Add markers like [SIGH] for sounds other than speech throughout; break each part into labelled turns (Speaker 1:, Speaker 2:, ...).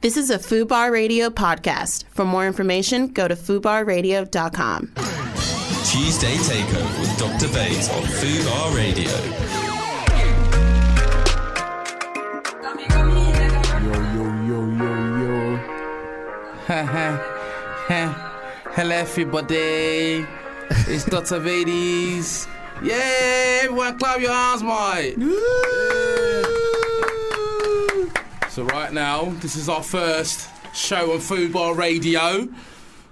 Speaker 1: This is a FUBAR Radio podcast. For more information, go to FUBARradio.com.
Speaker 2: Tuesday Takeover with Dr. Bates on Food R Radio.
Speaker 3: Yo, yo, yo, yo, yo.
Speaker 4: [LAUGHS] Hello, everybody. It's Dr. Vades. Yay! Everyone, clap your hands, mate. So right now, this is our first show on Food Bar Radio.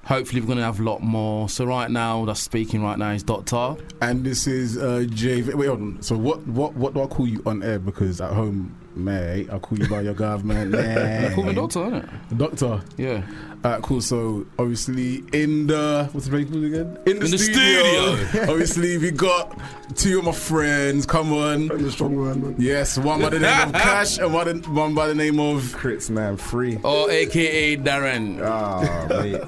Speaker 4: Hopefully, we're gonna have a lot more. So right now, that's speaking right now is Doctor.
Speaker 3: And this is uh, JV. Wait, hold on. So what, what, what do I call you on air? Because at home, mate, I call you by your government
Speaker 4: [LAUGHS]
Speaker 3: name.
Speaker 4: Call me Doctor, isn't it?
Speaker 3: Doctor.
Speaker 4: Yeah.
Speaker 3: Uh, cool. So obviously in the what's the name called again? In the
Speaker 4: In the
Speaker 3: studio. [LAUGHS]
Speaker 4: studio.
Speaker 3: obviously we got two of my friends. Come on.
Speaker 5: The strong one, man.
Speaker 3: Yes, one by the name of Cash and one, one by the name of
Speaker 5: Crits, man, free.
Speaker 4: Or AKA Darren.
Speaker 5: Ah, mate.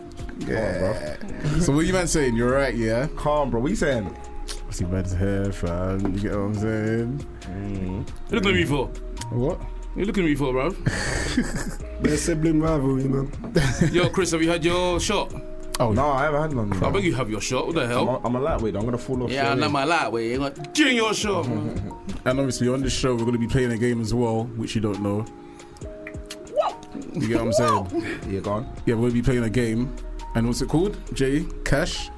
Speaker 5: Yeah.
Speaker 3: So what you man saying? You're right, yeah.
Speaker 5: Calm, bro. What you saying?
Speaker 3: See man's hair, fam. You get what I'm saying?
Speaker 5: Mm-hmm.
Speaker 4: What you looking at me for?
Speaker 3: What?
Speaker 4: What you looking at me for, bro?
Speaker 5: They're sibling rivalry, man.
Speaker 4: Yo, Chris, have you had your shot?
Speaker 3: Oh
Speaker 5: No, I haven't had none.
Speaker 4: I
Speaker 5: Man.
Speaker 4: bet you have your shot. What the
Speaker 5: I'm,
Speaker 4: hell?
Speaker 5: a- I'm a lightweight. though. I'm gonna fall off.
Speaker 4: Yeah, I
Speaker 5: straight
Speaker 4: know
Speaker 5: away.
Speaker 4: my lightweight. You're like, Ding
Speaker 5: [LAUGHS]
Speaker 4: your shot, man.
Speaker 3: And obviously on this show we're going to be playing a game as well, which you don't know. You get what I'm saying?
Speaker 5: [LAUGHS] Yeah, go on.
Speaker 3: Yeah, we'll be playing a game. And what's it called? Jay Cash.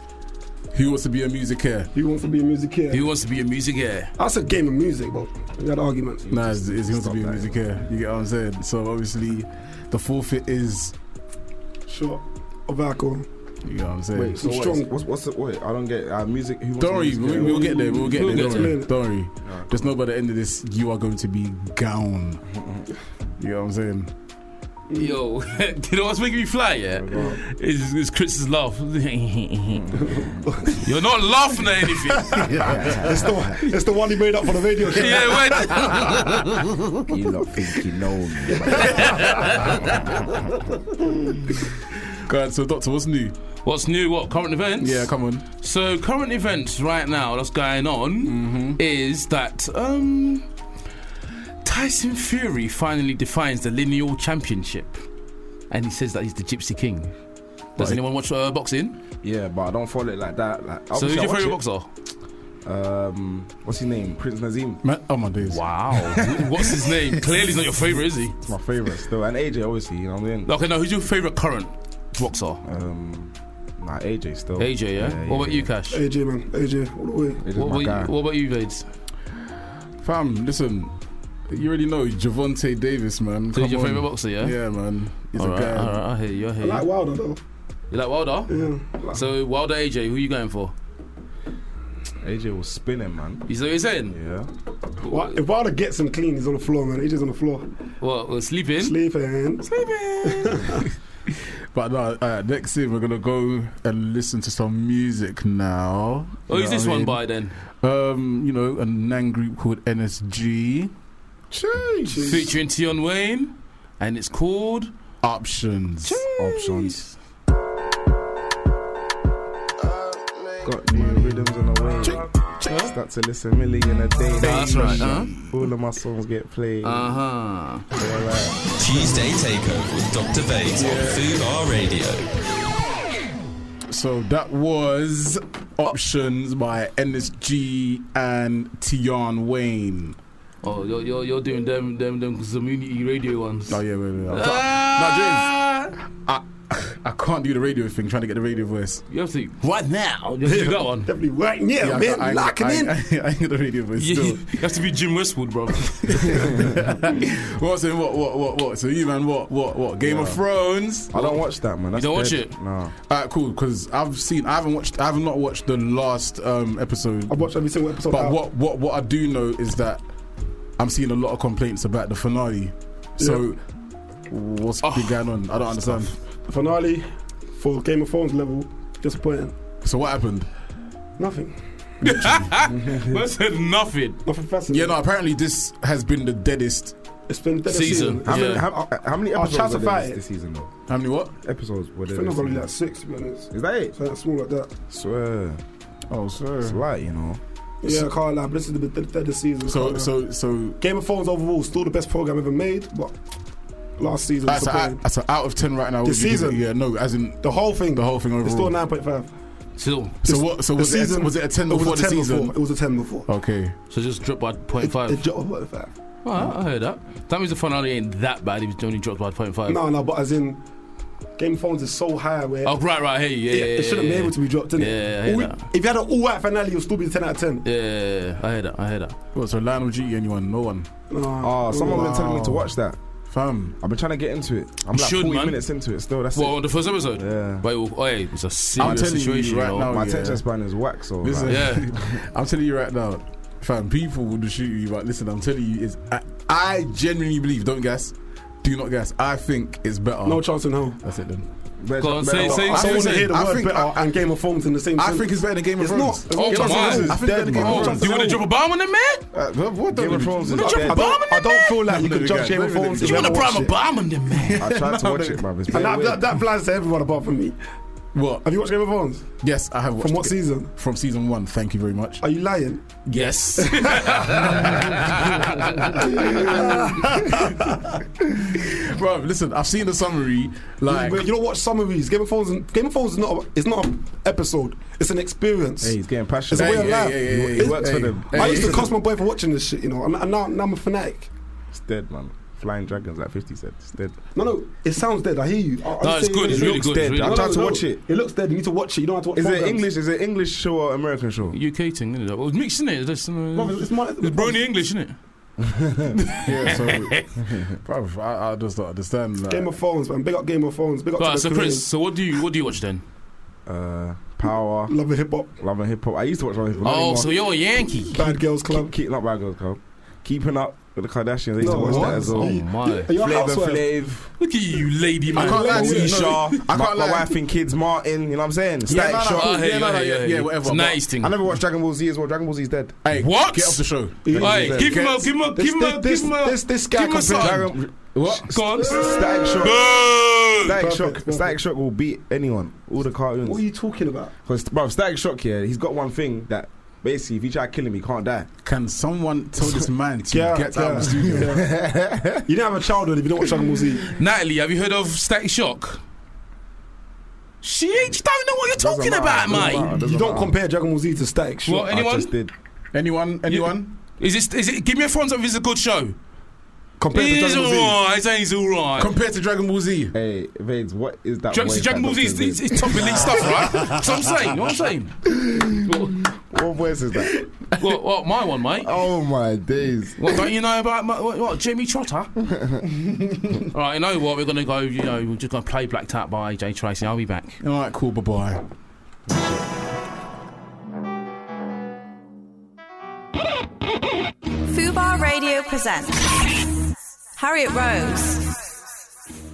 Speaker 3: Who wants to be a music here?
Speaker 6: You want to be a music kid?
Speaker 4: Who wants to be a music air?
Speaker 6: I said game of music, but we had arguments.
Speaker 3: Nah, it's, it's who wants to
Speaker 5: Stop
Speaker 3: be a
Speaker 5: that,
Speaker 3: music here. You get what I'm saying? So obviously, the forfeit is.
Speaker 6: Shot of alcohol.
Speaker 3: You get what I'm saying?
Speaker 5: Wait, so what
Speaker 6: strong.
Speaker 5: is- what's what's the wait? I don't get uh, music. Who wants
Speaker 3: Don't
Speaker 5: the
Speaker 3: worry,
Speaker 5: music
Speaker 3: we,
Speaker 5: here?
Speaker 3: we'll get there. We'll get
Speaker 4: We'll
Speaker 3: there.
Speaker 4: get
Speaker 3: Don't worry.
Speaker 6: there.
Speaker 3: Don't worry. Just know by the end of this, you are going to be gone. You know what I'm saying?
Speaker 4: Yo, [LAUGHS] you know what's making me fly, yeah? Is, is Chris's laugh. [LAUGHS] You're not laughing at anything.
Speaker 5: [LAUGHS] Yeah.
Speaker 6: It's the one he made up for the radio show.
Speaker 4: [LAUGHS] yeah,
Speaker 6: [LAUGHS]
Speaker 5: [LAUGHS] you lot think you know me? man.
Speaker 3: God, so Doctor, what's new?
Speaker 4: wait. What's new? What? Current events?
Speaker 3: Yeah, come on.
Speaker 4: So, current events right now that's going on
Speaker 5: Mm-hmm.
Speaker 4: is that um, Tyson Fury finally defines the lineal championship. And he says that he's the Gypsy King. Does
Speaker 3: Right.
Speaker 4: anyone watch uh, boxing?
Speaker 5: Yeah, but I don't follow it like that. Like,
Speaker 4: so,
Speaker 5: obviously
Speaker 4: who's
Speaker 5: I
Speaker 4: your
Speaker 5: watch
Speaker 4: favourite
Speaker 5: it.
Speaker 4: boxer?
Speaker 5: Um, what's his name? Prince Nazim.
Speaker 3: Man, oh my days. [LAUGHS]
Speaker 4: Wow. What's his name? Clearly, he's not your favourite, is he?
Speaker 5: It's my favorite still, and AJ obviously. You know what I mean?
Speaker 4: Okay, now who's your favourite current boxer?
Speaker 5: Um, nah, AJ still.
Speaker 4: AJ, yeah? what about you, Cash?
Speaker 6: AJ, man. AJ, all the way.
Speaker 5: AJ's
Speaker 4: What
Speaker 5: my
Speaker 4: about
Speaker 5: guy.
Speaker 4: you, what about you, Vades?
Speaker 3: Fam, listen, you already know Javante Davis, man.
Speaker 4: So
Speaker 3: Come
Speaker 4: he's your
Speaker 3: on.
Speaker 4: favourite boxer, yeah?
Speaker 3: Yeah, man. He's
Speaker 4: All
Speaker 3: a
Speaker 4: right,
Speaker 3: guy.
Speaker 4: all right, I hear you, I hear
Speaker 6: I
Speaker 4: you.
Speaker 6: like Wilder, though.
Speaker 4: you like Wilder?
Speaker 6: Yeah. I like-
Speaker 4: So, Wilder AJ, who you going for?
Speaker 5: AJ was spinning, man.
Speaker 4: You see what you're saying?
Speaker 5: Yeah.
Speaker 6: Wi- if Wilder gets him clean, he's on the floor, man. AJ's on the floor.
Speaker 4: What, uh, Oh, sleeping?
Speaker 6: Sleeping.
Speaker 3: But no, alright, next thing we're gonna go and listen to some music now.
Speaker 4: oh,
Speaker 3: You
Speaker 4: is
Speaker 3: know
Speaker 4: this
Speaker 3: what I
Speaker 4: one
Speaker 3: mean?
Speaker 4: by then?
Speaker 3: Um, you know, a Nan group called NSG
Speaker 4: Featuring Tion Wayne, and it's called.
Speaker 3: Options.
Speaker 5: options. Got new rhythms on the way. Start to listen a million a day.
Speaker 4: that's right, huh?
Speaker 5: All of my songs get played.
Speaker 4: Uh huh.
Speaker 5: They're like,
Speaker 2: Tuesday Takeover with Dr. Bates on Food R Radio.
Speaker 3: So that was Options by NSG and Tion Wayne.
Speaker 4: Oh, you're, you're, you're doing them, them, them community radio ones.
Speaker 3: Oh yeah, wait, wait. wait.
Speaker 4: Ah!
Speaker 3: I can't do the radio thing. Trying to get the radio voice.
Speaker 4: You have to. Right now! You have to do that one.
Speaker 6: Definitely right now,
Speaker 3: I-
Speaker 6: man.
Speaker 3: I, ain't-
Speaker 6: Lock it
Speaker 3: [LAUGHS] I,
Speaker 6: in.
Speaker 3: ain't- I ain't got the radio voice.
Speaker 4: You,
Speaker 3: Still.
Speaker 4: you have to be Jim
Speaker 3: [LAUGHS]
Speaker 4: Westwood, bro.
Speaker 3: What, so what, what, what, what? So you, man, what, what, what? Game of Thrones?
Speaker 5: I don't watch that, man. That's
Speaker 4: don't watch
Speaker 5: dead.
Speaker 4: it?
Speaker 5: No.
Speaker 3: Alright, Uh, cool. Because I've seen, I haven't watched, I have not watched the last um, episode.
Speaker 6: I've watched every single episode.
Speaker 3: But
Speaker 6: out.
Speaker 3: what, what, what I do know is that I'm seeing a lot of complaints about the finale. So
Speaker 4: [LAUGHS]
Speaker 3: what's
Speaker 4: Oh.
Speaker 3: been going on? I don't understand.
Speaker 6: Finale for Game of Thrones level, disappointing.
Speaker 3: So what happened?
Speaker 4: [LAUGHS]
Speaker 6: Nothing.
Speaker 4: I said nothing.
Speaker 6: Nothing fascinating.
Speaker 3: Yeah, no. Apparently, this has been the deadest.
Speaker 6: It's been dead
Speaker 4: Season.
Speaker 6: season.
Speaker 5: How,
Speaker 4: Yeah.
Speaker 5: many, how, how many
Speaker 6: I was
Speaker 5: episodes
Speaker 6: trying to
Speaker 5: were there
Speaker 6: fight
Speaker 5: this,
Speaker 6: it.
Speaker 5: this season, though?
Speaker 3: How many what?
Speaker 5: Episodes were
Speaker 6: I
Speaker 5: there
Speaker 6: think
Speaker 5: this
Speaker 6: I've only
Speaker 5: season?
Speaker 6: like six, to be honest.
Speaker 5: Is that it?
Speaker 6: Something small like that.
Speaker 5: swear.
Speaker 3: Oh,
Speaker 5: It's
Speaker 3: sir.
Speaker 5: light, you know.
Speaker 6: Yeah, I can't lie. But this is the, the, the, the season.
Speaker 3: So,
Speaker 6: Can't lie.
Speaker 3: so, so.
Speaker 6: Game of Thrones overall, still the best program ever made, but last season.
Speaker 3: That's,
Speaker 6: for
Speaker 3: a,
Speaker 6: playing.
Speaker 3: that's a out of ten right now. would
Speaker 6: This
Speaker 3: you give it-
Speaker 6: season?
Speaker 3: yeah, no, as in
Speaker 6: the whole thing.
Speaker 3: the whole thing
Speaker 6: It's still
Speaker 3: overall.
Speaker 6: nine point five.
Speaker 4: Still,
Speaker 3: so what? So was, it, a, was it a ten before the season?
Speaker 6: It was a ten before.
Speaker 3: Okay,
Speaker 4: so just drop by
Speaker 6: It-
Speaker 4: 0.5.
Speaker 6: It dropped by five.
Speaker 4: All right, I heard that. That means the finale ain't that bad. He was only dropped by 0.5.
Speaker 6: No, no, but as in, Game of Thrones is so high where
Speaker 4: Oh, right, right. Hey, yeah, yeah.
Speaker 6: it shouldn't
Speaker 4: yeah,
Speaker 6: be
Speaker 4: yeah.
Speaker 6: able to be dropped in.
Speaker 4: Yeah, I hear that.
Speaker 6: If you had an all-out finale, you'll still be ten out of ten.
Speaker 4: Yeah, I heard that. I heard that.
Speaker 3: well, so Lionel G, E anyone? No one,
Speaker 6: Nah.
Speaker 5: Oh, someone been telling me to
Speaker 3: Wow.
Speaker 5: watch that.
Speaker 3: fam.
Speaker 5: I've been trying to get into it. I'm like
Speaker 4: should,
Speaker 5: 40
Speaker 4: man.
Speaker 5: minutes into it still. That's
Speaker 4: Well,
Speaker 5: it.
Speaker 4: on the first episode.
Speaker 5: Yeah.
Speaker 4: But it, was- oh, yeah, it was a
Speaker 3: I'm
Speaker 4: serious
Speaker 3: telling
Speaker 4: situation.
Speaker 3: you right
Speaker 4: yo.
Speaker 3: now.
Speaker 5: My
Speaker 3: yeah.
Speaker 5: attention span is whack, so. like,
Speaker 3: Listen,
Speaker 5: [LAUGHS]
Speaker 4: Yeah.
Speaker 3: [LAUGHS] I'm telling you right now, fam. People would shoot you, but listen, I'm telling you, is I, I genuinely believe. Don't guess. Do not guess. I think it's better.
Speaker 6: No chance in hell.
Speaker 3: that's it then.
Speaker 5: better-
Speaker 4: Go on,
Speaker 5: better-
Speaker 4: say- say-
Speaker 6: I
Speaker 4: say-
Speaker 6: don't want to
Speaker 3: think-
Speaker 6: hear the
Speaker 3: I
Speaker 6: word
Speaker 3: think-
Speaker 6: better
Speaker 3: I-
Speaker 6: and Game of Thrones in the same.
Speaker 3: I
Speaker 6: sentence.
Speaker 3: think it's better than Game of
Speaker 6: It's
Speaker 3: Thrones.
Speaker 6: not.
Speaker 4: Oh,
Speaker 6: Game of
Speaker 4: come on.
Speaker 6: Thrones is
Speaker 3: I think better
Speaker 5: dead,
Speaker 3: than Game
Speaker 5: man.
Speaker 3: of
Speaker 4: Oh,
Speaker 3: Thrones.
Speaker 4: do you want to drop a bomb on him, man?
Speaker 5: Uh,
Speaker 3: Game
Speaker 5: what Game
Speaker 3: of
Speaker 5: of
Speaker 3: Thrones
Speaker 5: Thrones is
Speaker 4: is dead.
Speaker 5: dead.
Speaker 4: Drop a bomb
Speaker 5: I
Speaker 4: in there,
Speaker 5: don't
Speaker 4: man.
Speaker 5: feel like you
Speaker 3: Don't
Speaker 5: could
Speaker 3: do
Speaker 5: drop
Speaker 3: that.
Speaker 5: Game
Speaker 3: Don't
Speaker 5: of
Speaker 3: do
Speaker 5: Thrones.
Speaker 3: that.
Speaker 4: Do you want to
Speaker 5: to
Speaker 4: prime
Speaker 5: watch
Speaker 4: a
Speaker 5: it.
Speaker 4: bomb on him, man?
Speaker 5: I tried to
Speaker 3: No, don't-
Speaker 5: watch it, bruv. It's
Speaker 6: And
Speaker 5: very
Speaker 6: that, that,
Speaker 5: weird.
Speaker 6: that applies to everyone apart from me.
Speaker 3: What?
Speaker 6: Have you watched Game of Thrones?
Speaker 3: Yes, I have. Watched
Speaker 6: From what
Speaker 3: it.
Speaker 6: season?
Speaker 3: From season one. Thank you very much.
Speaker 6: Are you lying?
Speaker 4: [LAUGHS] Yes.
Speaker 3: Bro, listen, I've seen the summary. Like,
Speaker 6: But you don't watch summaries. Game of Thrones. Game of Thrones is not. A, it's not an episode. It's an experience.
Speaker 5: Hey, he's getting
Speaker 6: It's
Speaker 5: passionate.
Speaker 6: a way of
Speaker 3: Hey,
Speaker 6: life.
Speaker 3: hey, hey, hey,
Speaker 5: He
Speaker 3: hey,
Speaker 5: works for
Speaker 3: hey.
Speaker 5: them.
Speaker 3: Hey,
Speaker 6: I used to
Speaker 3: listen.
Speaker 6: cost my boy for watching this shit, you know, and, and now, now I'm a fanatic.
Speaker 5: It's dead, man. Flying Dragons, like 50 said. It's dead.
Speaker 6: No, no, it sounds dead. I hear you. I,
Speaker 4: No, it's good, it's really good.
Speaker 5: dead.
Speaker 4: really
Speaker 5: I
Speaker 4: good.
Speaker 5: tried to watch it.
Speaker 6: It looks dead. You need to watch it. You don't have to watch.
Speaker 5: Is it
Speaker 6: programs.
Speaker 5: English? Is it English show or American show?
Speaker 4: UK thing, isn't it? It was mixed, isn't it? That's, uh,
Speaker 6: Bro, it's, it's my, it's
Speaker 4: it's brony English, isn't it?
Speaker 3: [LAUGHS] yeah,
Speaker 5: [LAUGHS]
Speaker 3: so, [LAUGHS] bro, I, I just don't understand. Like,
Speaker 6: Game of Thrones, man. Big up Game of Thrones. Big up
Speaker 4: Right,
Speaker 6: to
Speaker 4: so
Speaker 6: the
Speaker 4: Chris,
Speaker 6: Chris.
Speaker 4: so what do you what do you watch then?
Speaker 5: Uh, Power,
Speaker 6: Love and Hip Hop,
Speaker 5: Love and Hip Hop. I used to watch Love and Hip Hop.
Speaker 4: Oh, so you're a Yankee.
Speaker 6: Bad Girls Club.
Speaker 5: Keep, not Bad Girls Club. Keeping Up with the Kardashians. I used to
Speaker 6: No,
Speaker 5: watch
Speaker 6: what?
Speaker 5: that as
Speaker 4: Oh
Speaker 5: well.
Speaker 4: my!
Speaker 6: Are you a
Speaker 5: Flavor
Speaker 6: housewife?
Speaker 5: Flav,
Speaker 4: Look at you, lady
Speaker 3: I
Speaker 4: man.
Speaker 3: can't lie to you.
Speaker 5: Moesha,
Speaker 3: No, I
Speaker 5: my,
Speaker 3: can't
Speaker 5: my
Speaker 3: lie.
Speaker 5: wife and kids, Martin. You know what I'm saying? Static
Speaker 3: no, no,
Speaker 5: Shock.
Speaker 4: Ah,
Speaker 3: Yeah, no,
Speaker 4: hey,
Speaker 3: no,
Speaker 4: hey,
Speaker 3: yeah,
Speaker 4: hey,
Speaker 3: yeah,
Speaker 4: hey.
Speaker 3: whatever,
Speaker 4: It's
Speaker 3: but-
Speaker 4: nice thing.
Speaker 5: I never watched Dragon Ball Z as well. Dragon Ball Z is dead.
Speaker 3: Hey,
Speaker 4: What?
Speaker 3: Get off the show.
Speaker 4: Hey,
Speaker 5: Get-
Speaker 4: give him a, give him a, give him a,
Speaker 5: this,
Speaker 4: give him a.
Speaker 5: this, this guy
Speaker 4: give him a
Speaker 5: compared
Speaker 4: sign.
Speaker 5: Dragon.
Speaker 3: What?
Speaker 4: Go on.
Speaker 5: Static Shock.
Speaker 4: Boo!
Speaker 5: Static
Speaker 6: Perfect,
Speaker 5: Shock.
Speaker 6: perfect.
Speaker 5: Static Shock will beat anyone. All the
Speaker 6: What are
Speaker 5: cartoons.
Speaker 6: you talking about?
Speaker 5: Because, bro, Static Shock here, he's got one thing that basically, if you try to kill him, he can't die.
Speaker 3: Can someone tell this man to
Speaker 6: Yeah,
Speaker 3: get
Speaker 6: yeah.
Speaker 3: out of the studio?
Speaker 5: [LAUGHS]
Speaker 6: You didn't have a childhood if you don't watch Dragon Ball Z.
Speaker 4: Natalie, have you heard of Static Shock? She ain't. She don't know what you're
Speaker 5: Doesn't
Speaker 4: talking
Speaker 5: matter,
Speaker 4: about,
Speaker 5: doesn't
Speaker 4: mate.
Speaker 5: matter, doesn't
Speaker 6: You don't
Speaker 5: matter.
Speaker 6: compare Dragon Ball Z to Static Shock.
Speaker 4: What? Anyone?
Speaker 5: I just did.
Speaker 3: Anyone? Anyone?
Speaker 4: Is this? Is it? Give me a thumbs up. if It's a good show.
Speaker 6: Compared to
Speaker 4: It's
Speaker 6: Dragon Ball Z.
Speaker 4: alright. It's alright.
Speaker 3: Compared to Dragon Ball Z.
Speaker 5: Hey, Vades, what is that?
Speaker 4: Dra-
Speaker 5: wave
Speaker 4: see, Dragon
Speaker 5: that
Speaker 4: Ball Z is,
Speaker 5: Dr.
Speaker 4: is,
Speaker 5: Vades?
Speaker 4: is top elite
Speaker 5: [LAUGHS]
Speaker 4: stuff, right? That's what I'm saying. You know what I'm saying?
Speaker 5: What voice is that?
Speaker 4: Well, well, my one, mate.
Speaker 5: Oh my days.
Speaker 4: What don't you know about my, what, what Jimmy
Speaker 3: [LAUGHS]
Speaker 4: Trotter? All right, you know what? We're gonna go. You know, we're just gonna play Blacked Out by Jay Tracy. I'll be back.
Speaker 3: All right, cool. Bye bye.
Speaker 7: Fubar Radio presents Harriet Rose.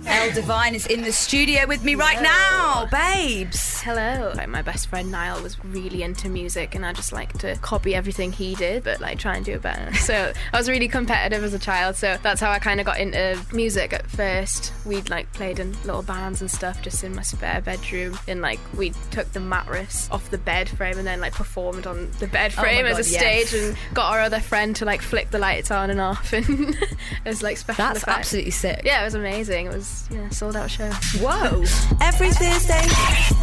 Speaker 7: Elle Divine is in the studio with me right now, babes.
Speaker 8: Hello. Like my best friend Niall was really into music and I just like to copy everything he did but like try and do it
Speaker 7: [LAUGHS]
Speaker 8: better. So I was really competitive as a child, so that's how I kinda got into music at first. We'd like played in little bands and stuff just in my spare bedroom and like we took the mattress off the bed frame and then like performed on the bed
Speaker 7: Oh my
Speaker 8: frame as
Speaker 7: God,
Speaker 8: a
Speaker 7: yes.
Speaker 8: stage and got our other friend to like flick the lights on and off and [LAUGHS] it was like special.
Speaker 7: That's
Speaker 8: effects.
Speaker 7: absolutely sick.
Speaker 8: Yeah, it was amazing. It was yeah, sold out show.
Speaker 7: Whoa. Every Thursday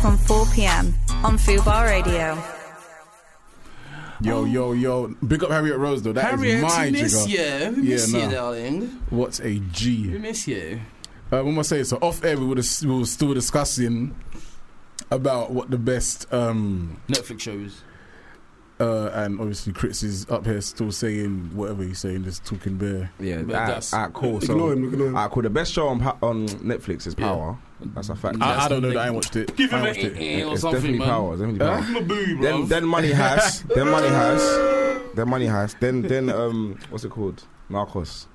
Speaker 7: from 4 p.m. on Fubar Radio.
Speaker 4: Oh.
Speaker 3: Yo, yo, yo. Big up Harriet Rose though. That is my jigger.
Speaker 4: you. We
Speaker 3: Yeah, nah.
Speaker 4: darling.
Speaker 3: What's a G?
Speaker 4: miss you.
Speaker 3: Uh, what must I say? So off air, we were, dis- we were still discussing about what the best, um,
Speaker 4: Netflix shows.
Speaker 3: uh, and obviously Chris is up here still saying whatever he's saying, just talking bare.
Speaker 5: Yeah,
Speaker 4: But
Speaker 5: that's
Speaker 4: that's-
Speaker 5: ah, cool. So,
Speaker 6: Ignore him, ignore him.
Speaker 5: ah, cool. The best show on pa- on Netflix is Power. That's a fact.
Speaker 3: I, I
Speaker 4: That's
Speaker 3: don't know
Speaker 4: the
Speaker 3: that I
Speaker 4: thing.
Speaker 3: ain't watched it.
Speaker 4: Give
Speaker 3: I
Speaker 4: him
Speaker 3: ain't watched it.
Speaker 4: a or
Speaker 5: it's
Speaker 4: something,
Speaker 5: definitely Power.
Speaker 4: man.
Speaker 5: It's definitely Power.
Speaker 4: Give him a boo, bro.
Speaker 5: Then then
Speaker 4: [LAUGHS]
Speaker 5: Money Heist. then Money Heist. Then Money Heist. Then
Speaker 4: [LAUGHS]
Speaker 5: then um, what's it called? Narcos.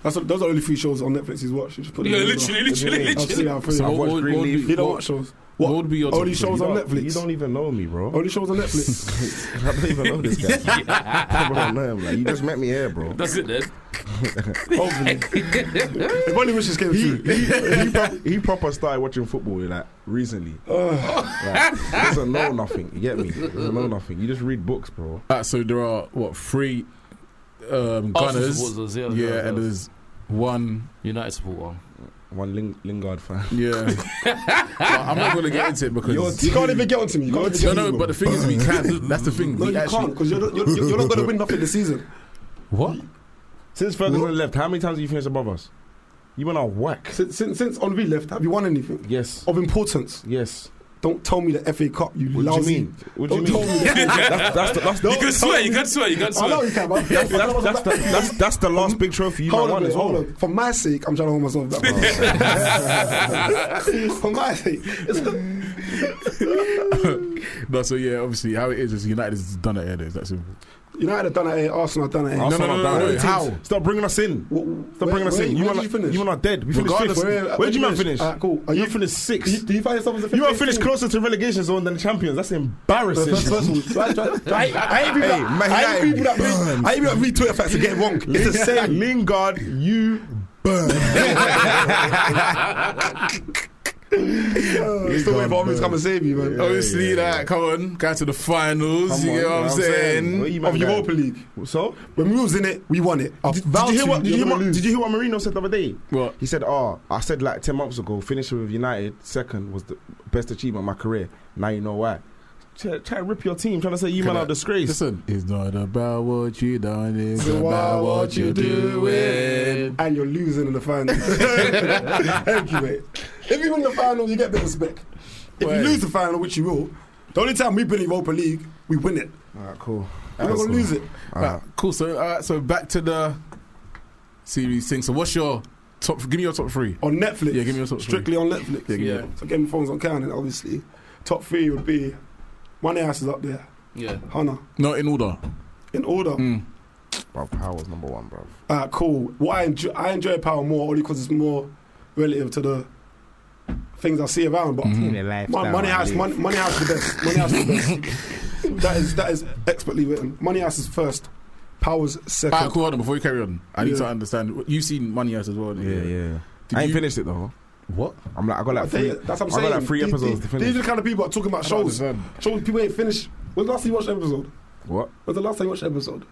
Speaker 6: That's what, those are the only three shows on Netflix he's watched. You should put
Speaker 4: yeah,
Speaker 6: them in.
Speaker 4: literally, literally,
Speaker 6: I've seen
Speaker 4: literally.
Speaker 6: that three.
Speaker 3: So
Speaker 5: I've
Speaker 3: what,
Speaker 5: watched
Speaker 3: would- what,
Speaker 5: Greenleaf.
Speaker 3: would
Speaker 6: You
Speaker 3: be,
Speaker 6: don't
Speaker 3: what,
Speaker 6: watch shows.
Speaker 3: what
Speaker 6: What?
Speaker 3: would be your top
Speaker 6: Only
Speaker 3: three?
Speaker 6: shows on
Speaker 5: You don't-
Speaker 6: Netflix.
Speaker 5: You don't even know me, bro.
Speaker 6: Only shows on Netflix.
Speaker 5: [LAUGHS] I don't even know this guy.
Speaker 6: [LAUGHS]
Speaker 5: I don't know him. Like, you just met me here, bro.
Speaker 4: That's it then.
Speaker 6: [LAUGHS] Hopefully. if [LAUGHS] only wishes came
Speaker 5: he,
Speaker 6: true.
Speaker 5: he, he, proper, he proper started watching football like recently.
Speaker 6: Oh.
Speaker 5: Like,
Speaker 6: [LAUGHS]
Speaker 5: he doesn't know nothing. You get me? He doesn't know nothing. You just read books, bro.
Speaker 3: Ah, so there Uh, are what three um,
Speaker 4: Oh,
Speaker 3: gunners?
Speaker 4: footballers, yeah,
Speaker 3: yeah,
Speaker 4: yeah,
Speaker 3: and
Speaker 4: yeah.
Speaker 3: there's One,
Speaker 4: United supporter.
Speaker 5: One Ling- Lingard fan. [LAUGHS]
Speaker 3: yeah. But I'm not gonna get into it because
Speaker 6: You can't even get onto me. You can't even
Speaker 3: no,
Speaker 6: get
Speaker 3: no.
Speaker 6: onto me,
Speaker 3: But the thing is, we can.
Speaker 6: [LAUGHS]
Speaker 3: That's the thing.
Speaker 6: bro.
Speaker 3: we
Speaker 6: no, you
Speaker 3: actually,
Speaker 6: can't because you're, you're, you're not going to win nothing this season.
Speaker 3: What?
Speaker 5: Since Ferguson left, how many times have you finished above us? You went on whack.
Speaker 6: Since since, since Henri left, have you won anything
Speaker 5: Yes.
Speaker 6: of importance?
Speaker 5: Yes.
Speaker 6: Don't tell me the FA Cup, you
Speaker 5: What do you
Speaker 6: lousy.
Speaker 5: mean? What do you
Speaker 6: Don't
Speaker 5: mean?
Speaker 6: tell me.
Speaker 5: [LAUGHS] That's, that's, the, that's,
Speaker 6: Don't
Speaker 5: the,
Speaker 4: You can
Speaker 6: tell
Speaker 4: swear,
Speaker 6: me.
Speaker 4: you can swear, you can
Speaker 6: I know
Speaker 4: swear.
Speaker 6: you can, but
Speaker 5: that's, that's, that's, the, that's, that's the last big trophy you might
Speaker 6: Hold
Speaker 5: won
Speaker 6: on,
Speaker 5: as
Speaker 6: hold
Speaker 5: well.
Speaker 6: on. For my sake, I'm trying to hold myself back. For my
Speaker 5: [LAUGHS]
Speaker 6: sake, it's the,
Speaker 3: No, so yeah, obviously, how it is is United has done it. It is that simple.
Speaker 6: [LAUGHS] United have done it here, Arsenal have done eh? it here.
Speaker 5: Arsenal
Speaker 3: no, no,
Speaker 5: done
Speaker 3: no,
Speaker 5: it.
Speaker 3: no, how?
Speaker 5: Stop bringing us in.
Speaker 6: Wh-
Speaker 5: Stop
Speaker 6: where-
Speaker 5: bringing us
Speaker 6: where-
Speaker 5: in. You
Speaker 6: where
Speaker 5: are
Speaker 6: did you finish?
Speaker 5: You are not dead. We finished
Speaker 3: Regardless-
Speaker 5: fifth.
Speaker 6: Where-
Speaker 5: Where,
Speaker 6: where
Speaker 5: did you man finish?
Speaker 6: Alright, cool. Are
Speaker 5: you,
Speaker 6: you-
Speaker 5: finished sixth.
Speaker 6: Do you, do you find yourself as a
Speaker 5: You are
Speaker 6: fifth
Speaker 5: finished
Speaker 6: team?
Speaker 5: closer to relegation zone than the champions. That's
Speaker 6: First,
Speaker 5: embarrassing.
Speaker 6: first, first of all, try- try- try- I ain't people
Speaker 5: Hey, man,
Speaker 6: that- I ain't people
Speaker 5: United
Speaker 6: that read-
Speaker 5: burns.
Speaker 6: I ain't people that read Twitter facts to get it wrong. It's the same.
Speaker 5: Lingard, you burn.
Speaker 6: It's the way for Armin to come and save you, man.
Speaker 3: Obviously, like, come on, go to the finals.
Speaker 5: Come
Speaker 3: you know
Speaker 5: on,
Speaker 3: what I'm saying?
Speaker 5: Where you man
Speaker 6: Of Europa
Speaker 5: going?
Speaker 6: League.
Speaker 5: So,
Speaker 6: When we was in it, we won it. I
Speaker 5: did,
Speaker 6: vouch
Speaker 5: did you hear
Speaker 6: to
Speaker 5: what? Did you
Speaker 6: you're
Speaker 5: hear what,
Speaker 6: gonna lose.
Speaker 5: did you hear what Marino said the other day?
Speaker 3: What?
Speaker 5: He said, "Oh, I said like ten months ago, finishing with United second was the best achievement of my career. Now you know why." Try, try to rip your team, trying to say you man
Speaker 3: I-
Speaker 5: are disgrace.
Speaker 3: Listen, it's not about what you done, it's
Speaker 6: So
Speaker 3: about what you doing.
Speaker 6: doing? And you're losing in the
Speaker 5: [LAUGHS]
Speaker 6: final. Thank you, mate. If you win the final, you get the respect. If
Speaker 3: Wait.
Speaker 6: you lose the final, which you will, the only time we've been in Europa League, we win it.
Speaker 5: Alright, cool.
Speaker 6: We're not going to lose it.
Speaker 3: Right, cool. So, uh, so back to the series thing. So, what's your top? Give me your top three.
Speaker 6: On Netflix.
Speaker 3: Yeah, give me your top
Speaker 6: Strictly on Netflix.
Speaker 3: Yeah, give me
Speaker 4: Yeah.
Speaker 6: So Game of Thrones on counting, obviously. Top three would be Money House is up there.
Speaker 4: Yeah.
Speaker 6: Hannah.
Speaker 3: No, in order.
Speaker 6: In order.
Speaker 3: Mm.
Speaker 5: Bruv, Power's number one, bruv.
Speaker 6: Ah, cool. What I enjoy, I enjoy Power more only because it's more relative to the things I see around. But
Speaker 5: Mm-hmm.
Speaker 6: Mon- Money House, money, money House is the best. Money House is the best. [LAUGHS] that is that is expertly written. Money House is first. Powers second.
Speaker 3: All right, cool. Hold on. Before you carry on, I need
Speaker 6: Yeah.
Speaker 3: to understand. You've seen Money House as well. haven't
Speaker 5: Yeah,
Speaker 3: you?
Speaker 5: yeah.
Speaker 3: Did
Speaker 5: I ain't
Speaker 3: you-
Speaker 5: finished it though.
Speaker 3: What?
Speaker 5: I'm like, I got
Speaker 6: I
Speaker 5: like
Speaker 6: tell
Speaker 5: three.
Speaker 6: you, that's what I'm
Speaker 5: I
Speaker 6: saying.
Speaker 5: got like three
Speaker 6: These-
Speaker 5: episodes
Speaker 6: these-
Speaker 5: to finish.
Speaker 6: These are the kind of people that are talking about
Speaker 3: I don't
Speaker 6: shows.
Speaker 3: understand.
Speaker 6: Shows people ain't finished. When's the last time you watched an episode?
Speaker 5: What?
Speaker 6: When's the last time you watched an episode?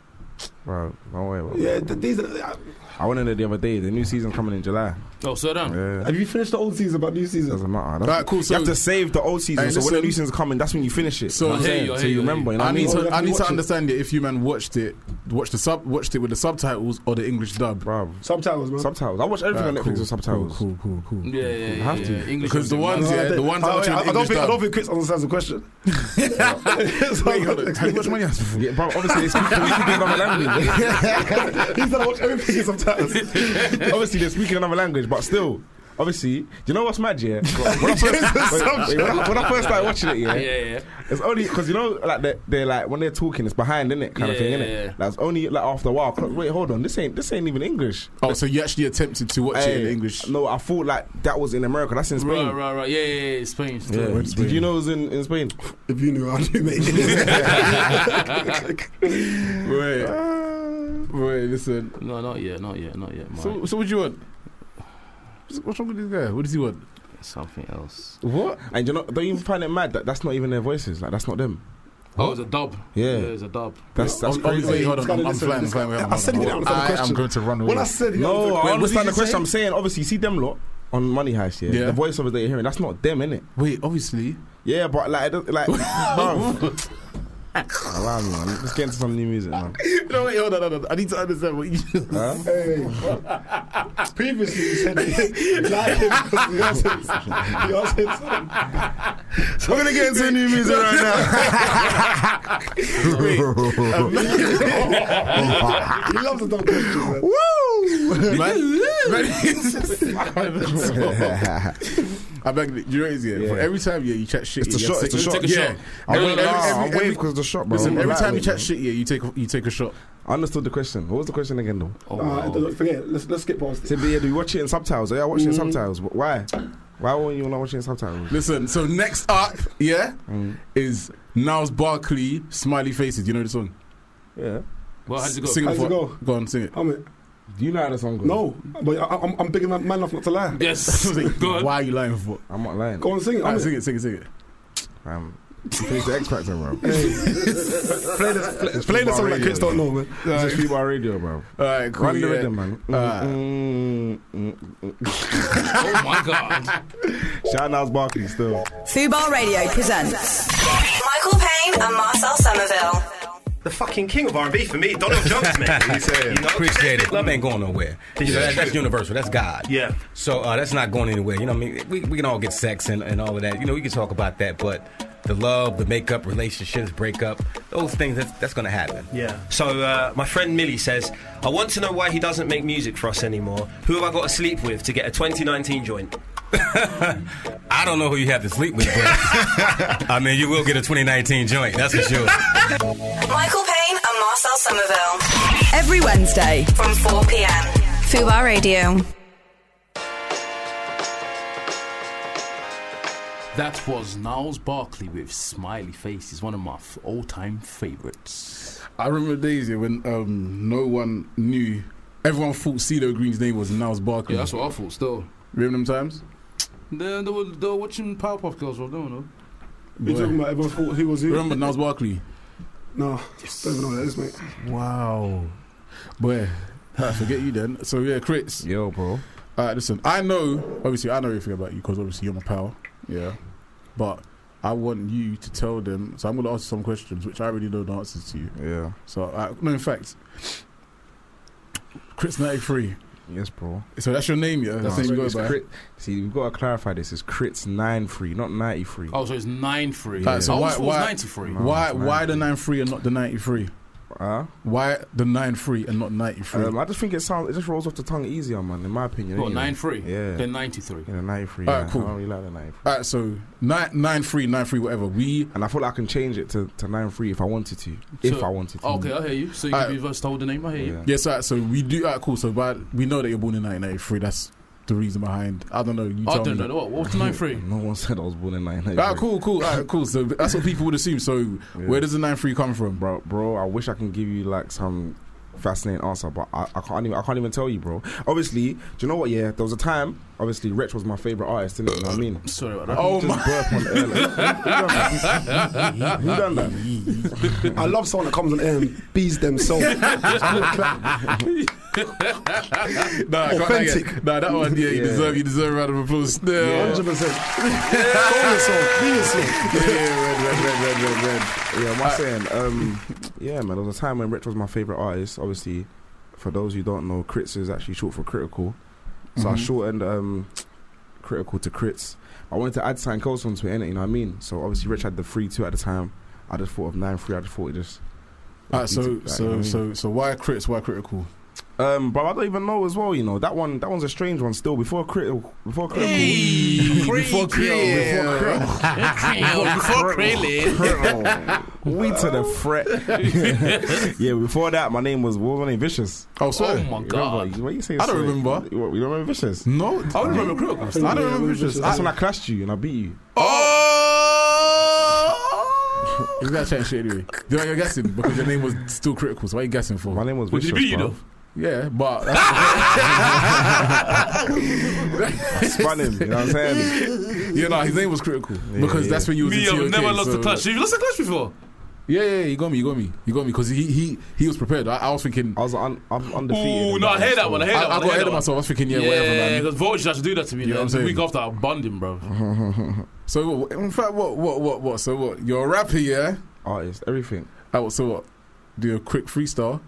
Speaker 5: Bro, don't worry about it.
Speaker 6: Yeah, th- these are. uh,
Speaker 5: I went in there the other day. The new season's coming in July.
Speaker 4: Oh, so done.
Speaker 5: Yeah.
Speaker 6: Have you finished the old season but new season?
Speaker 5: Doesn't matter. That's-
Speaker 3: All right, cool. So
Speaker 5: you have to save the old season.
Speaker 3: Hey,
Speaker 5: so when the
Speaker 3: listen.
Speaker 5: new season's coming, that's when you finish it.
Speaker 3: So-
Speaker 5: you know what I'm
Speaker 4: I hear
Speaker 5: saying?
Speaker 4: you, I
Speaker 5: so
Speaker 4: hear
Speaker 5: you
Speaker 4: you, I hear
Speaker 5: remember. You know what
Speaker 3: I
Speaker 5: I mean?
Speaker 3: need
Speaker 6: Oh,
Speaker 3: to.
Speaker 6: you have
Speaker 3: I
Speaker 6: to
Speaker 3: need to
Speaker 6: watch it.
Speaker 3: understand it. If you man watched it, watch the sub, watched it with the subtitles or the English dub.
Speaker 5: Bro,
Speaker 6: Subtitles, man.
Speaker 5: subtitles. I watch everything
Speaker 3: Alright,
Speaker 5: on Netflix
Speaker 3: cool,
Speaker 5: with subtitles.
Speaker 3: Cool, cool, cool. cool.
Speaker 4: Yeah, yeah, yeah.
Speaker 5: have to.
Speaker 4: yeah. English
Speaker 3: Because the
Speaker 4: was in
Speaker 3: ones, yeah, the ones
Speaker 6: I,
Speaker 3: that watch it
Speaker 6: I,
Speaker 3: with
Speaker 6: I don't
Speaker 3: English
Speaker 6: think I don't
Speaker 3: dub.
Speaker 6: think Chris understands the question. So-
Speaker 3: Wait, hold on. Have you watched Money House before?
Speaker 5: Yeah, bro, obviously, they speak, they speak another
Speaker 3: [LAUGHS]
Speaker 5: language.
Speaker 6: He said I watch everything sometimes.
Speaker 5: obviously, they're speaking another language, but still. Obviously, do you know what's mad, yeah? When
Speaker 3: [LAUGHS]
Speaker 5: I first, wait, wait, when I- when I first started watching it,
Speaker 4: Yeah, yeah.
Speaker 5: It's only because you know, like they're, they're like when they're talking, it's behind, innit? Kind of
Speaker 4: Yeah,
Speaker 5: thing,
Speaker 4: yeah,
Speaker 5: innit?
Speaker 4: yeah.
Speaker 5: That's only like after a while. 'cause Wait, hold on, this ain't this ain't even English.
Speaker 3: Oh, so you actually attempted to watch it in
Speaker 5: Hey,
Speaker 3: English?
Speaker 5: No, I thought like that was in America. That's in Spain.
Speaker 4: Right, right, right. Yeah, yeah, yeah. Spain.
Speaker 5: Yeah.
Speaker 4: Still.
Speaker 5: Did you know it was in, in Spain?
Speaker 6: If you knew, I knew, mate.
Speaker 5: [LAUGHS]
Speaker 3: Wait, wait, listen.
Speaker 4: No, not yet, not yet, not yet. Mate.
Speaker 3: So, so what do you want? [LAUGHS] What's wrong with this guy? What does he want?
Speaker 4: Something else.
Speaker 5: What? And you know, don't even find it mad that that's not even their voices. Like that's not them.
Speaker 4: Oh, it's a dub.
Speaker 5: Yeah.
Speaker 4: it's a dub.
Speaker 5: That's that's
Speaker 3: Oh, oh,
Speaker 5: crazy.
Speaker 3: Wait, hold on.
Speaker 6: This guy
Speaker 3: I'm, I'm
Speaker 6: listen,
Speaker 3: flying. I'm
Speaker 6: this
Speaker 3: flying.
Speaker 6: guy-
Speaker 3: wait, hold
Speaker 6: I
Speaker 3: on,
Speaker 6: said he
Speaker 3: hold
Speaker 6: didn't
Speaker 3: on.
Speaker 6: answer the
Speaker 3: I am
Speaker 6: question.
Speaker 3: going to run away.
Speaker 6: when I said he
Speaker 5: No,
Speaker 6: answered-
Speaker 5: I
Speaker 3: what
Speaker 5: understand the
Speaker 3: did he
Speaker 5: question.
Speaker 3: say?
Speaker 5: I'm saying obviously, see them lot on Money Heist, yeah.
Speaker 3: Yeah.
Speaker 5: The voiceovers that you're hearing, that's not them, innit?
Speaker 3: Wait, obviously.
Speaker 5: Yeah, but like, it does- like, bro. Allow me, man. Let's get into some new music, man.
Speaker 3: No, wait, hold on, hold on. I need to understand what you.
Speaker 5: Huh?
Speaker 6: Hey, previously you [LAUGHS] said it. Like him, because he asked him. He asked him something.
Speaker 5: We're gonna get into new music right now.
Speaker 6: [LAUGHS] He loves the dumb questions, man. [LAUGHS]
Speaker 3: Man, man- I beg you, you know what it is, yeah?
Speaker 5: Yeah.
Speaker 3: For every time, yeah, you chat shit.
Speaker 5: It's the
Speaker 3: yeah,
Speaker 5: shot,
Speaker 3: you
Speaker 5: it's the
Speaker 3: take-
Speaker 5: shot.
Speaker 3: you take a
Speaker 4: Yeah.
Speaker 3: shot.
Speaker 5: I
Speaker 3: Every-
Speaker 5: wave,
Speaker 3: every-
Speaker 5: nah,
Speaker 3: every-
Speaker 5: I wave
Speaker 3: every-
Speaker 5: because the shot, bro.
Speaker 3: Listen,
Speaker 5: I'm
Speaker 3: every
Speaker 5: like,
Speaker 3: time you
Speaker 5: wait,
Speaker 3: chat
Speaker 5: man.
Speaker 3: shit, yeah, you take a, you take a shot.
Speaker 5: I understood the question. What was the question again, though?
Speaker 4: Oh,
Speaker 6: Uh,
Speaker 4: wow.
Speaker 6: don't- forget. it. Let's let's skip past it. [LAUGHS]
Speaker 5: Said, but yeah, do you watch it in subtitles? Oh, Yeah, I watch it in subtitles. But why? Why won't you not watch it in subtitles?
Speaker 3: Listen, so next up, yeah, is Niles Barkley, Smiley Faces. You know the song?
Speaker 5: Yeah.
Speaker 4: well, how's it go?
Speaker 3: Sing it
Speaker 6: How's
Speaker 3: for
Speaker 6: it go?
Speaker 3: Go on, sing it.
Speaker 6: I'm it.
Speaker 5: Do you know how the song goes?
Speaker 6: No, but I, I'm I'm big enough man enough not to lie.
Speaker 4: Yes.
Speaker 3: [LAUGHS] Like,
Speaker 4: Go on.
Speaker 3: Why are you lying for?
Speaker 5: I'm not lying.
Speaker 6: Go on, sing it. I'm
Speaker 3: Alright,
Speaker 6: it.
Speaker 3: sing it, sing it, sing it.
Speaker 5: Um, It's the X Factor, bro. Play this,
Speaker 6: Play the song that kids don't know, man.
Speaker 5: It's just Fubar Radio, bro.
Speaker 3: All right, cool.
Speaker 5: Run the
Speaker 3: yeah.
Speaker 5: rhythm, man. Mm, mm, mm, mm.
Speaker 3: [LAUGHS]
Speaker 4: Oh my god.
Speaker 5: Shout out Barkley still.
Speaker 7: Fubar Radio presents Michael Payne and Marcel Somerville.
Speaker 9: The fucking king of R&B for me,
Speaker 10: [LAUGHS]
Speaker 9: Donald Jones, man. You know?
Speaker 10: Appreciate it. Love ain't going nowhere. You know, that- that's universal. That's God.
Speaker 9: Yeah.
Speaker 10: So uh, that's not going anywhere. You know what I mean? We, we can all get sex and, and all of that. You know, we can talk about that, but the love, the makeup, relationships, breakup, those things, that's, that's going to happen.
Speaker 9: Yeah. So uh, my friend Millie says, I want to know why he doesn't make music for us anymore. Who have I got to sleep with to get a 2019 joint?
Speaker 10: I don't know who you have to sleep with, but I mean, you will get a 2019 joint. That's for sure.
Speaker 7: Michael Payne and Marcel Somerville. Every Wednesday from 4 p.m. Fubar Radio.
Speaker 4: That was Niles Barkley with Smiley Face. He's one of my f- all-time favorites.
Speaker 3: I remember days yeah, when um, no one knew. Everyone thought CeeLo Green's name was Niles Barkley.
Speaker 4: Yeah, that's what I thought. Still,
Speaker 3: Remember them times?
Speaker 4: they, they, were, they were watching Powerpuff Girls. I don't know.
Speaker 6: You talking about everyone thought who was who?
Speaker 3: Remember Niles Barkley?
Speaker 6: No, don't even know what that is, mate. [LAUGHS]
Speaker 3: Wow. Boy, I forget you then. So yeah, Chris.
Speaker 5: Yo, bro.
Speaker 3: Uh, listen, I know, obviously, I know everything about you because obviously you're my pal. Yeah. But I want you to tell them. So I'm going to ask you some questions, which I already know the answers to.
Speaker 5: Yeah.
Speaker 3: So, uh, no, in fact, Chris 93.
Speaker 5: Yes, bro.
Speaker 3: So that's your name, yeah? That's the name you
Speaker 5: it's
Speaker 3: go by.
Speaker 5: Crit- See, we've got to clarify this. It's crits nine three, not ninety three.
Speaker 4: Oh, so it's nine three.
Speaker 3: Alright, so why-
Speaker 4: I always thought it
Speaker 3: why-
Speaker 4: was ninety-three.
Speaker 5: No.
Speaker 3: Why,
Speaker 5: it's
Speaker 3: why the 93 and not the 93?
Speaker 5: Huh?
Speaker 3: Why the 93 and not 93?
Speaker 5: Um, I just think it sounds. It just rolls off the tongue easier, man. In my opinion.
Speaker 4: What
Speaker 5: anyway.
Speaker 4: nine three?
Speaker 5: Yeah.
Speaker 4: Then ninety-three.
Speaker 5: Yeah, the ninety three.
Speaker 3: Alright,
Speaker 5: yeah.
Speaker 3: cool.
Speaker 5: I don't really like the ninety three.
Speaker 3: All right, so nine, 93, 93, whatever. We.
Speaker 5: And I feel like I can change it to, to nine three if I wanted to. if
Speaker 4: So-
Speaker 5: I wanted to.
Speaker 4: Okay, I hear you. So you
Speaker 3: Alright.
Speaker 4: can be versatile with the name. I hear you. [LAUGHS]
Speaker 5: Yeah.
Speaker 3: Yes, all right, so we do. All right, cool. So but we know that you're born in 1993. That's the reason behind. Oh, I don't know. You
Speaker 4: I
Speaker 3: tell
Speaker 4: don't
Speaker 3: me.
Speaker 4: know what. What's nine
Speaker 5: [LAUGHS]
Speaker 4: three?
Speaker 5: No one said I was born in nine ninety
Speaker 3: [LAUGHS]
Speaker 5: three.
Speaker 3: Ah, cool, cool, ah, cool. So that's what people would assume. So where does the nine three come from, bro?
Speaker 5: bro, bro. I wish I can give you like some fascinating answer, but I, I can't even. I can't even tell you, bro. Obviously, do you know what? Yeah, there was a time. Obviously, Rich was my favorite artist. Didn't it? You know what I mean?
Speaker 4: Sorry about that.
Speaker 3: Oh
Speaker 5: Just
Speaker 3: my!
Speaker 5: burp on air,
Speaker 3: [LAUGHS]
Speaker 5: like- Who done that? Who done that?
Speaker 6: [LAUGHS] I love someone that comes on air and bees
Speaker 5: [LAUGHS]
Speaker 3: [LAUGHS]
Speaker 6: themselves. [LAUGHS]
Speaker 3: Nah, I can't like it.
Speaker 6: Authentic.
Speaker 3: Nah, that one. Yeah, you
Speaker 5: Yeah.
Speaker 3: deserve. You deserve a round of applause. Yeah, yeah,
Speaker 6: 100%. Call
Speaker 3: [LAUGHS]
Speaker 6: yourself, be yourself.
Speaker 3: yeah, red, red, red, red, red, red.
Speaker 5: Yeah, am I saying? Um, yeah, man. There was a time when Rich was my favorite artist. Obviously, for those who don't know, Crits is actually short for critical. So
Speaker 3: Mm-hmm.
Speaker 5: I shortened um, critical to Crits. I wanted to add something else onto it, innit? You know what I mean? So obviously, Rich had the three two at the time. I just thought of nine three. I just thought it just.
Speaker 3: All right, so,
Speaker 5: Like, you know what I
Speaker 3: so,
Speaker 5: mean?
Speaker 3: so, so, why crits? Why critical?
Speaker 5: Um, but I don't even know as well. You know that one. That one's a strange one still. Before critical, before critical,
Speaker 3: Before critical, before crit.
Speaker 4: [LAUGHS] Before Krillin.
Speaker 5: [LAUGHS] we to the fret. [LAUGHS] yeah, before that, my name was what was my name? Vicious.
Speaker 3: Oh, sorry.
Speaker 4: Oh my
Speaker 5: You remember?
Speaker 4: god.
Speaker 5: You- What you saying?
Speaker 3: I don't
Speaker 5: sorry?
Speaker 3: remember.
Speaker 5: You, what, you don't remember Vicious?
Speaker 3: No, I don't remember critical. I don't remember just.
Speaker 5: That's when I clashed you and I beat you.
Speaker 3: Oh. You gotta change shit anyway. You know, you're guessing because your name was still critical. So what are you guessing for?
Speaker 5: My name was
Speaker 4: Would you
Speaker 5: Vicious.
Speaker 4: beat you
Speaker 5: bro.
Speaker 4: though?
Speaker 3: Yeah, but
Speaker 5: Spun him. You know what I'm saying?
Speaker 3: yeah, no, his name was critical
Speaker 4: [LAUGHS]
Speaker 3: because
Speaker 5: [LAUGHS] yeah.
Speaker 3: that's when you was.
Speaker 4: Me,
Speaker 3: in
Speaker 4: I've
Speaker 3: TOK,
Speaker 4: never lost
Speaker 3: so-
Speaker 4: a clutch. You've lost a clutch before.
Speaker 3: Yeah, yeah, you got me, you got me, you got me. Because he, he, he was prepared. I, I was thinking,
Speaker 5: I was un, I'm undefeated.
Speaker 4: Ooh,
Speaker 5: in
Speaker 4: no, I hear that
Speaker 5: so-
Speaker 4: one. I hear
Speaker 3: I,
Speaker 4: that
Speaker 3: I
Speaker 4: one.
Speaker 3: got ahead of
Speaker 4: hear that one.
Speaker 3: myself. I was thinking, yeah,
Speaker 4: Yeah,
Speaker 3: whatever, man.
Speaker 4: because Vulture tried to do that to me.
Speaker 3: You know what I'm
Speaker 4: the week
Speaker 3: saying?
Speaker 4: after I bond him, bro.
Speaker 3: [LAUGHS] So, what- in fact, what, what, what, what? So, what? You're a rapper, yeah?
Speaker 5: Artist, everything.
Speaker 3: Oh, so what? Do a quick freestyle.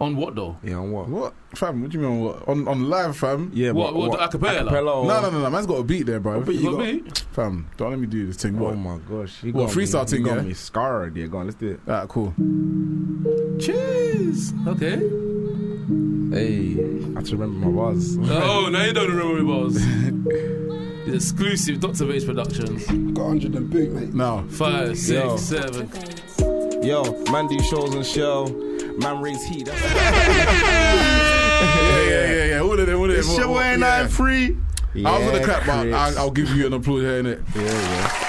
Speaker 4: On what though?
Speaker 5: Yeah, on what?
Speaker 3: What, fam? What do you mean on what? On, on live, fam?
Speaker 5: Yeah,
Speaker 4: What-
Speaker 5: but
Speaker 4: what, the acapella?
Speaker 5: Acapella or-
Speaker 3: No, no, no, no. Man's got a beat there, bro.
Speaker 5: you got-
Speaker 3: Fam, don't let me do this thing.
Speaker 5: Oh
Speaker 3: What?
Speaker 5: my gosh. You
Speaker 3: What,
Speaker 5: got
Speaker 3: freestyle
Speaker 5: me,
Speaker 3: thing,
Speaker 5: You got
Speaker 3: yeah?
Speaker 5: me scarred. Yeah, go on, let's do it.
Speaker 3: Alright, cool.
Speaker 4: Cheers. Okay.
Speaker 5: Hey, I have to remember my bars.
Speaker 4: Oh, now you don't remember it
Speaker 3: [LAUGHS]
Speaker 4: was. It's exclusive Dr. Bates Productions.
Speaker 6: Got 100 and big, mate.
Speaker 3: Now,
Speaker 4: Five,
Speaker 5: Yo.
Speaker 4: six, seven.
Speaker 5: Yo, man do shows and show. Man raise heat. That's
Speaker 3: yeah, yeah, yeah, yeah. All of them, all of them. What- what- yeah.
Speaker 5: free.
Speaker 3: I was gonna clap, but I, I'll give you an applause here, innit?
Speaker 5: Yeah, yeah.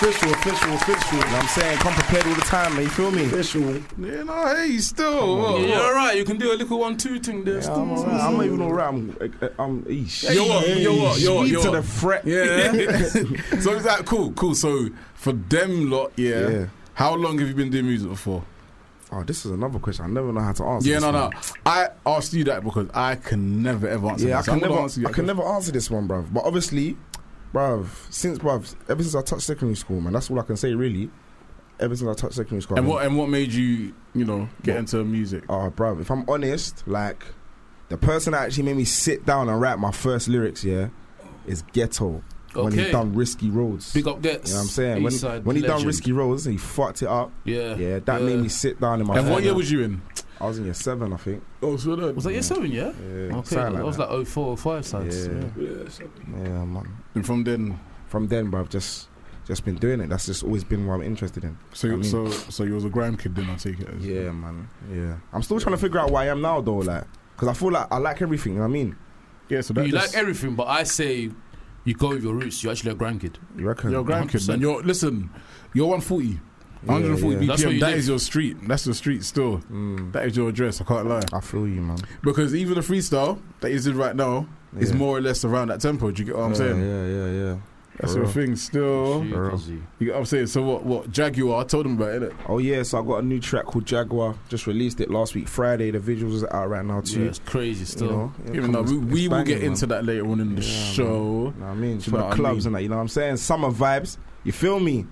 Speaker 6: Official, official, official.
Speaker 5: You know what I'm saying? Come prepared all the time, man. You feel me?
Speaker 6: Official.
Speaker 3: You know, hey, still. what-
Speaker 4: You're
Speaker 3: what-
Speaker 4: alright, you can do a little one two thing there.
Speaker 5: Yeah,
Speaker 4: still.
Speaker 5: I'm, alright. I'm not even alright. I'm, uh, I'm, eesh.
Speaker 3: Yo, what? Yo, what? Yo, what?
Speaker 5: Speak
Speaker 3: Yo,
Speaker 5: to
Speaker 3: what?
Speaker 5: the fret.
Speaker 3: Yeah. [LAUGHS] so is that cool? Cool. So for them lot, yeah.
Speaker 5: Yeah.
Speaker 3: How long have you been doing music for?
Speaker 5: Oh, this is another [LAUGHS] question. I never know how to answer.
Speaker 3: Yeah,
Speaker 5: this
Speaker 3: no,
Speaker 5: one.
Speaker 3: no. I asked you that because I can never ever answer.
Speaker 5: Yeah, I
Speaker 3: that. So
Speaker 5: can
Speaker 3: I'm gonna
Speaker 5: never,
Speaker 3: answer you
Speaker 5: I
Speaker 3: that
Speaker 5: can
Speaker 3: question.
Speaker 5: never answer this one, bruv. But obviously, bruv, since bruv, ever since I touched secondary school, man, that's all I can say really. Ever since I touched secondary school,
Speaker 3: And
Speaker 5: I
Speaker 3: what and what made you, you know, get
Speaker 5: What?
Speaker 3: into music?
Speaker 5: Oh, bruv, if I'm honest, like the person that actually made me sit down and write my first lyrics, yeah, is Ghetto when he
Speaker 4: Okay.
Speaker 5: done Risky Roads.
Speaker 4: Big up that.
Speaker 5: you know what I'm saying? When,
Speaker 4: Eastside
Speaker 5: when he done
Speaker 4: legend.
Speaker 5: Risky Roads, he fucked it up.
Speaker 4: Yeah.
Speaker 5: Yeah, that made me sit down in my.
Speaker 3: And what
Speaker 5: corner.
Speaker 3: year was you in?
Speaker 5: I was in year seven, I think.
Speaker 3: Oh, so that
Speaker 4: Was that your seven,
Speaker 5: Yeah,
Speaker 4: yeah? Okay,
Speaker 5: something
Speaker 4: that
Speaker 5: like
Speaker 4: was
Speaker 5: that.
Speaker 4: like 04, 05 sides.
Speaker 5: Yeah.
Speaker 4: yeah.
Speaker 6: Yes.
Speaker 5: yeah, man.
Speaker 3: And from then,
Speaker 5: from then, bro, I've just just been doing it. That's just always been what I'm interested in.
Speaker 3: so
Speaker 5: I mean-
Speaker 3: so so you was a grime kid then. I take it. As
Speaker 5: Yeah, man. Yeah, I'm still trying to figure out why I am now, though, like, because I feel like I like everything. You know what I mean,
Speaker 3: yeah. So that
Speaker 4: You
Speaker 3: just,
Speaker 4: like everything, but I say you go with your roots. You're actually a grandkid.
Speaker 5: you reckon?
Speaker 3: you're a grime kid, man. You're listen. You're 140,
Speaker 5: Yeah,
Speaker 3: 140
Speaker 5: yeah.
Speaker 4: That's where
Speaker 3: BPM.
Speaker 4: you
Speaker 3: That
Speaker 4: live.
Speaker 3: is your street. That's your street still.
Speaker 5: Mm,
Speaker 3: That is your address. I can't lie.
Speaker 5: I feel you, man.
Speaker 3: Because even the freestyle that he's in right now is
Speaker 5: Yeah.
Speaker 3: more or less around that tempo. Do you get what I'm
Speaker 5: yeah,
Speaker 3: saying?
Speaker 5: Yeah, yeah, yeah.
Speaker 3: That's
Speaker 5: For
Speaker 3: your
Speaker 5: real.
Speaker 3: thing still.
Speaker 4: Shit,
Speaker 5: girl.
Speaker 4: Ozzy.
Speaker 3: You get what I'm saying? So what? What Jaguar? I told him about it. innit?
Speaker 5: Oh yeah, so I got a new track called Jaguar. Just released it last week, Friday. The visuals is out right now
Speaker 4: Yeah,
Speaker 5: too.
Speaker 4: it's crazy still.
Speaker 5: You know, yeah,
Speaker 3: Even
Speaker 5: come
Speaker 3: though
Speaker 5: on,
Speaker 3: we,
Speaker 5: it's-
Speaker 3: we
Speaker 5: it's
Speaker 3: will get
Speaker 5: banging, man.
Speaker 3: into that later on in the
Speaker 5: Yeah, man.
Speaker 3: show.
Speaker 5: You know what I mean?
Speaker 3: Do
Speaker 5: For
Speaker 3: you know
Speaker 5: the
Speaker 3: what I
Speaker 5: clubs
Speaker 3: mean?
Speaker 5: and that, you know what I'm saying? Summer vibes, you feel me?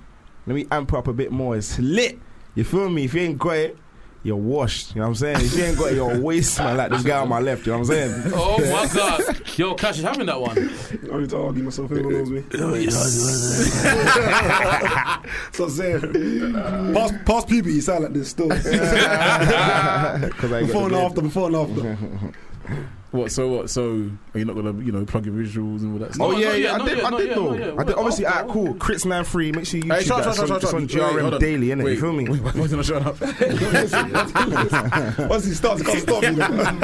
Speaker 5: Let me amp up a bit more. It's lit. You feel me? If you ain't got it, you're washed. You know what I'm saying? If you ain't got it, you're a waste, man, like this guy on my left. You know what I'm saying?
Speaker 4: [LAUGHS] Oh my god. Yo, Cash is having that
Speaker 6: [LAUGHS]
Speaker 4: one.
Speaker 6: I need to argue myself. Everyone knows me. [LAUGHS] So I'm saying, past, past puberty, you sound like this [LAUGHS] still.
Speaker 5: Because I ain't
Speaker 6: before and
Speaker 5: got the
Speaker 6: after, before and after.
Speaker 3: [LAUGHS] What? So what? So are you not gonna you know plug your visuals and all that? stuff?
Speaker 5: Oh
Speaker 4: No,
Speaker 5: yeah,
Speaker 4: not
Speaker 5: yeah,
Speaker 4: yet,
Speaker 5: I
Speaker 4: not
Speaker 5: did,
Speaker 4: yet,
Speaker 5: I
Speaker 4: not
Speaker 5: did
Speaker 4: yet,
Speaker 5: though.
Speaker 4: not
Speaker 5: I
Speaker 4: yet.
Speaker 5: did.
Speaker 4: Wait,
Speaker 5: Obviously,
Speaker 4: oh,
Speaker 5: alright, cool. Crits nine free. Make sure you
Speaker 3: Hey,
Speaker 5: YouTube
Speaker 3: shut
Speaker 5: that.
Speaker 3: up,
Speaker 5: It's
Speaker 3: shut up,
Speaker 5: on,
Speaker 3: shut up,
Speaker 5: it's on
Speaker 3: shut up. Wait,
Speaker 5: GRM
Speaker 3: hold on.
Speaker 5: daily, innit?
Speaker 3: Wait.
Speaker 5: You feel me?
Speaker 3: Why is he not showing
Speaker 5: [LAUGHS]
Speaker 3: up?
Speaker 6: [LAUGHS] Once he starts, he can't stop me. man.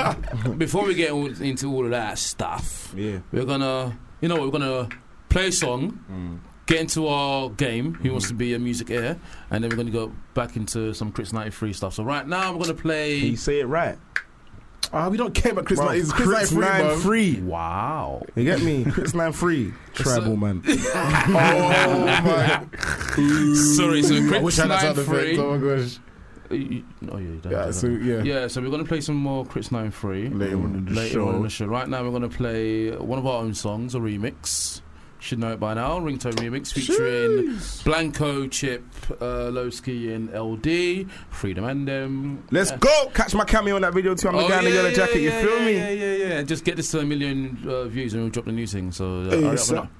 Speaker 4: [LAUGHS] Before we get all- into all of that stuff,
Speaker 5: Yeah.
Speaker 4: we're gonna, you know, what, we're gonna play a song,
Speaker 5: Mm.
Speaker 4: get into our game. Who wants to be a music air? And then we're gonna go back into some Chris ninety three stuff. So right now, I'm gonna
Speaker 5: Can you
Speaker 4: play.
Speaker 5: say it right?
Speaker 3: Ah, we don't care about Chris.
Speaker 5: Bro,
Speaker 3: Martin. It's Chris, Martin free, bro.
Speaker 5: free.
Speaker 4: Wow.
Speaker 5: You get me? Crits nine free. Tribal man. [LAUGHS]
Speaker 3: Oh my!
Speaker 4: Sorry, so
Speaker 3: I wish
Speaker 4: Chris
Speaker 3: I had that
Speaker 4: nine
Speaker 3: sound effect.
Speaker 4: three.
Speaker 3: Oh my gosh!
Speaker 4: Uh, you- Oh yeah, you don't
Speaker 3: Yeah.
Speaker 4: do
Speaker 3: So
Speaker 4: that.
Speaker 3: yeah.
Speaker 4: yeah. So we're gonna play some more Chris nine three.
Speaker 3: Later on in the
Speaker 4: later
Speaker 3: show.
Speaker 4: on in the show. Right now, we're going to play one of our own songs, a remix. Should know it by now. Ringtone remix featuring Blanco, Chip, uh, Lowski, and LD. Freedom and them.
Speaker 5: Let's
Speaker 4: Uh,
Speaker 5: go. Catch my cameo in that video too. I'm the guy in the yellow jacket. You
Speaker 4: Oh, yeah,
Speaker 5: feel
Speaker 4: yeah,
Speaker 5: me?
Speaker 4: Yeah, yeah, yeah. Just get this to a million uh, views and we'll drop the new thing. So uh,
Speaker 6: Hey,
Speaker 4: hurry up
Speaker 6: sir.
Speaker 4: and up.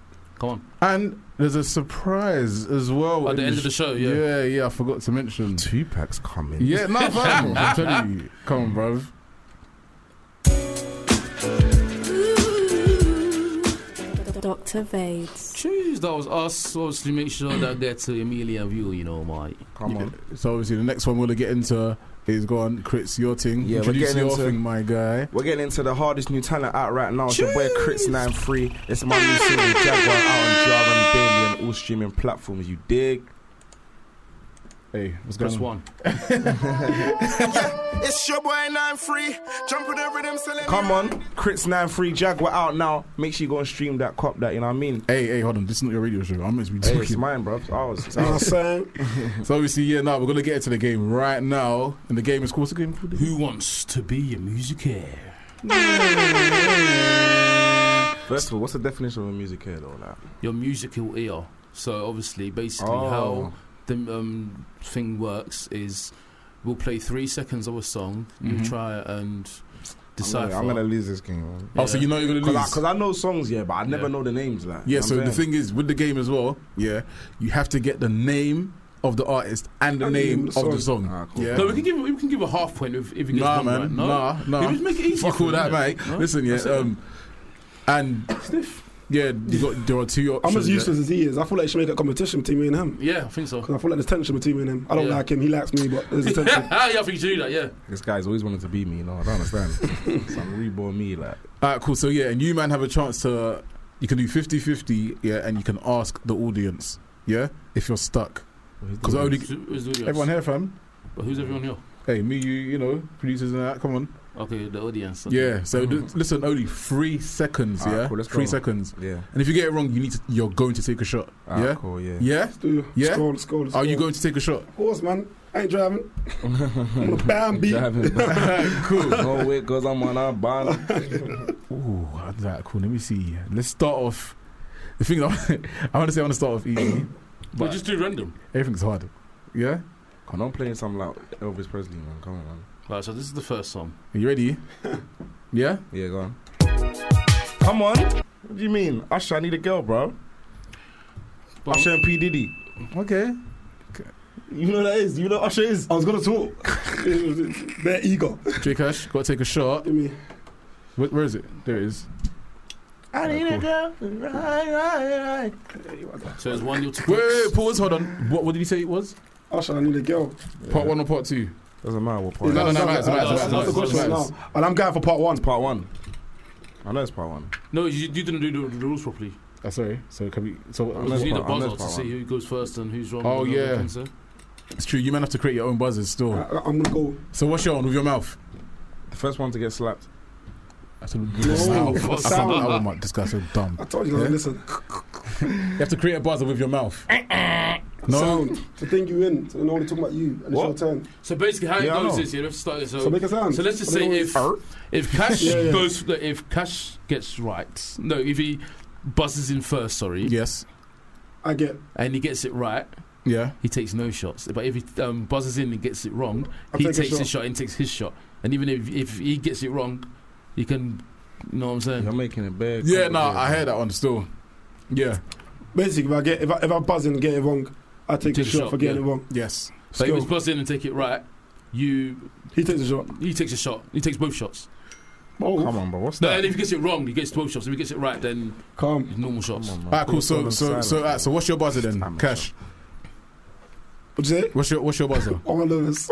Speaker 4: Come on.
Speaker 3: And there's a surprise as well.
Speaker 4: At the
Speaker 3: in
Speaker 4: end of the
Speaker 3: sh-
Speaker 4: show, yeah.
Speaker 3: Yeah, yeah, I forgot to mention.
Speaker 5: Two packs coming.
Speaker 3: Yeah, no, fam. I'm telling
Speaker 5: [LAUGHS]
Speaker 3: you. Come on, bruv.
Speaker 1: Dr. Vades.
Speaker 4: Cheers, that was us. Obviously, make sure that gets to a million view, you know, mate.
Speaker 5: Come on.
Speaker 3: So obviously the next one we're gonna get into is go on, Chris, your thing.
Speaker 5: Yeah, we're
Speaker 3: Introduce
Speaker 5: getting
Speaker 3: your
Speaker 5: into-
Speaker 3: thing, my guy.
Speaker 5: We're getting into the hardest new talent out right now. It's your boy Crits93. It's my new single Jaguar out on Jarvan Daily and all streaming platforms. You dig?
Speaker 3: Hey, what's
Speaker 4: Press
Speaker 3: going on?
Speaker 4: one.
Speaker 5: [LAUGHS] It's your boy 93. Jump with the rhythm, Come on, Crits93 Jaguar out now. Make sure you go and stream that, cop that. You know what I mean?
Speaker 3: Hey, hey, hold on. This is not your radio show. I'm meant to be
Speaker 5: Hey, it's
Speaker 3: talking.
Speaker 5: mine, bro. It's ours. It's
Speaker 6: You know what I'm
Speaker 5: ours.
Speaker 6: [LAUGHS]
Speaker 5: [LAUGHS]
Speaker 6: saying?
Speaker 3: so obviously, yeah, now we're gonna get into the game right now, and the game is called the game. called?
Speaker 4: Who wants to be a music air?
Speaker 5: First of all, what's the definition of a music here, though? Like?
Speaker 4: your musical ear. So obviously, basically,
Speaker 5: Oh.
Speaker 4: how the um, thing works is we'll play three seconds of a song. You
Speaker 3: Mhm.
Speaker 4: try and
Speaker 5: Mm-hmm. I'm gonna-
Speaker 4: decipher.
Speaker 5: I'm gonna lose this game, man.
Speaker 3: [LAUGHS] Oh, so
Speaker 4: Yeah.
Speaker 3: you know you're gonna lose.
Speaker 5: Because I, know songs, yeah, but I never
Speaker 4: Yeah.
Speaker 5: know the names. Like,
Speaker 3: yeah.
Speaker 5: you know
Speaker 3: So
Speaker 5: what I'm
Speaker 3: the
Speaker 5: saying?
Speaker 3: thing is, with the game as well, yeah, you have to get the name of the artist and
Speaker 5: Oh,
Speaker 3: the
Speaker 6: And the
Speaker 3: name
Speaker 6: name of
Speaker 3: of
Speaker 6: the
Speaker 3: the song.
Speaker 5: Ah, cool.
Speaker 3: Yeah.
Speaker 4: no, we can give we can give a half point if, if it gets
Speaker 3: Nah,
Speaker 4: one
Speaker 3: man.
Speaker 4: right. No,
Speaker 3: Nah, nah.
Speaker 4: You just make it easy.
Speaker 3: Fuck all that, mate. Listen, yeah. Um, and yeah, you got there are two
Speaker 6: I'm
Speaker 3: options.
Speaker 6: as
Speaker 3: yeah.
Speaker 6: useless as he is. I feel like it should make a competition between me and him.
Speaker 4: yeah, I think so.
Speaker 6: 'Cause I feel like there's tension between me and him. I don't
Speaker 4: Yeah.
Speaker 6: like him. He likes me, but
Speaker 4: [LAUGHS]
Speaker 6: there's a tension.
Speaker 4: Ah, yeah, I think you should do that. Yeah,
Speaker 5: This guy's always wanted to be me, you know. I don't understand.
Speaker 4: [LAUGHS]
Speaker 5: Some reborn me, like.
Speaker 3: All right, cool. So yeah, and you man have a chance to you can do 50-50, yeah, and you can ask the audience Yeah, if you're stuck. Because only
Speaker 4: Who's- who's the audience?
Speaker 3: everyone here, fam.
Speaker 4: But who's everyone here?
Speaker 3: Hey, me, you, you know, producers and that. Come on.
Speaker 4: Okay, the audience. okay.
Speaker 3: Yeah. So d- listen, only three seconds.
Speaker 5: Alright,
Speaker 3: yeah,
Speaker 5: cool, let's
Speaker 3: three
Speaker 5: go.
Speaker 3: seconds.
Speaker 5: Yeah.
Speaker 3: And if you get it wrong, you need to, you're going to take a shot.
Speaker 5: Ah,
Speaker 3: yeah.
Speaker 5: Cool. Yeah.
Speaker 3: Yeah.
Speaker 6: Dude,
Speaker 3: Yeah?
Speaker 6: Let's go, let's go, let's
Speaker 3: Are you
Speaker 6: go.
Speaker 3: going to take a
Speaker 5: [LAUGHS]
Speaker 4: [LAUGHS]
Speaker 3: shot?
Speaker 6: Of course, man. I ain't driving. I'm a Bambi.
Speaker 3: [LAUGHS]
Speaker 5: cool. [LAUGHS] No way, cause I'm on our bond.
Speaker 3: Ooh, that cool. Let me see. Let's start off. The thing that I want to say, I want to start off easy.
Speaker 4: But just do random.
Speaker 3: Everything's hard. [LAUGHS] Yeah.
Speaker 5: Come on, I'm playing something like Elvis Presley, man. Come on, man.
Speaker 4: Right, so this is the first song.
Speaker 3: Are you [LAUGHS] ready? Yeah.
Speaker 5: Yeah, go on. Come on. What do you mean? Usher, I need a girl, bro.
Speaker 4: But
Speaker 5: Usher and P Diddy.
Speaker 3: Okay.
Speaker 5: You know who that is. You know who Usher is.
Speaker 6: I was gonna talk. Their ego.
Speaker 3: J Cash, gotta take a shot.
Speaker 6: Give me.
Speaker 3: Where, where is it? There it is.
Speaker 5: I need a girl.
Speaker 4: so it's one nil
Speaker 3: Wait,
Speaker 4: to
Speaker 3: wait,
Speaker 4: Crooks.
Speaker 3: wait, pause. Hold on. What, what did he say it was?
Speaker 6: Usher, I need a girl.
Speaker 3: Part one or part two?
Speaker 5: Doesn't matter what
Speaker 3: No,
Speaker 5: part.
Speaker 3: no,
Speaker 5: it
Speaker 3: no,
Speaker 5: is.
Speaker 3: no, it's
Speaker 6: That's-
Speaker 3: matters,
Speaker 6: that's
Speaker 3: matters,
Speaker 6: the question
Speaker 3: matters.
Speaker 6: now. And I'm going for part one.
Speaker 5: It's part one. I know it's part one.
Speaker 4: No, you, you didn't do the, the rules properly.
Speaker 3: Oh, sorry. So can we? So
Speaker 5: I'm
Speaker 4: Because
Speaker 5: not
Speaker 4: you need a
Speaker 5: part- I'm
Speaker 4: buzzer
Speaker 5: not
Speaker 4: to
Speaker 5: part
Speaker 4: see
Speaker 5: one.
Speaker 4: who goes first and who's wrong.
Speaker 3: Oh,
Speaker 4: and all
Speaker 3: yeah.
Speaker 4: that things, eh?
Speaker 3: it's true. You might have to create your own buzzers
Speaker 6: I,
Speaker 3: still.
Speaker 6: I- I'm gonna go.
Speaker 3: So what's your own with your mouth?
Speaker 5: The first one to get slapped.
Speaker 3: That's a [LAUGHS] no,
Speaker 6: No,
Speaker 3: I
Speaker 6: sound.
Speaker 3: sound. Oh my, this guy's so dumb.
Speaker 6: I told you, guys, listen.
Speaker 3: You have to create a buzzer with your mouth. no.
Speaker 6: Sound to think you in. So they know they're talking about you, and
Speaker 5: What?
Speaker 6: it's your turn.
Speaker 4: So basically, how
Speaker 5: Yeah, I
Speaker 4: it goes
Speaker 5: know.
Speaker 4: is you have to start this. So,
Speaker 6: So make a sound.
Speaker 4: so let's just
Speaker 6: But
Speaker 4: say
Speaker 6: they
Speaker 4: if
Speaker 6: [LAUGHS]
Speaker 4: if Cash
Speaker 6: Yeah, yeah.
Speaker 4: goes, if Cash gets right, no, if he buzzes in first, sorry,
Speaker 3: Yes.
Speaker 6: I get.
Speaker 4: and he gets it right,
Speaker 3: Yeah.
Speaker 4: he takes no shots. But if he um, buzzes in and gets it wrong,
Speaker 6: I'll
Speaker 4: he
Speaker 6: take a
Speaker 4: takes
Speaker 6: shot.
Speaker 4: his shot and takes his shot. And even if if he gets it wrong, you can, you know what I'm saying?
Speaker 5: You're making it bad.
Speaker 3: Yeah. No, I heard that one still. Yeah.
Speaker 6: Basically, if I get, if I, if I buzz in and get it wrong, I take the
Speaker 4: Take a
Speaker 6: shot
Speaker 4: shot,
Speaker 6: for getting
Speaker 4: yeah.
Speaker 6: it
Speaker 3: [LAUGHS]
Speaker 6: wrong. [LAUGHS]
Speaker 3: Yes.
Speaker 4: But if
Speaker 6: Still.
Speaker 4: he buzzes in and take it right, you
Speaker 6: He takes the shot.
Speaker 4: he takes a shot. He takes both shots.
Speaker 6: Oh,
Speaker 5: Come on, bro. What's
Speaker 4: No,
Speaker 5: that?
Speaker 4: and if he gets it wrong, he gets both shots. If he gets it right, then
Speaker 6: calm.
Speaker 4: normal shots.
Speaker 5: Come on, man.
Speaker 3: Alright, cool.
Speaker 5: Please
Speaker 3: So,
Speaker 5: don't
Speaker 3: so,
Speaker 5: silence
Speaker 3: so, alright, so,
Speaker 5: me.
Speaker 3: what's your buzzer then,
Speaker 5: Damn it.
Speaker 3: Cash?
Speaker 6: What'd you say?
Speaker 3: What's your, what's your buzzer?
Speaker 6: Oh, [LAUGHS]
Speaker 3: [LAUGHS]
Speaker 6: I'm nervous.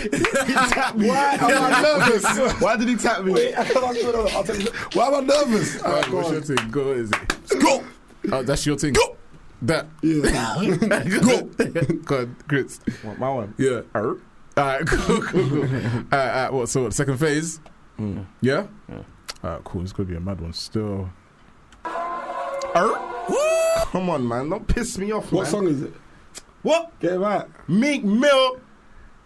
Speaker 6: Why am [LAUGHS] I nervous?
Speaker 3: Why
Speaker 6: [LAUGHS]
Speaker 3: did he tap me?
Speaker 6: Wait, I can't answer that. I'll tell you. Why am I nervous? All right, go
Speaker 3: what's
Speaker 6: on.
Speaker 3: your thing? Go, what is it? Go. Oh, that's your thing. Go. That.
Speaker 6: Yeah.
Speaker 3: [LAUGHS] Go.
Speaker 6: [LAUGHS]
Speaker 3: God, Chris.
Speaker 5: Want My one.
Speaker 3: Yeah.
Speaker 5: Er.
Speaker 3: Alright, cool, cool,
Speaker 5: [LAUGHS]
Speaker 3: cool.
Speaker 5: Uh,
Speaker 3: alright, alright, what, so what, second phase?
Speaker 4: Hmm.
Speaker 5: Mm.
Speaker 3: Yeah?
Speaker 4: Yeah.
Speaker 3: Alright, cool. It's gonna be a mad one still.
Speaker 5: Er. Come on, man. Don't piss me off,
Speaker 6: What
Speaker 5: man.
Speaker 6: song is it?
Speaker 5: What?
Speaker 6: Get it right.
Speaker 5: Meek Mill.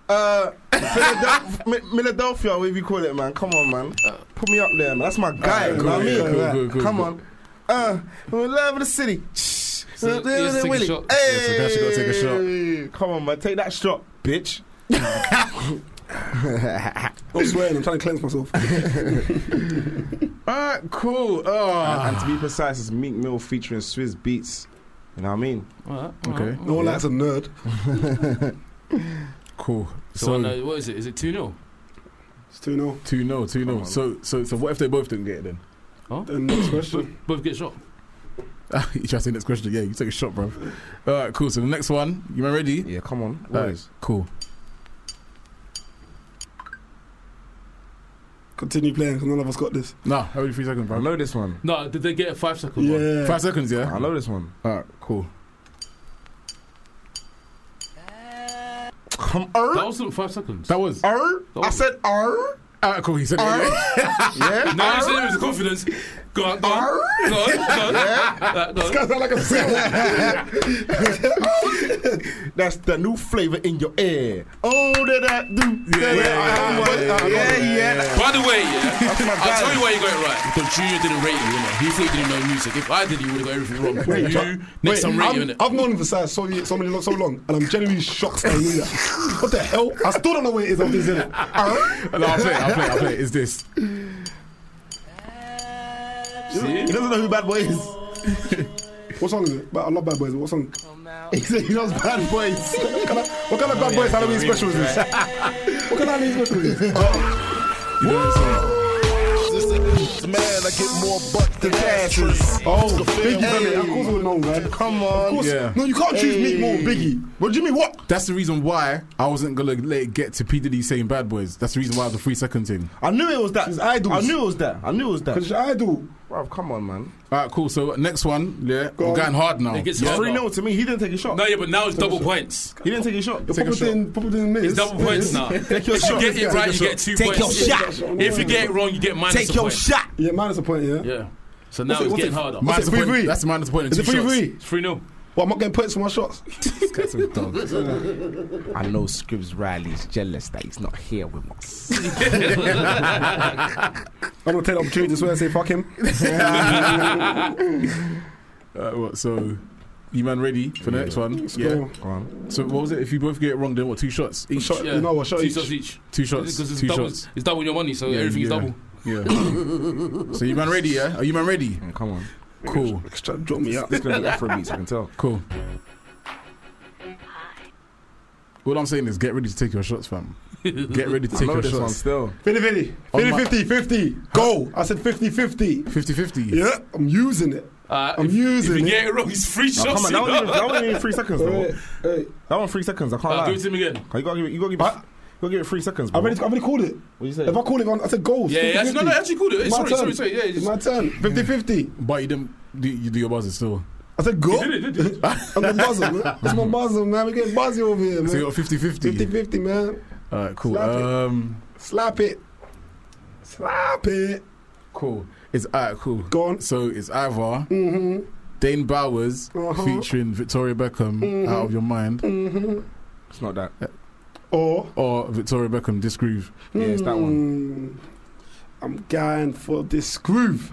Speaker 5: Uh, Philadelphia, Mi- Philadelphia, whatever you call it, man. Come on, man. Put me up there, man. That's my guy. you know what I mean?
Speaker 6: cool, cool,
Speaker 3: cool, cool,
Speaker 5: Come
Speaker 3: cool.
Speaker 5: on. Uh, we love the city. Shh.
Speaker 4: So,
Speaker 5: Little
Speaker 4: yes, take a
Speaker 5: Willie.
Speaker 4: shot.
Speaker 5: Hey.
Speaker 3: Yeah, so now she gotta take
Speaker 5: Come on, man. Take that shot, bitch.
Speaker 6: [LAUGHS] I'm swearing. I'm trying to cleanse myself.
Speaker 3: Alright, cool.
Speaker 5: And,
Speaker 3: Oh.
Speaker 5: Uh,
Speaker 6: Ah.
Speaker 5: and to be precise, it's Meek Mill featuring Swizz Beats. You know what I mean?
Speaker 4: All right, all
Speaker 3: Okay.
Speaker 4: right.
Speaker 6: No one likes a nerd.
Speaker 3: Cool.
Speaker 4: So,
Speaker 3: So,
Speaker 4: I know- what is it? Is it two 0
Speaker 6: It's 2 0.
Speaker 3: two no, two
Speaker 5: Come
Speaker 3: no.
Speaker 5: on.
Speaker 3: So so so what [LAUGHS] if they both didn't get it then?
Speaker 6: Then
Speaker 4: [COUGHS]
Speaker 6: next question.
Speaker 4: Both get shot.
Speaker 3: you try to say next question. Yeah, you take a shot, bro. Alright, Uh, cool. So the next one, you man ready?
Speaker 5: Yeah, come on.
Speaker 3: Alright,
Speaker 5: Boys.
Speaker 3: cool.
Speaker 6: Continue playing because none of us got this.
Speaker 3: Nah, only three seconds,
Speaker 5: I
Speaker 3: bro.
Speaker 5: know this one.
Speaker 4: No, did they get a five second one?
Speaker 6: Yeah.
Speaker 3: Five seconds, yeah?
Speaker 5: I know this one.
Speaker 3: Alright, cool.
Speaker 5: Come
Speaker 4: That
Speaker 5: er,
Speaker 4: wasn't five seconds.
Speaker 3: That was.
Speaker 5: er. I said er.
Speaker 3: Alright, cool. He said [LAUGHS]
Speaker 5: Yeah.
Speaker 4: no, you said it was confidence. Go on, go
Speaker 3: [LAUGHS]
Speaker 4: on, go on, go on. Uh, go on. [LAUGHS]
Speaker 5: That's the new flavor in your air. Oh, that I do.
Speaker 3: Yeah, yeah, yeah,
Speaker 6: uh,
Speaker 5: yeah, yeah, yeah.
Speaker 4: By the way, yeah,
Speaker 5: That's my
Speaker 4: I'll
Speaker 5: guy.
Speaker 4: tell you why you got it right. Because Junior didn't rate you, innit? He thought you didn't know music. If I did, you would have got everything wrong. you, next time, rate you,
Speaker 6: I'm,
Speaker 4: innit?
Speaker 6: I've known Versailles so, ye- so, many, so long, and I'm genuinely shocked that I knew that. What the hell? I still don't know what it is. I'm just in it.
Speaker 3: [LAUGHS] No, I'll play it, I'll play it, I'll play it.
Speaker 6: [LAUGHS]
Speaker 3: It's this.
Speaker 5: He doesn't know who Bad Boy is.
Speaker 6: [LAUGHS] What song is it? But I love Bad Boys. What song? [LAUGHS]
Speaker 5: He said he knows Bad
Speaker 3: [LAUGHS]
Speaker 5: Boys.
Speaker 6: What kind of, what
Speaker 3: Oh,
Speaker 6: kind of Bad Boys Halloween special is this? [LAUGHS] what kind of Halloween special is this?
Speaker 3: [LAUGHS] You know what I'm saying?
Speaker 5: Man, I get more butt than asses.
Speaker 6: Oh, Biggie, hey. of course I would know, man. Of
Speaker 5: Come on.
Speaker 6: course,
Speaker 3: Yeah.
Speaker 6: No, you can't choose Meek Mill and
Speaker 5: Hey.
Speaker 6: Biggie.
Speaker 5: What do you mean? What?
Speaker 3: That's the reason why I wasn't gonna let it get to P Diddy saying bad boys. That's the reason why I was a three second thing.
Speaker 5: I knew it was that.
Speaker 6: idols.
Speaker 5: I knew it was that. I knew it was that.
Speaker 6: Because you're idol.
Speaker 5: Bruv, come on, man.
Speaker 3: All right, cool. So next one, yeah,
Speaker 6: Go
Speaker 3: we're
Speaker 6: on.
Speaker 3: going hard now.
Speaker 4: It gets
Speaker 3: yeah?
Speaker 4: hard.
Speaker 5: 3
Speaker 3: [LAUGHS]
Speaker 5: 0 to me, he didn't take a shot.
Speaker 4: No, yeah, but now it's double points.
Speaker 5: He didn't take a shot.
Speaker 6: Papa didn't, Papa didn't miss.
Speaker 4: It's double points now. If you
Speaker 5: your shot.
Speaker 4: get it
Speaker 5: Take
Speaker 4: right, you
Speaker 5: your
Speaker 4: get two
Speaker 10: Take your
Speaker 4: points.
Speaker 10: shot.
Speaker 4: If you get it wrong, you get minus a
Speaker 10: Take your
Speaker 4: point.
Speaker 10: shot.
Speaker 6: Yeah, minus a point, yeah?
Speaker 4: Yeah. So now
Speaker 6: it-
Speaker 4: it's
Speaker 6: what's
Speaker 4: getting
Speaker 6: it-
Speaker 4: harder.
Speaker 6: what's
Speaker 3: Minus a
Speaker 6: it,
Speaker 3: point.
Speaker 6: 3-3?
Speaker 3: That's a minus point in
Speaker 6: Is
Speaker 3: two
Speaker 6: it 3
Speaker 3: shots.
Speaker 6: 3?
Speaker 4: Three 0
Speaker 6: Well, I'm not getting points for my
Speaker 4: [LAUGHS]
Speaker 6: shots.
Speaker 10: I know Scribs Riley's jealous that he's not here with us.
Speaker 6: I'm going to take the opportunity to swear and say fuck
Speaker 4: [LAUGHS]
Speaker 6: him.
Speaker 3: Uh, what, so you man ready for the next one? Yeah.
Speaker 6: Go.
Speaker 5: Go on.
Speaker 3: So what was it? If you both get it wrong, then what? Two shots each.
Speaker 6: Shot, You know what? Shot
Speaker 4: two
Speaker 6: each.
Speaker 4: shots each.
Speaker 3: Two shots.
Speaker 4: Because it's
Speaker 3: two
Speaker 4: double.
Speaker 3: shots.
Speaker 4: It's double your money, so
Speaker 3: Yeah,
Speaker 4: everything's
Speaker 3: yeah.
Speaker 4: double.
Speaker 3: [COUGHS]
Speaker 4: [COUGHS]
Speaker 3: Yeah. so you man ready? Yeah. Are you man ready?
Speaker 5: Yeah, Mm, Come on.
Speaker 3: Cool.
Speaker 6: Just try to drop me up.
Speaker 5: It's going to be Afro beats, I can tell.
Speaker 3: Cool. All I'm saying is get ready to take your shots, fam. Get ready to
Speaker 5: I
Speaker 3: take
Speaker 5: know
Speaker 3: your
Speaker 5: this one
Speaker 3: shots.
Speaker 5: still.
Speaker 6: 50 50.
Speaker 3: On
Speaker 6: 50
Speaker 3: my-
Speaker 6: 50. 50. Go. I said 50 50.
Speaker 3: 50-50.
Speaker 6: Yeah, I'm using it.
Speaker 4: Uh,
Speaker 6: I'm
Speaker 4: if,
Speaker 6: using
Speaker 4: if you
Speaker 6: it.
Speaker 4: get it wrong, it's three
Speaker 5: Now,
Speaker 4: shots.
Speaker 5: come on,
Speaker 4: you
Speaker 5: that
Speaker 4: know?
Speaker 5: one even- that one even three seconds, though.
Speaker 6: Hey, hey.
Speaker 5: That one three seconds, I can't
Speaker 4: Uh,
Speaker 5: lie.
Speaker 4: give it to him again.
Speaker 5: You gotta give it, you gotta give it,
Speaker 6: I-
Speaker 5: you gotta give it three seconds,
Speaker 6: I
Speaker 5: bro.
Speaker 6: already, I already called it.
Speaker 5: What you say?
Speaker 6: If I call it, I said goals.
Speaker 4: [LAUGHS] Yeah, yeah,
Speaker 6: 50-50.
Speaker 4: no, no, actually called it.
Speaker 6: It's
Speaker 4: Sorry,
Speaker 6: my
Speaker 4: sorry,
Speaker 6: turn.
Speaker 4: sorry, yeah, it's-
Speaker 6: it's my turn. 50 50.
Speaker 3: But you didn't. Do, you do your buzzers still.
Speaker 6: I
Speaker 3: [LAUGHS]
Speaker 6: said go.
Speaker 4: Did it, did it?
Speaker 6: [LAUGHS] I'm the buzzer, man. That's my buzzer, man. We getting buzzy over here,
Speaker 3: So you
Speaker 6: man.
Speaker 3: got 50-50.
Speaker 6: 50 50, man.
Speaker 3: All right, cool.
Speaker 6: Slap it.
Speaker 3: Um,
Speaker 6: Slap it. Slap it.
Speaker 3: cool. It's all right, cool.
Speaker 6: Go on. Mm-hmm.
Speaker 3: So it's Ivar, Dane Bowers
Speaker 6: Uh-huh. Mm-hmm.
Speaker 3: featuring Victoria Beckham, Out of Your Mind, Uh,
Speaker 5: It's not that.
Speaker 6: Or
Speaker 3: or Victoria Beckham, Disgroove.
Speaker 5: Yeah, it's that one.
Speaker 6: Mm, I'm going for this groove.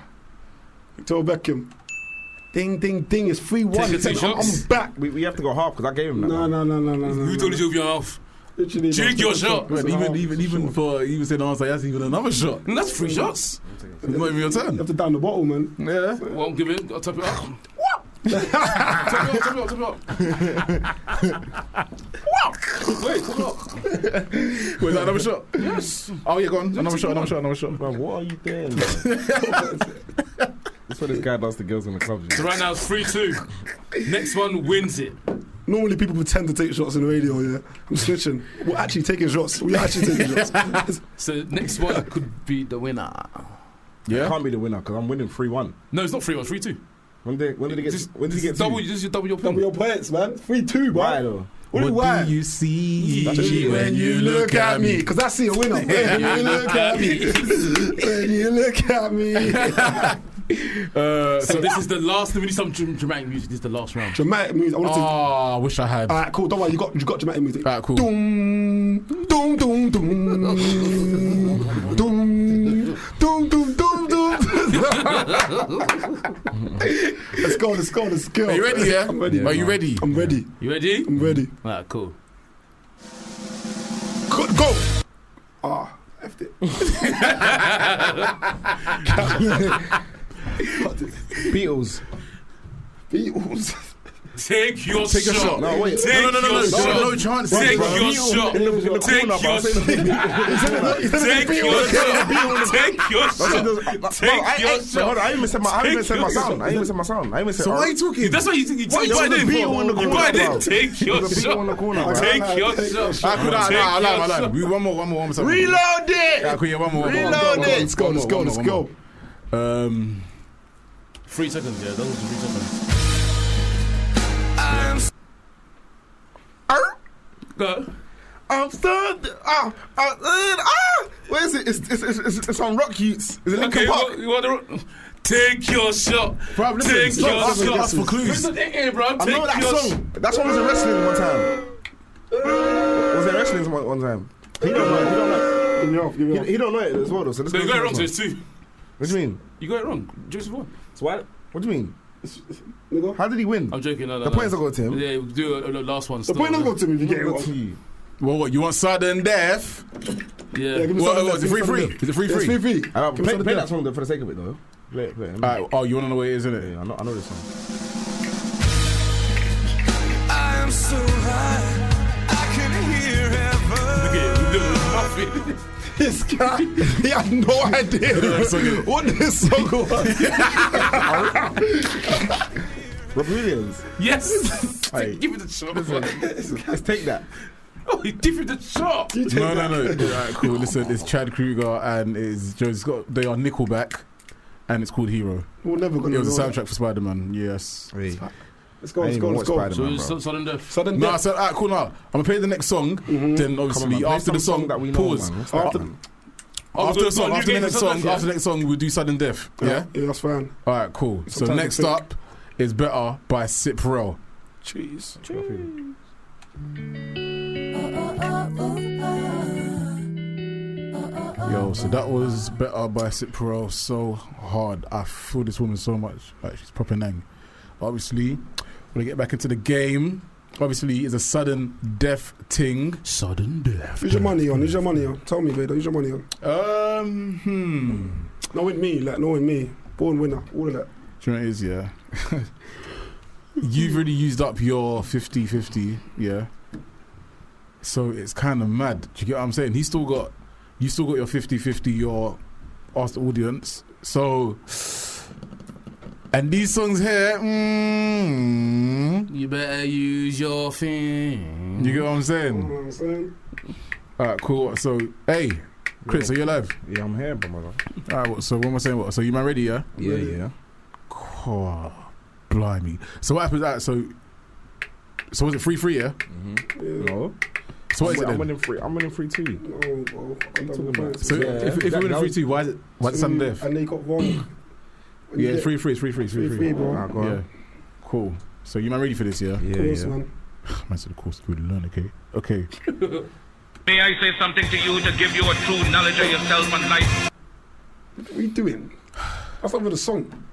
Speaker 6: Victor Beckham. Ding, ding, ding. It's 3 1.
Speaker 4: Take the two
Speaker 6: I'm,
Speaker 4: shots.
Speaker 6: I'm back.
Speaker 5: We, we have to go half because I gave him that.
Speaker 6: No,
Speaker 5: one.
Speaker 6: no, no, no, no. no,
Speaker 4: Who
Speaker 6: no.
Speaker 4: told you to open your mouth?
Speaker 6: Literally, no.
Speaker 4: Drink your shot.
Speaker 6: It's
Speaker 3: But
Speaker 6: a
Speaker 3: even
Speaker 6: half,
Speaker 3: even
Speaker 6: it's a
Speaker 3: even
Speaker 6: shot.
Speaker 3: for even saying answer, that's even another shot. Mm-hmm.
Speaker 4: And that's three shots.
Speaker 3: It's not even your
Speaker 6: You have
Speaker 3: turn.
Speaker 6: to down the bottle, man.
Speaker 3: Yeah.
Speaker 4: Won't give it. I'll top it up. top it up, top it up, top it up. Wait, top it
Speaker 3: Wait,
Speaker 4: up.
Speaker 3: is that another shot?
Speaker 4: Yes.
Speaker 3: Oh yeah, go on. Another shot. Another shot. Another shot.
Speaker 5: Bro, what are you doing? bro? That's what this guy does to girls in the club.
Speaker 4: So
Speaker 5: You
Speaker 4: right now it's three two. Next one wins it.
Speaker 6: Normally, people pretend to take shots in the radio, yeah. I'm snitching. We're actually taking shots. We're actually taking shots.
Speaker 4: So next one could be the winner.
Speaker 5: I
Speaker 3: Yeah.
Speaker 5: can't be the winner because I'm winning three one.
Speaker 4: No, it's not three one. Three two.
Speaker 5: When did when did he get?
Speaker 4: Just-
Speaker 5: when did he
Speaker 4: just
Speaker 5: get
Speaker 4: [LAUGHS] double.
Speaker 5: two?
Speaker 4: Just [LAUGHS] double your point.
Speaker 6: Double your points, man. 3 2, bro.
Speaker 5: Why though?
Speaker 6: What, do- why?
Speaker 3: you see
Speaker 6: when you look at me, because I see a winner. When you look at me, [LAUGHS] when you look at me.
Speaker 4: [LAUGHS]
Speaker 3: Uh,
Speaker 4: So this is the last. We need some dram- dramatic music. This is the last round. Uh,
Speaker 6: Dramatic music. I want to.
Speaker 3: oh, I wish I had.
Speaker 6: All
Speaker 3: All
Speaker 6: right, cool. Don't worry. You got you got dramatic music.
Speaker 3: right, cool.
Speaker 6: Doom, doom, doom, doom, doom, doom, doom, doom, doom. let's go. Let's go. Let's go.
Speaker 3: Are you ready? Yeah.
Speaker 6: [LAUGHS] I'm ready.
Speaker 3: Are you ready?
Speaker 6: I'm ready.
Speaker 4: You ready?
Speaker 6: I'm ready.
Speaker 4: Ah, cool.
Speaker 6: Go. go. Ah, effed it. Cut it.
Speaker 5: Beatles.
Speaker 6: Beatles.
Speaker 4: Take your
Speaker 3: Take
Speaker 4: shot.
Speaker 3: a shot.
Speaker 5: No wait.
Speaker 4: Take
Speaker 3: No, no, no, no,
Speaker 4: your
Speaker 3: no,
Speaker 4: shot.
Speaker 3: no, no chance.
Speaker 4: Take
Speaker 3: bro.
Speaker 4: your shot.
Speaker 5: It was in the
Speaker 4: Take
Speaker 5: corner,
Speaker 4: your
Speaker 5: but I'm saying-
Speaker 4: Take your shot. Take your
Speaker 5: Bro,
Speaker 4: shot.
Speaker 5: I-
Speaker 4: Take
Speaker 5: I-
Speaker 4: your
Speaker 5: bro, hold on, I
Speaker 4: shot.
Speaker 5: ain't even said my I ain't even said my
Speaker 4: Take your
Speaker 5: sound. I ain't even said my sound. I ain't even said.
Speaker 3: So why are you talking?
Speaker 4: That's why you think you
Speaker 5: Why you
Speaker 4: bought
Speaker 5: put
Speaker 4: it.
Speaker 5: the beetle in the
Speaker 4: You
Speaker 5: corner,
Speaker 4: bought
Speaker 5: bro?
Speaker 4: it. Take your
Speaker 5: There's a beetle in the
Speaker 4: shot.
Speaker 5: corner, bro.
Speaker 4: Take your shot.
Speaker 3: Ah, cool, nah,
Speaker 4: Take
Speaker 3: nah, allow,
Speaker 4: your
Speaker 3: allow,
Speaker 4: shot.
Speaker 3: We one more, one more, one more. something.
Speaker 10: Reload
Speaker 3: Ah,
Speaker 10: it!
Speaker 3: cool, yeah, one more, one more.
Speaker 10: Reload
Speaker 3: Go on, go on,
Speaker 10: it.
Speaker 6: Let's go.
Speaker 3: one
Speaker 6: Let's
Speaker 3: more,
Speaker 6: go.
Speaker 3: one
Speaker 6: Let's
Speaker 3: more,
Speaker 6: go.
Speaker 3: one more. Um,
Speaker 4: Three seconds. Yeah, that was three seconds. Go.
Speaker 5: I'm stunned. Ah, ah, ah. Where is it? It's it's it's, it's, it's on Rock Utes. Is it
Speaker 4: Okay, what, you want the, take your shot.
Speaker 3: Bro, listen,
Speaker 4: take
Speaker 3: stop
Speaker 4: your
Speaker 3: asking
Speaker 4: shot.
Speaker 3: us for clues.
Speaker 4: Listen, hey, hey, bro,
Speaker 5: I
Speaker 4: take
Speaker 5: know that
Speaker 4: your
Speaker 5: song. That song was in wrestling one time. Was there wrestling one, one time? He don't know. it, He
Speaker 6: Give
Speaker 5: don't know.
Speaker 6: me off. Give me
Speaker 5: it. He, he don't know it as well. Though, so let's
Speaker 4: No, you
Speaker 5: go
Speaker 4: got it
Speaker 5: to
Speaker 4: wrong, so
Speaker 5: this
Speaker 4: it's two.
Speaker 5: one. What do you mean?
Speaker 4: You got it wrong. Joseph won.
Speaker 5: So why? What do you mean?
Speaker 6: off.
Speaker 5: How did he win?
Speaker 4: I'm joking. No, no,
Speaker 5: The
Speaker 4: no.
Speaker 5: points are going to him.
Speaker 4: Yeah, we'll do a, a last one.
Speaker 6: The point doesn't go to me if you get it wrong.
Speaker 3: well, what you want? Sudden death.
Speaker 4: Yeah.
Speaker 6: Yeah, give me
Speaker 3: Well,
Speaker 6: something
Speaker 3: well,
Speaker 6: else,
Speaker 3: it's
Speaker 6: give
Speaker 3: a
Speaker 6: me
Speaker 3: free
Speaker 6: something
Speaker 3: free. It's a free
Speaker 6: else. It's
Speaker 3: free.
Speaker 6: free free.
Speaker 5: I, play,
Speaker 6: something
Speaker 5: play
Speaker 6: else.
Speaker 5: that song though for the sake of it though. Play it, play it.
Speaker 3: All right. Oh, you want to know what it is, isn't it?
Speaker 5: Yeah, I know, I know this song.
Speaker 4: Look at it.
Speaker 6: This guy, he had no idea what this song was.
Speaker 5: Rob Williams.
Speaker 4: Yes.
Speaker 5: [LAUGHS] Hey.
Speaker 4: give it a shot.
Speaker 5: Let's take that.
Speaker 4: Oh, he give it a shot.
Speaker 3: No,
Speaker 5: [LAUGHS]
Speaker 3: no, no. All right, cool. Listen, it's Chad Kruger and it's Joe Scott. They are Nickelback, and it's called Hero.
Speaker 6: We're never gonna.
Speaker 3: It was a
Speaker 6: know.
Speaker 3: soundtrack for Spider Man. Yes.
Speaker 6: Let's
Speaker 5: Hey,
Speaker 6: go.
Speaker 5: I
Speaker 6: Let's
Speaker 5: ain't
Speaker 6: go.
Speaker 5: even
Speaker 6: Let's
Speaker 5: watch
Speaker 6: go.
Speaker 5: Spider-Man.
Speaker 4: So,
Speaker 5: Come on,
Speaker 4: so,
Speaker 5: bro.
Speaker 4: sudden death.
Speaker 6: Sudden
Speaker 3: No, I
Speaker 6: death.
Speaker 3: said,
Speaker 4: uh,
Speaker 3: alright, cool. Now I'm gonna play the next song. Then
Speaker 5: Come on, man.
Speaker 3: obviously
Speaker 5: Play
Speaker 3: after
Speaker 5: some
Speaker 3: the song,
Speaker 5: that we know,
Speaker 3: pause.
Speaker 5: man. What's
Speaker 3: After,
Speaker 5: that, man?
Speaker 3: after the song,
Speaker 4: Oh,
Speaker 3: after
Speaker 4: you
Speaker 3: the
Speaker 4: gave
Speaker 3: next
Speaker 4: us sudden
Speaker 3: song,
Speaker 4: death,
Speaker 3: after the next song, we'll do sudden death. Yeah.
Speaker 6: Yeah, that's fine.
Speaker 3: All right, cool. So
Speaker 6: Sometimes
Speaker 3: next
Speaker 6: I think-
Speaker 3: up is Better by Ciprel.
Speaker 6: Jeez.
Speaker 3: Yo, so that was Better by Ciprel. So hard. I feel this woman so much. Like she's proper nang. Obviously, when I get back into the game, obviously it's a sudden death thing.
Speaker 4: Sudden death.
Speaker 6: Use your money on. Use your money on. Tell me, Vader. Use your money on.
Speaker 3: Um, hmm.
Speaker 6: Not with me. Like, not with me. Born winner. All of that.
Speaker 3: Do you know what it is,
Speaker 5: [LAUGHS]
Speaker 3: yeah? You've already used up your 50 50, yeah? So it's kind of mad. Do you get what I'm saying? He's still got, you still got your 50 50, your asked audience. So, and these songs here, mm,
Speaker 4: You better use your thing.
Speaker 3: you get what I'm
Speaker 6: You know
Speaker 3: saying?
Speaker 6: what I'm saying?
Speaker 3: All right, cool. So, hey, Chris, are you alive?
Speaker 5: Yeah, I'm here, brother.
Speaker 3: All right, what- so what am I saying? What? So you man ready, yeah?
Speaker 5: Yeah,
Speaker 6: Really?
Speaker 5: yeah.
Speaker 3: Oh, blimey. So what happens? That so, so was it free free?
Speaker 5: Mm.
Speaker 3: Yeah.
Speaker 6: Yeah.
Speaker 5: No,
Speaker 3: So what is it
Speaker 5: I'm, I'm
Speaker 3: then?
Speaker 5: winning free. I'm winning free too.
Speaker 6: Oh, oh, I don't
Speaker 5: talking
Speaker 6: know.
Speaker 5: about?
Speaker 3: So
Speaker 5: Yeah.
Speaker 3: if, if
Speaker 5: That-
Speaker 3: we win
Speaker 5: that
Speaker 3: free
Speaker 5: was-
Speaker 3: two, why is it why is it sudden death?
Speaker 6: And they got wrong. When you
Speaker 3: Yeah, it's
Speaker 6: get
Speaker 3: free free, it's free free, it's free
Speaker 6: free,
Speaker 3: free.
Speaker 6: free, bro.
Speaker 5: Ah,
Speaker 6: of
Speaker 5: go on.
Speaker 3: Yeah, cool. So you man ready for this? Yeah.
Speaker 5: Yeah,
Speaker 6: course,
Speaker 5: yeah.
Speaker 6: man.
Speaker 3: [SIGHS] Man said, of course we learn. Okay, okay.
Speaker 11: May I say something to you to give you a true knowledge of yourself and life?
Speaker 6: What are you doing? That's not even a song.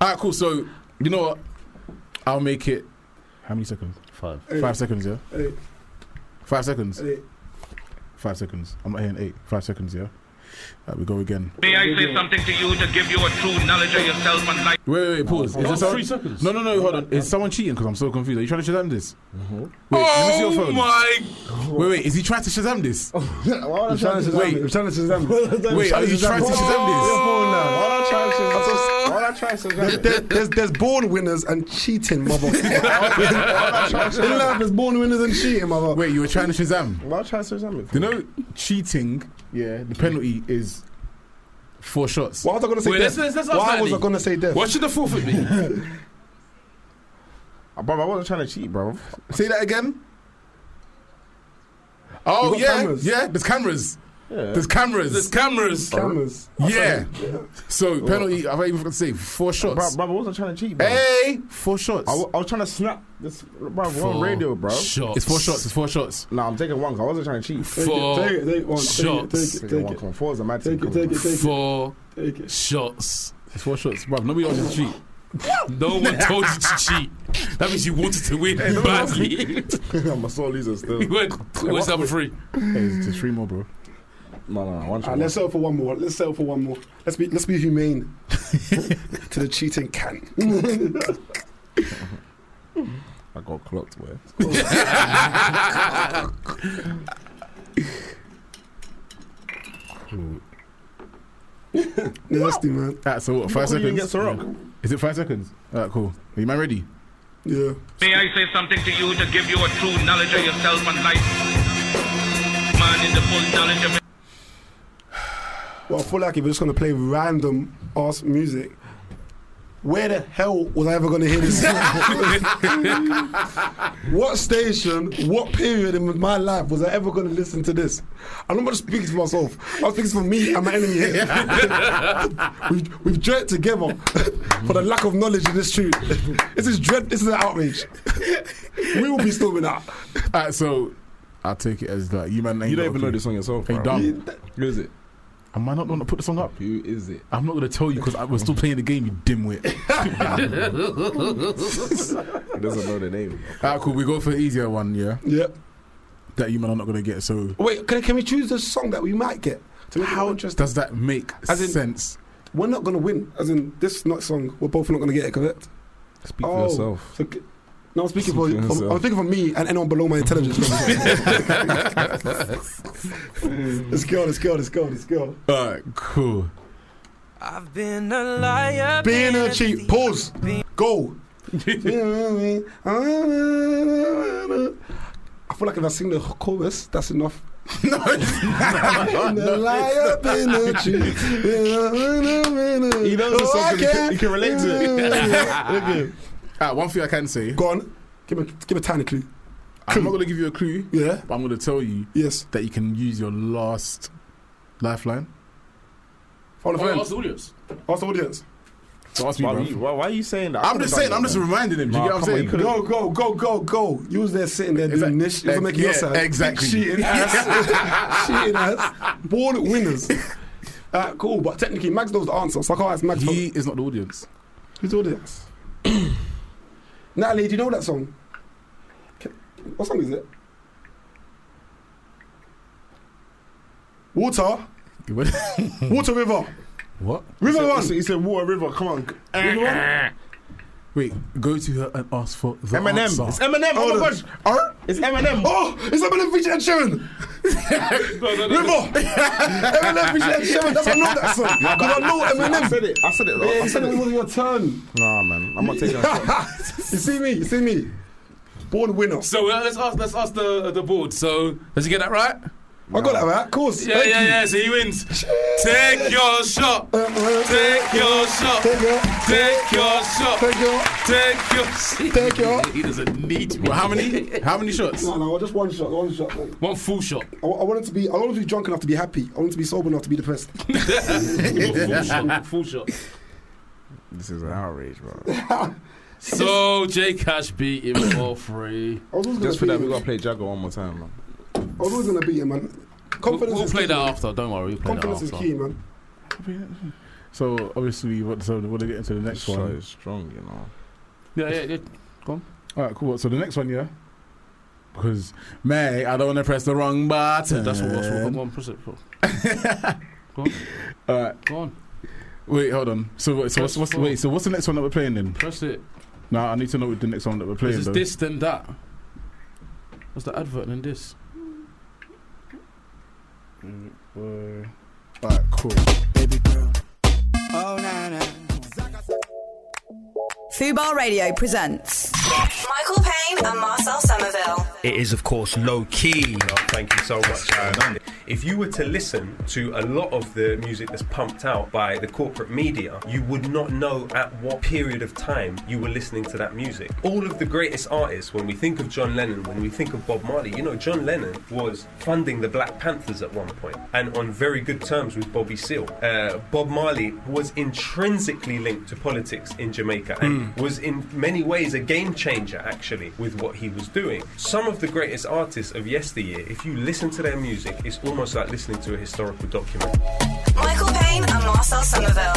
Speaker 3: All right, cool. So you know what? I'll make it. How many seconds?
Speaker 4: Five.
Speaker 6: Hey,
Speaker 3: Five seconds. Yeah.
Speaker 6: Hey,
Speaker 3: Five seconds.
Speaker 6: hey.
Speaker 3: Five seconds. I'm not hearing eight. Five seconds. Yeah. All right, we go again.
Speaker 11: May I say something to you to give you a true knowledge of yourself and life?
Speaker 3: Wait, wait, wait pause. Is
Speaker 4: Oh,
Speaker 3: there someone-
Speaker 4: three seconds.
Speaker 3: No, no, no, hold on. Is someone cheating? Because I'm so confused. Are you trying to Shazam this?
Speaker 6: Uh-huh.
Speaker 3: Wait, is this your
Speaker 6: Oh
Speaker 3: phone?
Speaker 4: my!
Speaker 3: Wait, wait, is he trying to Shazam
Speaker 6: [LAUGHS]
Speaker 3: this?
Speaker 5: Why would I try to
Speaker 3: Wait.
Speaker 5: Shazam it?
Speaker 6: trying to them.
Speaker 3: Wait, are you trying to Shazam
Speaker 5: Why would I try to
Speaker 4: [LAUGHS]
Speaker 5: Shazam- why would I try to Shazam it?
Speaker 6: There, there's, there's born winners and cheating,
Speaker 3: [LAUGHS]
Speaker 6: mother. In life, there's born winners and cheating, mother.
Speaker 3: this? Wait, you were trying to Shazam.
Speaker 5: Why would I try to Shazam it?
Speaker 3: You know, cheating, yeah, the penalty is four shots.
Speaker 6: Why was I going to say
Speaker 4: Wait,
Speaker 6: death?
Speaker 4: let's- let's- let's
Speaker 6: Why
Speaker 4: ask
Speaker 6: was I
Speaker 4: Andy.
Speaker 6: going to say death?
Speaker 4: What should the
Speaker 5: [LAUGHS]
Speaker 4: forfeit be?
Speaker 5: Uh, Bro, I wasn't trying to cheat, bro.
Speaker 3: Say that again. Oh,
Speaker 6: You got
Speaker 3: yeah,
Speaker 6: cameras?
Speaker 3: yeah, there's cameras. There's cameras.
Speaker 4: There's cameras.
Speaker 6: Cameras.
Speaker 3: yeah.
Speaker 6: Oh.
Speaker 3: So, penalty, I've even forgot to say, four
Speaker 5: Bro,
Speaker 3: shots.
Speaker 5: bro, I wasn't trying to cheat, bro.
Speaker 3: Hey, four shots.
Speaker 5: I, wa- I was trying to snap this, bro. We're on
Speaker 4: Four
Speaker 5: radio, bro.
Speaker 4: Shots.
Speaker 3: It's four shots, it's four shots.
Speaker 5: Nah, I'm taking one. 'cause I wasn't trying to cheat.
Speaker 6: Take
Speaker 4: Four
Speaker 6: it, take it, take it, one,
Speaker 4: shots.
Speaker 6: Take it,
Speaker 5: Taking
Speaker 6: take
Speaker 5: one.
Speaker 6: it,
Speaker 5: Come on, four is a mad
Speaker 6: take
Speaker 5: thing.
Speaker 6: it, take it, take it, take it,
Speaker 4: Four
Speaker 6: take it.
Speaker 4: shots.
Speaker 3: It's four shots, bro. Nobody else is cheat.
Speaker 4: [LAUGHS] No one told you to cheat. That means you wanted to win badly.
Speaker 5: [LAUGHS] I'm a sore loser still.
Speaker 4: you went, what's number three?
Speaker 3: Hey, it's just three more,
Speaker 4: [LAUGHS]
Speaker 3: bro.
Speaker 5: No, no, no. One
Speaker 6: All
Speaker 5: shot.
Speaker 6: right, let's settle for one more. Let's settle for one more. Let's be let's
Speaker 3: [LAUGHS]
Speaker 6: be humane to the cheating can. [LAUGHS]
Speaker 5: I got clocked, boy.
Speaker 4: [LAUGHS]
Speaker 5: [LAUGHS] Hmm. [COUGHS]
Speaker 6: Nasty man.
Speaker 3: Alright, so what? Five
Speaker 5: Who didn't
Speaker 3: seconds.
Speaker 5: get Ciroc?
Speaker 3: Is it five seconds? Alright, cool. Are you man ready?
Speaker 6: Yeah.
Speaker 11: May I say something to you to give you a true knowledge of yourself and life? Man in the full knowledge of
Speaker 6: Well, I feel like if we're just gonna play random ass music, where the hell was I ever gonna hear this? [LAUGHS] what station, what period in my life was I ever gonna listen to this? I'm not just speaking for myself. I'm speaking for me and my
Speaker 3: [LAUGHS]
Speaker 6: enemy here. [LAUGHS] we've, we've dread together [LAUGHS] for the lack of knowledge in this truth. this is dread. This is an outrage. we will be storming out.
Speaker 3: Alright, so [LAUGHS] I'll take it as like you man. Ain't
Speaker 5: You don't
Speaker 3: got a
Speaker 5: even know
Speaker 3: clue.
Speaker 5: this song yourself,
Speaker 3: Hey,
Speaker 5: bro.
Speaker 3: dumb.
Speaker 5: Who is it?
Speaker 3: I might not want to put the song up.
Speaker 5: Who is it?
Speaker 3: I'm not gonna tell you because we're still playing the game. You dimwit.
Speaker 5: [LAUGHS] He doesn't know the name.
Speaker 3: Alright, cool. We go for the easier one, yeah.
Speaker 6: Yep.
Speaker 3: That you man are not gonna get. So
Speaker 6: Wait,
Speaker 3: [LAUGHS]
Speaker 6: can, can we choose the song that we might get? To make it more interesting.
Speaker 3: does that make
Speaker 6: As in-
Speaker 3: sense?
Speaker 6: We're not gonna win. As in this not song, we're both not gonna get it correct. Oh,
Speaker 5: Speak for yourself.
Speaker 6: so c- no, I'm speaking for
Speaker 5: Speak for
Speaker 6: I'm,
Speaker 5: yourself.
Speaker 6: I'm speaking for me and anyone below my intelligence. [LAUGHS]
Speaker 5: [LAUGHS]
Speaker 6: let's go, let's go, let's go, let's go.
Speaker 3: Alright, cool.
Speaker 11: I've been a liar.
Speaker 6: Being a cheat, pause,
Speaker 11: [LAUGHS]
Speaker 6: go.
Speaker 11: [LAUGHS]
Speaker 6: I feel like if I sing the chorus, that's enough
Speaker 3: No, it's not.
Speaker 12: No. Lie up in the tree.
Speaker 3: He knows
Speaker 12: the song 'cause he can-
Speaker 3: he can relate to
Speaker 6: [LAUGHS]
Speaker 12: it.
Speaker 3: okay. Ah, one thing I can say. Go on. Give a give a tiny clue. I'm not gonna give you a clue. Yeah. But I'm gonna tell you. Yes. That you can use your last lifeline.
Speaker 6: Follow
Speaker 4: Oh, ask the audience.
Speaker 6: Ask the audience.
Speaker 3: So ask me,
Speaker 5: why, are
Speaker 3: bruv.
Speaker 5: you, why, why are you saying that? I
Speaker 3: I'm just
Speaker 5: could've
Speaker 3: saying.
Speaker 5: done
Speaker 3: I'm
Speaker 5: that,
Speaker 3: just
Speaker 5: man.
Speaker 3: reminding him. Do you
Speaker 5: Nah,
Speaker 3: get what I'm
Speaker 5: come on,
Speaker 3: saying?
Speaker 5: you could've-
Speaker 6: Go, go, go, go, go. You was there sitting there doing this. You was
Speaker 3: ex-
Speaker 6: making your
Speaker 3: yeah,
Speaker 6: side.
Speaker 3: exactly. [LAUGHS]
Speaker 6: Cheating ass. [LAUGHS] Cheating ass. Born
Speaker 3: [LAUGHS]
Speaker 6: winners. Uh, cool, but technically Max knows the answer, so I can't ask Max. He
Speaker 3: is not the audience.
Speaker 6: Who's
Speaker 3: [COUGHS]
Speaker 6: the audience? Natalie, do you know that song? Can- What song is it?
Speaker 3: [LAUGHS]
Speaker 6: Water. Water River.
Speaker 3: What?
Speaker 6: River One.
Speaker 5: He said Water River. Come on.
Speaker 6: River One.
Speaker 3: Wait, go to her and ask for the
Speaker 5: Eminem.
Speaker 3: answer.
Speaker 5: It's Eminem. Oh, my gosh. It's [LAUGHS] Eminem.
Speaker 6: Oh, it's Eminem featuring Ed Sheeran. River. Eminem featuring Ed Sheeran. That's why I know that song.
Speaker 5: Yeah,
Speaker 6: Because I
Speaker 5: but-
Speaker 6: know Eminem.
Speaker 5: I said it. I said it.
Speaker 6: Yeah,
Speaker 5: I
Speaker 6: you said it wasn't your turn.
Speaker 5: Nah, man. I'm not taking a [LAUGHS] shot.
Speaker 6: [LAUGHS] you see me? You see me? Born winner.
Speaker 4: So uh, let's ask let's ask the the board. So does he get that right?
Speaker 6: I got that right. Of course.
Speaker 4: Yeah,
Speaker 6: Thank
Speaker 4: yeah,
Speaker 6: you. Uh,
Speaker 4: yeah. So he wins. Take your shot. Take your shot. Take your, shot.
Speaker 6: Take your.
Speaker 4: Take your.
Speaker 6: Take your.
Speaker 4: [LAUGHS] He doesn't need me.
Speaker 3: Well, how many? How many
Speaker 4: [LAUGHS]
Speaker 3: shots?
Speaker 6: No, no, just one shot. One shot. mate.
Speaker 4: One full shot.
Speaker 6: I, I wanted to be. I wanted to be drunk enough to be happy. I wanted to be sober enough to be
Speaker 4: [LAUGHS]
Speaker 6: depressed.
Speaker 4: full shot. Full shot.
Speaker 5: This is an outrage, bro.
Speaker 4: [LAUGHS] So J Cash beat him for free.
Speaker 6: I was always gonna
Speaker 5: Just for
Speaker 6: beat
Speaker 5: that,
Speaker 6: him.
Speaker 5: we gotta play Jagger one more time, man.
Speaker 6: I was always gonna beat him, man. Confidence
Speaker 4: We'll
Speaker 6: is
Speaker 4: play
Speaker 6: key.
Speaker 4: that after. Don't worry. We'll play that
Speaker 6: Confidence is key,
Speaker 4: after.
Speaker 6: man.
Speaker 3: So obviously, what so we want to get into the next
Speaker 5: Shot
Speaker 3: one.
Speaker 5: is strong, you know.
Speaker 4: Yeah, yeah, yeah. Go on.
Speaker 3: All right, cool. So the next one, yeah, because May, I don't want to press the wrong button.
Speaker 4: That's what. That's what. Go on. Press it. Go on.
Speaker 3: All right,
Speaker 4: Go on.
Speaker 3: wait, hold on. So, what- so what's, what's wait? So what's the next one that we're playing then?
Speaker 4: Press it.
Speaker 3: No, I need to know what the next one that we're
Speaker 4: This
Speaker 3: playing.
Speaker 4: is
Speaker 3: though.
Speaker 4: this then that. What's the advert in this?
Speaker 3: All right, cool.
Speaker 7: Fubar Radio presents.
Speaker 13: Michael Payne and Marcel Somerville.
Speaker 9: It is, of course, low key. Oh, thank you so much. Aaron. If you were to listen to a lot of the music that's pumped out by the corporate media, you would not know at what period of time you were listening to that music. All of the greatest artists, when we think of John Lennon, when we think of Bob Marley, you know, John Lennon was funding the Black Panthers at one point and on very good terms with Bobby Seale. Uh, Bob Marley was intrinsically linked to politics in Jamaica and was in many ways a game changer actually with what he was doing. Some of the greatest artists of yesteryear, if you listen to their music, it's almost like listening to a historical document.
Speaker 13: Michael Payne and Marcel Somerville.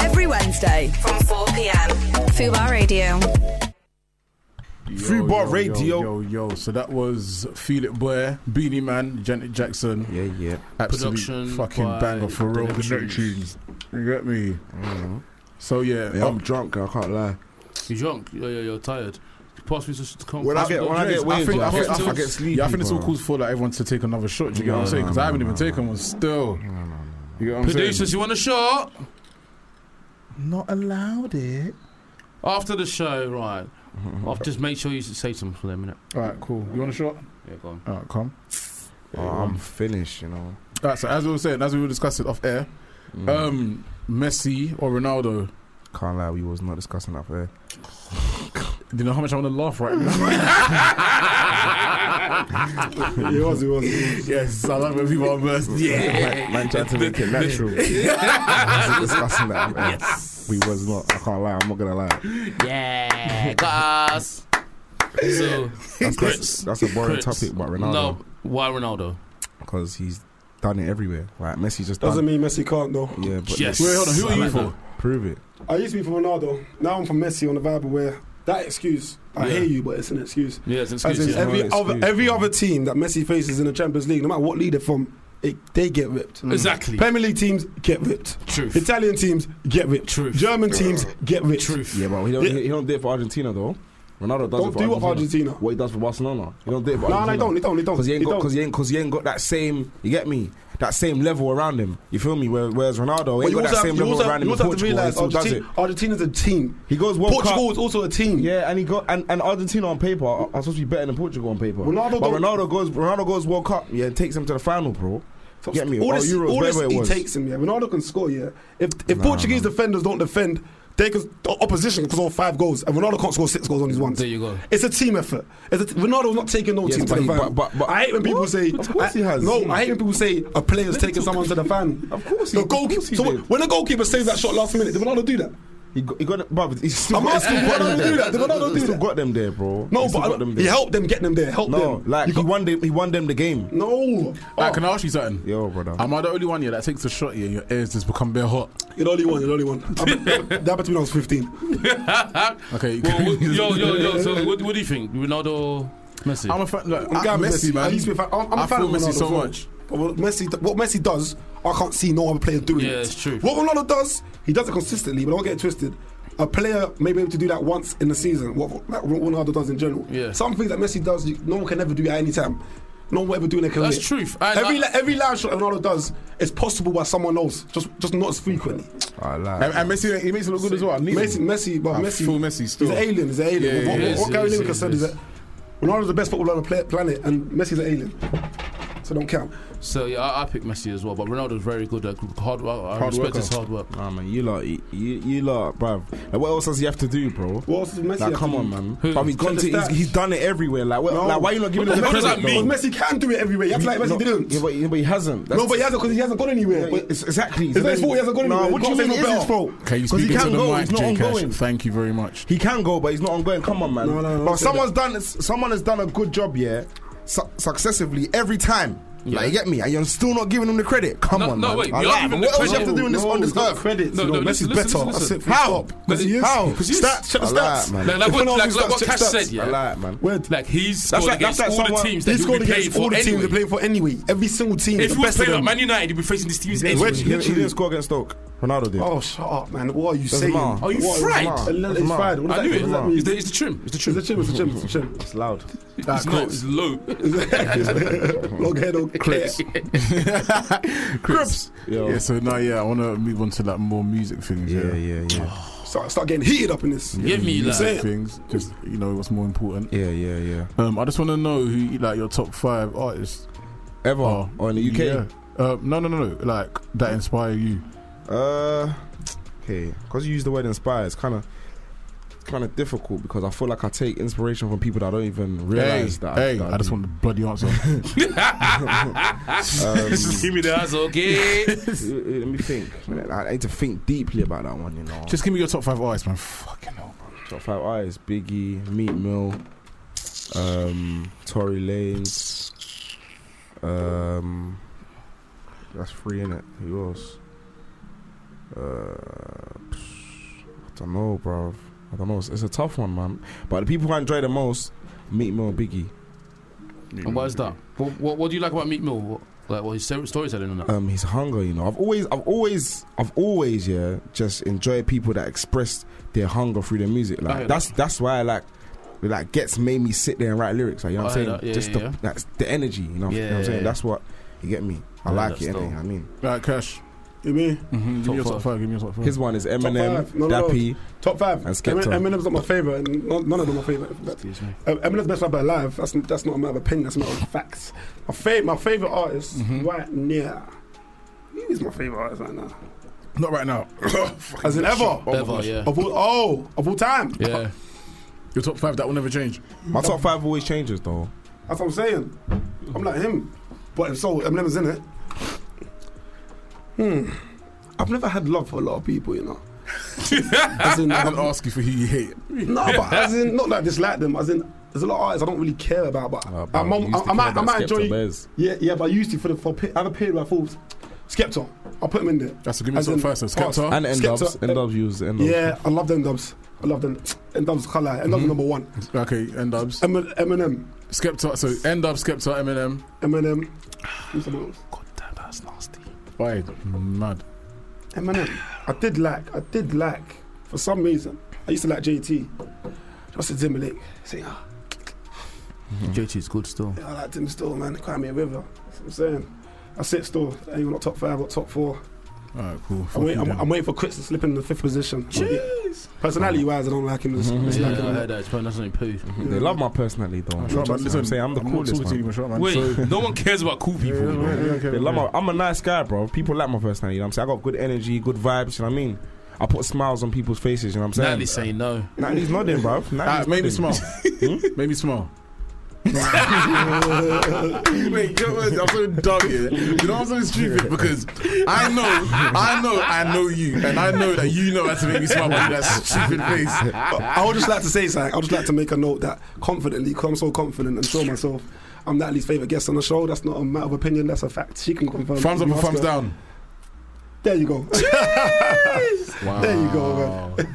Speaker 7: Every Wednesday
Speaker 13: from 4 p.m. Fubar Radio.
Speaker 3: Free Bar Radio. Yo, yo, So that was Felix Boyer, Beanie Man, Janet Jackson.
Speaker 5: Yeah, yeah.
Speaker 3: Absolute
Speaker 4: Production by
Speaker 3: fucking banger for real.
Speaker 4: The Neptunes.
Speaker 3: You get me? So yeah,
Speaker 5: Mm-hmm. Yeah, I'm drunk. I can't lie.
Speaker 4: You drunk? Yeah, yeah, you're tired. Pass me to come.
Speaker 5: When I get- when I get
Speaker 3: I think, I, think, I, think,
Speaker 5: I get sleepy,
Speaker 3: yeah, I think it's all
Speaker 5: bro.
Speaker 3: calls for like everyone to take another shot. Do you get what I'm saying? Because I haven't even taken one still. You get what I'm
Speaker 4: Producers, you
Speaker 3: saying?
Speaker 4: want a shot?
Speaker 3: Not allowed it.
Speaker 4: After the show,
Speaker 5: [LAUGHS]
Speaker 4: right? I'll just make sure you say something for a minute.
Speaker 3: All right, cool. You want a shot?
Speaker 4: Yeah, go on.
Speaker 3: All right, come.
Speaker 5: Oh, I'm finished, you know.
Speaker 3: All right. So as we were saying, as we were discussing off air, um, Messi or Ronaldo.
Speaker 5: Mm. Can't lie, we was not discussing that there.
Speaker 3: [LAUGHS] Do you know how much I want to laugh right
Speaker 5: [LAUGHS]
Speaker 3: now?
Speaker 6: It was, it was. It was.
Speaker 3: yes, I love when people are immersed. Yeah.
Speaker 5: Man, man trying to
Speaker 6: [LAUGHS]
Speaker 5: make it natural. we was discussing that off air. We was not. I can't lie. I'm not gonna lie.
Speaker 4: Yeah, guys. So,
Speaker 5: That's,
Speaker 4: Chris,
Speaker 5: that's, that's a boring
Speaker 4: Chris.
Speaker 5: topic, but Ronaldo,
Speaker 4: No, why [LAUGHS] Ronaldo?
Speaker 5: because he's done it everywhere. Like Messi just
Speaker 6: Doesn't
Speaker 5: done.
Speaker 6: mean Messi can't though.
Speaker 5: yeah, but
Speaker 4: Yes.
Speaker 3: Wait, hold on. Who
Speaker 4: I
Speaker 3: are you
Speaker 4: like
Speaker 3: for?
Speaker 4: that.
Speaker 5: prove it.
Speaker 6: I used to be for Ronaldo. Now I'm for Messi on the vibe where that excuse. I
Speaker 4: Yeah.
Speaker 6: hear you, but it's an excuse.
Speaker 4: Yeah, it's an
Speaker 6: As in
Speaker 4: excuse. yeah.
Speaker 6: every
Speaker 5: It's not an
Speaker 6: other
Speaker 5: excuse,
Speaker 6: every other team that Messi faces in the Champions League, no matter what league they're from, it, they get ripped.
Speaker 4: Mm. Exactly.
Speaker 6: Premier League teams get ripped.
Speaker 4: Truth.
Speaker 6: Italian teams get ripped.
Speaker 4: Truth.
Speaker 6: German teams get ripped.
Speaker 4: Truth.
Speaker 5: Yeah, but he don't. He don't do it for Argentina though. Ronaldo does
Speaker 6: Don't
Speaker 5: it for
Speaker 6: do what for
Speaker 5: Argentina. What he does for Barcelona. He don't do it for
Speaker 6: No, no,
Speaker 5: Argentina.
Speaker 6: he don't, he don't, he don't,
Speaker 5: Because he ain't
Speaker 6: he
Speaker 5: got,
Speaker 6: don't.
Speaker 5: cause he ain't, cause he ain't got that same, you get me? That same level around him. You feel me? Where- Whereas Ronaldo
Speaker 6: But
Speaker 5: ain't
Speaker 6: you
Speaker 5: got that
Speaker 6: also have-
Speaker 5: same
Speaker 6: you
Speaker 5: level
Speaker 6: also have-
Speaker 5: around him
Speaker 6: you
Speaker 5: in
Speaker 6: also have to
Speaker 5: Portugal. and
Speaker 6: realise
Speaker 5: still does it.
Speaker 6: Argentina- Argentina's a team.
Speaker 5: He goes World
Speaker 6: Portugal
Speaker 5: Cup.
Speaker 6: is also a team.
Speaker 5: Yeah, and he got and, and Argentina on paper are, are supposed to be better than Portugal on paper.
Speaker 6: Ronaldo
Speaker 5: but
Speaker 6: don't-
Speaker 5: Ronaldo goes Ronaldo goes World Cup. Yeah, takes them to the final, bro. Get me?
Speaker 6: All
Speaker 5: Or
Speaker 6: this,
Speaker 5: Euros,
Speaker 6: all this
Speaker 5: wherever it
Speaker 6: he
Speaker 5: was.
Speaker 6: takes him, yeah. Ronaldo can score, yeah. If, if
Speaker 5: Nah,
Speaker 6: Portuguese defenders don't defend, they can, the opposition can score five goals, and Ronaldo can't score six goals on his ones. There you go. It's a team effort. It's a t- Ronaldo's not taking no
Speaker 5: Yes,
Speaker 6: team to
Speaker 5: but
Speaker 6: the
Speaker 5: he-
Speaker 6: fan.
Speaker 5: but- but- but-
Speaker 6: I hate when people
Speaker 5: What?
Speaker 6: say,
Speaker 5: Of course
Speaker 6: I,
Speaker 5: he has.
Speaker 6: No, I hate when people say a player's taking someone to the fan. Of course, the goalkeeper. So when a goalkeeper saves that shot last minute, did Ronaldo do that?
Speaker 5: He got, he got it, but he's still
Speaker 6: I'm
Speaker 5: got [LAUGHS]
Speaker 6: asking,
Speaker 5: them
Speaker 6: did Ronaldo
Speaker 5: there.
Speaker 6: do that? Did Ronaldo
Speaker 5: He
Speaker 6: do
Speaker 5: still
Speaker 6: that?
Speaker 5: got them there, bro.
Speaker 6: No,
Speaker 5: still
Speaker 6: but
Speaker 5: got them
Speaker 6: he
Speaker 5: there.
Speaker 6: helped them get them there. Helped
Speaker 5: no,
Speaker 6: them.
Speaker 5: like he won them. He won them the game. Oh.
Speaker 6: No,
Speaker 3: Like, can I ask you something?
Speaker 5: Yo, brother.
Speaker 3: Am I the only one here that takes a shot here? and Your ears just become bare hot.
Speaker 6: You're the only one. You're
Speaker 3: [LAUGHS]
Speaker 6: the only one.
Speaker 5: [LAUGHS]
Speaker 6: That happened to me when I was 15.
Speaker 3: Okay.
Speaker 4: Well, what- yo, yo, yo. So, what, what do you think, Ronaldo, Messi?
Speaker 3: I'm a fan. Look,
Speaker 6: I'm
Speaker 3: I'm
Speaker 6: getting
Speaker 3: Messi, man.
Speaker 6: I used to be a fan. I'm, I'm
Speaker 3: I
Speaker 6: a fan
Speaker 3: feel
Speaker 6: of
Speaker 3: Messi
Speaker 6: Ronaldo
Speaker 3: so
Speaker 6: as well.
Speaker 3: much.
Speaker 6: But what Messi, what Messi does, I can't see no other player doing. Yeah, it's true. What Ronaldo does, he does it consistently. But don't get it twisted. A player may be able to do that once in the season. What like Ronaldo does in general. Yeah. Some things that Messi does, you, no one can ever do at any time. No one will ever do in their career.
Speaker 4: That's truth. And
Speaker 6: every
Speaker 4: I-
Speaker 6: li- every live shot Ronaldo does is possible by someone else. Just just not as frequently.
Speaker 5: I lie.
Speaker 3: And, and Messi, he makes it look good as well. I need
Speaker 6: Messi,
Speaker 3: him.
Speaker 6: Messi, but
Speaker 3: I
Speaker 6: Messi,
Speaker 3: feel Messi still.
Speaker 6: He's an alien. He's an alien.
Speaker 3: Yeah,
Speaker 6: what
Speaker 3: he
Speaker 6: what,
Speaker 3: is,
Speaker 6: what
Speaker 3: he
Speaker 6: Gary
Speaker 3: is, he
Speaker 6: Lineker
Speaker 3: is,
Speaker 6: said
Speaker 3: he
Speaker 6: is
Speaker 3: is.
Speaker 6: that Ronaldo's the best footballer on the pla- planet, and Messi's an alien. So don't count.
Speaker 4: So yeah, I, I picked Messi as well, but Ronaldo's very good at hard work. I
Speaker 5: Hard
Speaker 4: respect
Speaker 5: worker.
Speaker 4: his hard work.
Speaker 5: Nah, man, you lot, you, you lot, bruv. Like, what else does he have to do, bro?
Speaker 6: What else does Messi
Speaker 5: Like,
Speaker 6: have
Speaker 5: come
Speaker 6: to
Speaker 5: on,
Speaker 6: do?
Speaker 5: man.
Speaker 6: Who?
Speaker 5: Bruv, he's gone
Speaker 6: Check
Speaker 5: to,
Speaker 6: the
Speaker 5: he's,
Speaker 6: stats.
Speaker 5: he's done it everywhere. Like, what,
Speaker 6: No.
Speaker 5: Ah, like, why are you not giving him the
Speaker 6: What does
Speaker 5: credit?
Speaker 6: that mean?
Speaker 5: though?
Speaker 6: Messi can do it everywhere. You have to like Messi
Speaker 5: No,
Speaker 6: didn't.
Speaker 5: Yeah, but, yeah, but he hasn't.
Speaker 6: no, but he hasn't because he hasn't gone anywhere. But
Speaker 5: it's exactly.
Speaker 6: It's not his fault. He hasn't gone
Speaker 5: Nah,
Speaker 6: anywhere.
Speaker 5: what do you
Speaker 6: Can't
Speaker 5: mean
Speaker 6: say
Speaker 5: it's his
Speaker 6: no.
Speaker 5: fault?
Speaker 3: Can you
Speaker 5: 'Cause
Speaker 3: speak
Speaker 5: he
Speaker 3: into
Speaker 5: can
Speaker 3: the
Speaker 5: go.
Speaker 3: mic,
Speaker 5: He's not
Speaker 3: J Cash?
Speaker 5: ongoing.
Speaker 3: Thank you very much.
Speaker 5: He can go, but he's not ongoing. Come on, man.
Speaker 6: No, no, no,
Speaker 5: but
Speaker 6: don't say
Speaker 5: someone's done. Someone has done a good job, yeah, su- successively every time. Like, you get me? And you're still not giving him the credit. Come
Speaker 4: No,
Speaker 5: on,
Speaker 4: no,
Speaker 5: man.
Speaker 4: wait,
Speaker 5: I
Speaker 4: you are
Speaker 5: lie,
Speaker 4: giving
Speaker 5: man.
Speaker 4: him
Speaker 5: What else
Speaker 4: the
Speaker 5: you have to
Speaker 4: credit.
Speaker 5: do in this on this earth?
Speaker 6: Credits,
Speaker 4: No,
Speaker 6: no,
Speaker 4: no,
Speaker 6: Messi's
Speaker 4: listen, listen,
Speaker 6: better. I
Speaker 4: listen.
Speaker 6: said,
Speaker 5: How?
Speaker 6: Because he is.
Speaker 5: How?
Speaker 6: Because he is.
Speaker 5: Stats,
Speaker 6: Check the
Speaker 5: I lied,
Speaker 6: stats.
Speaker 5: man.
Speaker 4: Like, like
Speaker 6: Ronaldo's
Speaker 4: what, like, like what
Speaker 6: stats,
Speaker 4: Cash
Speaker 6: check stats.
Speaker 4: said, yeah.
Speaker 5: I lie, man.
Speaker 6: Weird.
Speaker 4: Like he's scored against all the teams that
Speaker 6: He
Speaker 4: he'll
Speaker 6: scored
Speaker 4: be playing
Speaker 6: against all
Speaker 4: for
Speaker 6: the teams
Speaker 4: anyway.
Speaker 6: they're playing for anyway. Every single team.
Speaker 4: If
Speaker 6: the
Speaker 4: he was
Speaker 6: best of
Speaker 4: playing at
Speaker 6: them.
Speaker 4: Man United, he'd be facing these teams
Speaker 5: He
Speaker 4: anyway.
Speaker 5: didn't- he didn't score against Stoke. Ronaldo did.
Speaker 6: Oh, shut up, man. What are you
Speaker 5: Doesn't
Speaker 6: saying?
Speaker 5: matter.
Speaker 4: Are you
Speaker 6: What?
Speaker 4: fried?
Speaker 6: It's
Speaker 5: Doesn't matter.
Speaker 6: fried. What does that-
Speaker 4: I knew
Speaker 6: what
Speaker 4: it.
Speaker 6: does that
Speaker 4: It's
Speaker 6: mean?
Speaker 4: the, it's the trim. It's the
Speaker 6: It's
Speaker 4: trim.
Speaker 6: a chip, it's a chip, it's a chip.
Speaker 5: It's loud.
Speaker 4: It's, not, it's low. [LAUGHS]
Speaker 6: Long head on clips.
Speaker 5: Um,
Speaker 3: Crips.
Speaker 5: Yo.
Speaker 3: Yeah, so now, yeah, I want to move on to that more music things. Yeah,
Speaker 5: Yeah, yeah, yeah.
Speaker 6: Start, start getting heated up in this.
Speaker 4: Give me
Speaker 6: You know what I'm
Speaker 4: like.
Speaker 6: saying?
Speaker 3: Things, just, you know, what's more important.
Speaker 5: Yeah, yeah, yeah.
Speaker 3: Um, I just want to know who, like, your top five artists
Speaker 5: Ever
Speaker 3: are.
Speaker 5: or in the UK?
Speaker 3: Yeah. Um, no, no, no, no. Like, that inspire you.
Speaker 5: Uh, okay, because you use the word inspire, it's kind of kind of difficult because I feel like I take inspiration from people that I don't even
Speaker 3: Hey,
Speaker 5: realize that.
Speaker 3: hey,
Speaker 5: that
Speaker 3: I just
Speaker 5: do.
Speaker 3: want the bloody answer.
Speaker 4: Just give me the answer,
Speaker 5: [LAUGHS]
Speaker 4: okay? [LAUGHS]
Speaker 5: Let me think. I need to think deeply about that one. You know,
Speaker 3: just give me your top five artists, man. Fucking hell, bro.
Speaker 5: top five eyes: Biggie, Meat Mill, um, Tory Lanez. Um, that's three in it. Who else? Uh, I don't know, bro. I don't know. It's, it's a tough one, man. But the people who I enjoy the most, Meat Mill, and Biggie.
Speaker 4: and why is that? What, what, what do you like about Meat Mill? What, like, what his story- storytelling and that?
Speaker 5: um, his hunger. You know, I've always, I've always, I've always, yeah, just enjoyed people that express their hunger through their music.
Speaker 4: I
Speaker 5: Like
Speaker 4: hear
Speaker 5: that's that's why I like. Like gets made me sit there and write lyrics. Like you know what
Speaker 4: I
Speaker 5: I'm saying?
Speaker 4: hear that, Oh, yeah,
Speaker 5: just
Speaker 4: yeah,
Speaker 5: the,
Speaker 4: yeah.
Speaker 5: that's the energy. You know, you know
Speaker 4: Yeah,
Speaker 5: what I'm saying?
Speaker 4: yeah,
Speaker 5: That's what you get me. I
Speaker 4: Yeah,
Speaker 5: like
Speaker 4: that's
Speaker 5: it.
Speaker 4: dope.
Speaker 5: Innit? I mean,
Speaker 3: Like, Cash.
Speaker 6: You mean?
Speaker 3: hmm Give me your
Speaker 4: Top
Speaker 3: top five. Give me your top five.
Speaker 5: his one is
Speaker 6: Top
Speaker 5: Eminem,
Speaker 6: five. No, no,
Speaker 5: Dappy.
Speaker 6: no. Top five.
Speaker 5: and Skepta.
Speaker 6: Emin- Eminem's not my favorite. and None none of them are my favorite.
Speaker 4: Excuse me.
Speaker 6: Um, Eminem's best rapper alive. That's that's not a matter of opinion. That's a matter of facts. My favorite, my favorite artist right now. He's my favorite artist right now.
Speaker 3: Not right now. [COUGHS] Fucking
Speaker 6: As in
Speaker 3: shit.
Speaker 6: ever.
Speaker 3: Oh my
Speaker 4: Ever,
Speaker 3: gosh.
Speaker 4: yeah.
Speaker 6: Of all, oh, of all time.
Speaker 4: Yeah.
Speaker 3: [COUGHS] Your top five that will never change.
Speaker 5: My top five always changes though.
Speaker 6: That's what I'm saying. I'm like him. But if so, Eminem's in it. Hmm. I've never had love for a lot of people,
Speaker 3: [LAUGHS]
Speaker 6: you know. as in,
Speaker 3: I
Speaker 6: I've-
Speaker 3: didn't ask you for who you hate.
Speaker 6: no, but as in, not like dislike them. As in, there's a lot of artists I don't really care about, but
Speaker 3: Oh,
Speaker 5: Uh, but
Speaker 6: I'm,
Speaker 5: you
Speaker 6: I'm,
Speaker 5: used to
Speaker 6: I
Speaker 5: care
Speaker 6: might, I
Speaker 5: about
Speaker 6: might
Speaker 5: Skepta
Speaker 6: enjoy.
Speaker 5: Bears.
Speaker 6: Yeah, yeah, but I used to for the for pe- I have a period where I thought Skepta. I'll put him in there.
Speaker 3: That's a give me
Speaker 6: As
Speaker 3: top
Speaker 6: in-
Speaker 3: five. So
Speaker 6: Oh,
Speaker 3: Skepta.
Speaker 5: and N
Speaker 6: Skepta-
Speaker 5: Dubs. N Dubs
Speaker 4: um,
Speaker 5: use N Dubs.
Speaker 6: Yeah, I love them dubs. I love them. N dubs, colour. N dubs number one.
Speaker 3: Mm-hmm. Okay, end ups.
Speaker 6: Emin- Eminem,
Speaker 3: Skepta. So end up Skepta, Eminem.
Speaker 6: Eminem, who's someone else?
Speaker 4: God damn, that's nasty.
Speaker 3: Why? Mad.
Speaker 6: Eminem. I did like. I did like. For some reason, I used to like JT. That's a Timberlake. Say, ah,
Speaker 5: Mm-hmm.
Speaker 4: JT is good still.
Speaker 6: I like Tim still, man. Cry me a river. That's what I'm saying. I sit still. I ain't got top five, or top four.
Speaker 3: Alright, cool.
Speaker 6: I'm,
Speaker 3: Fuck
Speaker 6: wait,
Speaker 3: you
Speaker 6: I'm,
Speaker 3: then.
Speaker 6: I'm waiting for Chris to slip in the fifth position. Jeez. Personality wise, I don't like him. This, this
Speaker 4: Mm-hmm. yeah,
Speaker 6: like him.
Speaker 4: I heard that. It's probably not poo.
Speaker 5: Mm-hmm. They love my personality though.
Speaker 4: I'm
Speaker 5: I'm,
Speaker 4: sure, man.
Speaker 5: I'm saying I'm the
Speaker 4: I'm not
Speaker 5: coolest
Speaker 4: talking to you,
Speaker 5: one.
Speaker 4: I'm sure, man. Wait, So- no one cares about cool people, you know? okay,
Speaker 5: they love
Speaker 4: okay.
Speaker 5: my, I'm a nice guy, bro. People like my personality. You know what I'm saying I got good energy, good vibes. You know what I mean? I put smiles on people's faces. You know what I'm saying?
Speaker 4: Natalie's saying no.
Speaker 5: Natalie's nodding, bro. Natalie's
Speaker 3: Alright, make me
Speaker 5: nodding. Hmm?
Speaker 3: smile. [LAUGHS] Make me
Speaker 5: [LAUGHS]
Speaker 3: smile. Wait, you know what? I'm so dumb here. You know I'm so stupid because I know, I know, I know you, and I know that you know how to make me smile with that stupid face.
Speaker 6: I, I would just like to say something. I would just like to make a note that confidently, 'cause I'm so confident and sure of myself, I'm Natalie's favourite guest on the show. That's not a matter of opinion, that's a fact. She can confirm.
Speaker 3: Thumbs up
Speaker 6: You
Speaker 3: or
Speaker 6: ask
Speaker 3: thumbs
Speaker 6: her.
Speaker 3: down?
Speaker 6: There you go. There you go, man.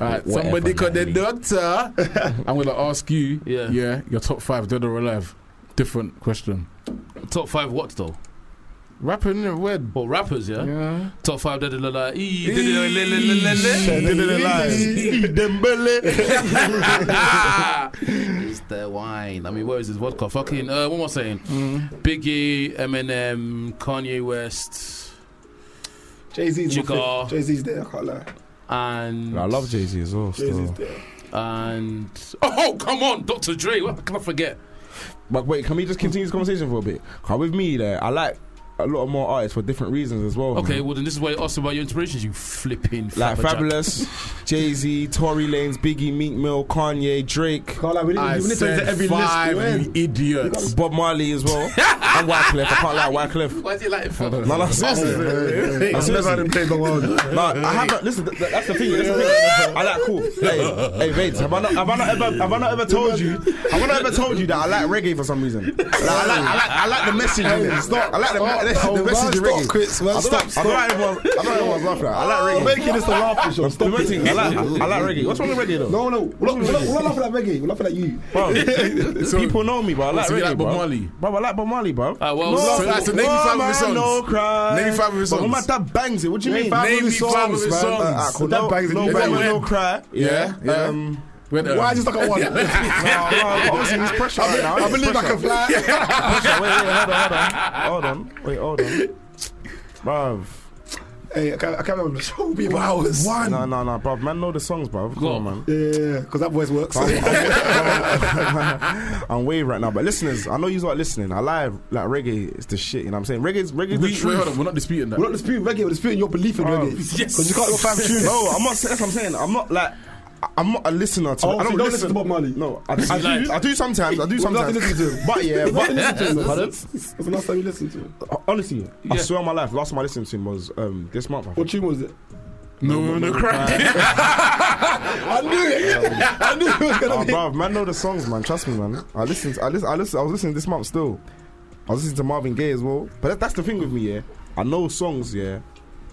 Speaker 3: All right,
Speaker 6: Whatever,
Speaker 3: somebody called the doctor.
Speaker 5: [LAUGHS]
Speaker 3: I'm gonna ask you. Yeah. Yeah. Your top five dead or alive. Different question.
Speaker 4: Top five what though?
Speaker 3: Rapping in red.
Speaker 4: Well, rappers, yeah.
Speaker 3: Yeah.
Speaker 4: Top five. Did it look like? Eee,
Speaker 3: Eee,
Speaker 4: did it look like- look like- look like- look like- It's the wine. I mean, where is this vodka? Fucking. Uh, what am I saying? Biggie, Eminem, Kanye West,
Speaker 6: Jay Z's
Speaker 4: Jigga.
Speaker 6: Jay Z's there, I can't lie.
Speaker 4: and
Speaker 5: I love Jay Z as well.
Speaker 6: Jay Z's
Speaker 5: Still.
Speaker 6: there.
Speaker 4: and oh, come on, Dr. Dre. What can I forget?
Speaker 5: But wait, can we just continue this conversation for a bit? 'Cause with me, there, I like a lot of more artists for different reasons as well.
Speaker 4: Okay,
Speaker 5: man.
Speaker 4: well then this is why you asked about your inspirations. You flipping
Speaker 5: Oh, Like
Speaker 4: flapperjack.
Speaker 5: Fabulous,
Speaker 6: [LAUGHS]
Speaker 5: Jay Z, Tory Lanez, Biggie, Meek Mill, Kanye, Drake.
Speaker 6: we didn't- I we didn't said listen to every list, five, you you
Speaker 3: idiots.
Speaker 5: Bob Marley
Speaker 6: [LAUGHS]
Speaker 5: as well. and Wyclef. I can't like Wyclef.
Speaker 4: Why is it like?
Speaker 5: No, that's
Speaker 3: That's-
Speaker 5: it.
Speaker 3: I've never had him
Speaker 6: play the world.
Speaker 5: No, I haven't. Listen, th- th- that's the thing. That's the thing. I like cool. Hey, hey, Bates, have I not, have I not ever, have I not ever told you, have I not ever told you that I like reggae for some reason? Like, I like, I like, I like the message. in it.
Speaker 6: Stop.
Speaker 5: I like the,
Speaker 6: Stop.
Speaker 5: me- the,
Speaker 6: Oh, man,
Speaker 5: message in reggae.
Speaker 6: stop, Chris, man,
Speaker 5: I don't
Speaker 6: stop,
Speaker 5: like- I don't like everyone. I don't like everyone's laughing. at. I like reggae.
Speaker 6: We're making this a laughing show. Stop
Speaker 5: The main thing, I like, I like reggae. What's wrong with reggae though?
Speaker 6: No, no. We're not, we're not, we're not laughing at reggae. We're laughing at you.
Speaker 3: [LAUGHS]
Speaker 5: Bro, people know me, bro. I like
Speaker 3: Oh, so you
Speaker 5: reggae,
Speaker 3: like Bob
Speaker 5: bro.
Speaker 3: Marley?
Speaker 5: Bro, I like Bob Marley, bro.
Speaker 4: Ah, well,
Speaker 5: no,
Speaker 3: so that's the name five of his songs.
Speaker 5: No cry.
Speaker 3: Name five of his
Speaker 5: But
Speaker 3: songs.
Speaker 5: when my dad bangs it, what do you
Speaker 3: Name
Speaker 5: mean?
Speaker 3: five of Name his me five songs, of his man. songs.
Speaker 5: Uh, ah, cool.
Speaker 3: Dad
Speaker 5: no,
Speaker 3: bangs it,
Speaker 5: no,
Speaker 3: you
Speaker 5: woman,
Speaker 3: bangs it.
Speaker 5: no cry.
Speaker 3: Yeah,
Speaker 5: Yeah.
Speaker 3: yeah.
Speaker 5: Um,
Speaker 3: When, uh,
Speaker 6: Why just like
Speaker 3: [LAUGHS]
Speaker 6: a one?
Speaker 5: no, no, obviously there's pressure right now.
Speaker 6: I
Speaker 5: There's
Speaker 6: believe I
Speaker 5: pressure.
Speaker 6: can fly.
Speaker 5: [LAUGHS] Pressure. Wait, wait, hold on, hold on, hold on. Wait,
Speaker 3: [LAUGHS]
Speaker 5: hold on, bruv.
Speaker 6: hey, I can't, I can't remember the show. We'll be for hours. One.
Speaker 5: No, no, no, bruv. Man, know the songs, bruv. Come on, man.
Speaker 6: Yeah, because that voice works. [LAUGHS]
Speaker 5: [LAUGHS] I'm wave right now, but listeners, I know you are listening. I live like reggae is the shit. You know what I'm saying? Reggae's reggae's
Speaker 3: we,
Speaker 5: the
Speaker 3: wait,
Speaker 5: truth.
Speaker 3: hold on, we're not disputing that.
Speaker 6: We're not disputing reggae, we're disputing your belief in reggae.
Speaker 3: [LAUGHS]
Speaker 4: yes.
Speaker 6: Because you can't go five tunes.
Speaker 5: No, I'm not. That's what I'm saying. I'm not like. I- I'm not a listener to.
Speaker 6: Oh,
Speaker 5: I
Speaker 6: so
Speaker 5: don't
Speaker 6: you don't listen to Bob Marley?
Speaker 5: No, I, I,
Speaker 4: Like-
Speaker 5: do, I do sometimes. I do
Speaker 6: When's the last time
Speaker 5: sometimes.
Speaker 6: you listened to him?
Speaker 5: But yeah,
Speaker 6: When's the
Speaker 5: but
Speaker 6: last time you listened
Speaker 5: [LAUGHS]
Speaker 6: to him? What's the last time you listened to him?
Speaker 5: honestly, I
Speaker 4: Yeah.
Speaker 5: swear on my life, last time I listened to him was um this month. I
Speaker 6: What
Speaker 5: think.
Speaker 6: tune was it?
Speaker 3: No, no, no,
Speaker 5: [LAUGHS]
Speaker 3: cry.
Speaker 6: I knew it! [LAUGHS] I knew it was
Speaker 5: Oh,
Speaker 6: going to be.
Speaker 5: bruv, man, know the songs, man. Trust me, man. I listen. I listen. I listen. I was listening this month still. I was listening to Marvin Gaye as well. But that, that's the thing with me, yeah. I know songs, yeah.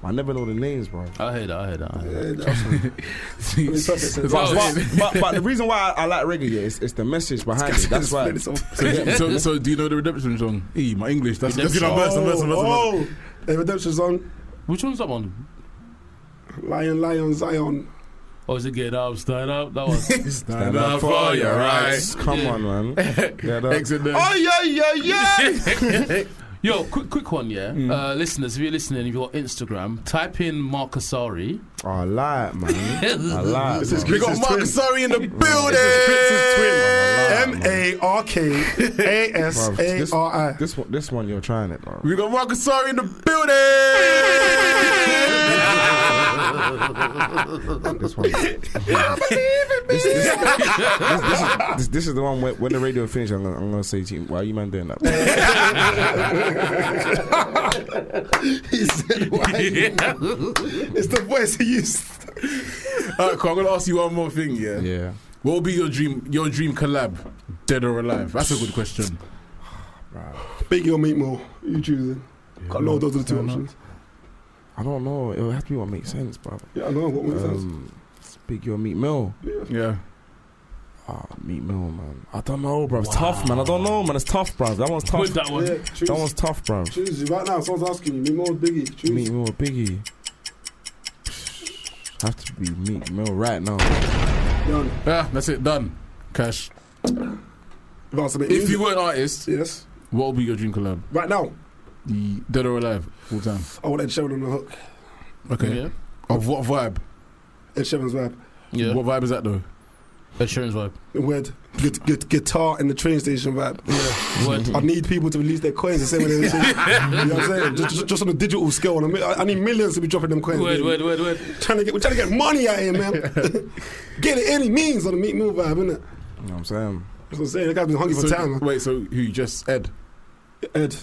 Speaker 5: I never know the names, bro.
Speaker 4: I heard that. I heard that. I heard that.
Speaker 6: [LAUGHS]
Speaker 3: That's
Speaker 5: But,
Speaker 3: what I'm
Speaker 5: but,
Speaker 3: saying.
Speaker 4: [LAUGHS]
Speaker 5: but, but the reason why I, I like reggae yeah, is, is the message behind it. That's why.
Speaker 3: [LAUGHS] So, so, so do you know the redemption song? E, my English. That's that's
Speaker 4: Redemption.
Speaker 3: good. Verse, verse, verse, verse.
Speaker 6: Oh, the Redemption song,
Speaker 4: Which one's that one?
Speaker 6: Lion, Lion, Zion.
Speaker 4: Oh, is it Get Up, Stand Up?
Speaker 5: [LAUGHS]
Speaker 4: That one.
Speaker 5: Stand
Speaker 3: up for your rights.
Speaker 5: Come on, man.
Speaker 3: [LAUGHS]
Speaker 5: Get up.
Speaker 3: Exit there.
Speaker 5: Oh yeah, yeah,
Speaker 3: [LAUGHS]
Speaker 5: yeah.
Speaker 4: [LAUGHS] Yo, quick, quick one, yeah.
Speaker 5: Mm.
Speaker 4: Uh, listeners, if you're listening, if you're on Instagram, type in Mark Asari.
Speaker 5: I like,
Speaker 4: [LAUGHS]
Speaker 5: man. I like.
Speaker 6: This is
Speaker 5: man.
Speaker 3: We got
Speaker 6: Chris's
Speaker 3: Mark
Speaker 6: twin.
Speaker 3: Sorry [LAUGHS] in the
Speaker 5: Prince's
Speaker 3: building.
Speaker 5: twin, man. I like,
Speaker 6: M
Speaker 5: man.
Speaker 6: A R K A S
Speaker 5: Bruv,
Speaker 6: A
Speaker 5: this-
Speaker 6: R I.
Speaker 5: This one, this one, you're trying it, bro.
Speaker 3: We got Mark Sorry in the building.
Speaker 5: This one. this, this, this- this is, this, this is the one where, when the radio finishes. I'm gonna, I'm gonna say to you, why are you man doing that? bro?"
Speaker 6: He said, "Why?" It's the voice
Speaker 3: [LAUGHS]
Speaker 6: he used.
Speaker 3: All right, cool. I'm gonna ask you one more thing. Yeah.
Speaker 5: yeah.
Speaker 3: What will be your dream? Your dream collab, dead or alive? That's a good question.
Speaker 6: Biggie or Meat Mill? You choosing? Got no, those are the two options.
Speaker 5: I don't know. It would have to be what makes sense, bro.
Speaker 6: Yeah, I know what makes sense.
Speaker 5: Um, Big your meat mill.
Speaker 3: Yeah.
Speaker 5: Ah, meat mill, man. I don't know, bro. It's tough, man. I don't know, man. It's tough, bro. That one's tough.
Speaker 4: With that one.
Speaker 6: Yeah,
Speaker 5: That
Speaker 6: choose.
Speaker 5: one's tough, bro.
Speaker 6: Choose you right now. Someone's asking you. Meat Mill or Biggie? Choose.
Speaker 5: Meat mill, Biggie. Have to be meat mill right now.
Speaker 3: Yeah, that's it. Done. Cash. If you were an artist,
Speaker 6: yes,
Speaker 3: what would be your dream collab?
Speaker 6: Right now,
Speaker 3: Ye- dead or alive, full time.
Speaker 6: I want Ed Sheeran on the hook.
Speaker 3: Okay. Of what vibe?
Speaker 6: Ed Sheeran's vibe.
Speaker 3: Yeah. What vibe is that though?
Speaker 4: Ed Sheeran's vibe.
Speaker 6: Weird. Good, good guitar in the train station vibe. Yeah.
Speaker 4: Word.
Speaker 6: I need people to release their coins the same way
Speaker 3: [LAUGHS]
Speaker 6: they release. you know what I'm saying? Just, just, just on a digital scale. On a mi- I I need millions to be dropping them coins.
Speaker 4: Word,
Speaker 6: baby.
Speaker 4: word, word, word.
Speaker 6: Trying to get, we're trying to get money out here, man. [LAUGHS] get it any means on the meat move vibe, innit?
Speaker 5: You know what I'm saying?
Speaker 6: That's what I'm saying. That guy's been hungry
Speaker 3: So-
Speaker 6: for time. man.
Speaker 3: Wait, so who? Just Ed?
Speaker 6: Ed.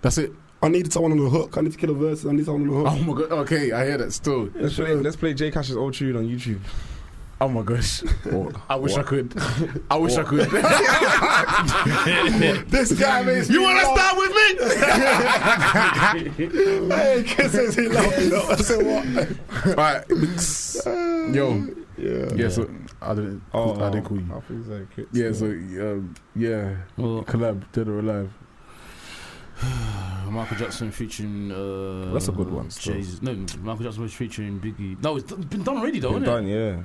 Speaker 3: That's it.
Speaker 6: I need someone on the hook. I need to kill a verse. I need someone on the hook.
Speaker 3: Oh my god. Okay, I hear that still.
Speaker 5: Let's play, let's play J Cash's old tune on YouTube.
Speaker 3: Oh my gosh.
Speaker 5: [LAUGHS]
Speaker 3: I wish I could. I wish I could. [LAUGHS]
Speaker 6: this guy makes
Speaker 3: You
Speaker 6: me
Speaker 3: wanna
Speaker 6: laugh.
Speaker 3: start
Speaker 6: with me? [LAUGHS] hey, kisses. He loved me. though. I said what?
Speaker 3: Alright. Yo. Yeah. Yeah, so I didn't
Speaker 5: Oh,
Speaker 3: I didn't call you.
Speaker 5: I think it's like-
Speaker 3: Yeah, so um, yeah. collab, dead or alive.
Speaker 4: Uh, Michael Jackson featuring. Uh,
Speaker 5: That's a good one still.
Speaker 4: Jesus. No, Michael Jackson was featuring Biggie. No, it's, it's been done already, though,
Speaker 5: Been
Speaker 4: isn't
Speaker 5: done,
Speaker 4: it?
Speaker 5: yeah.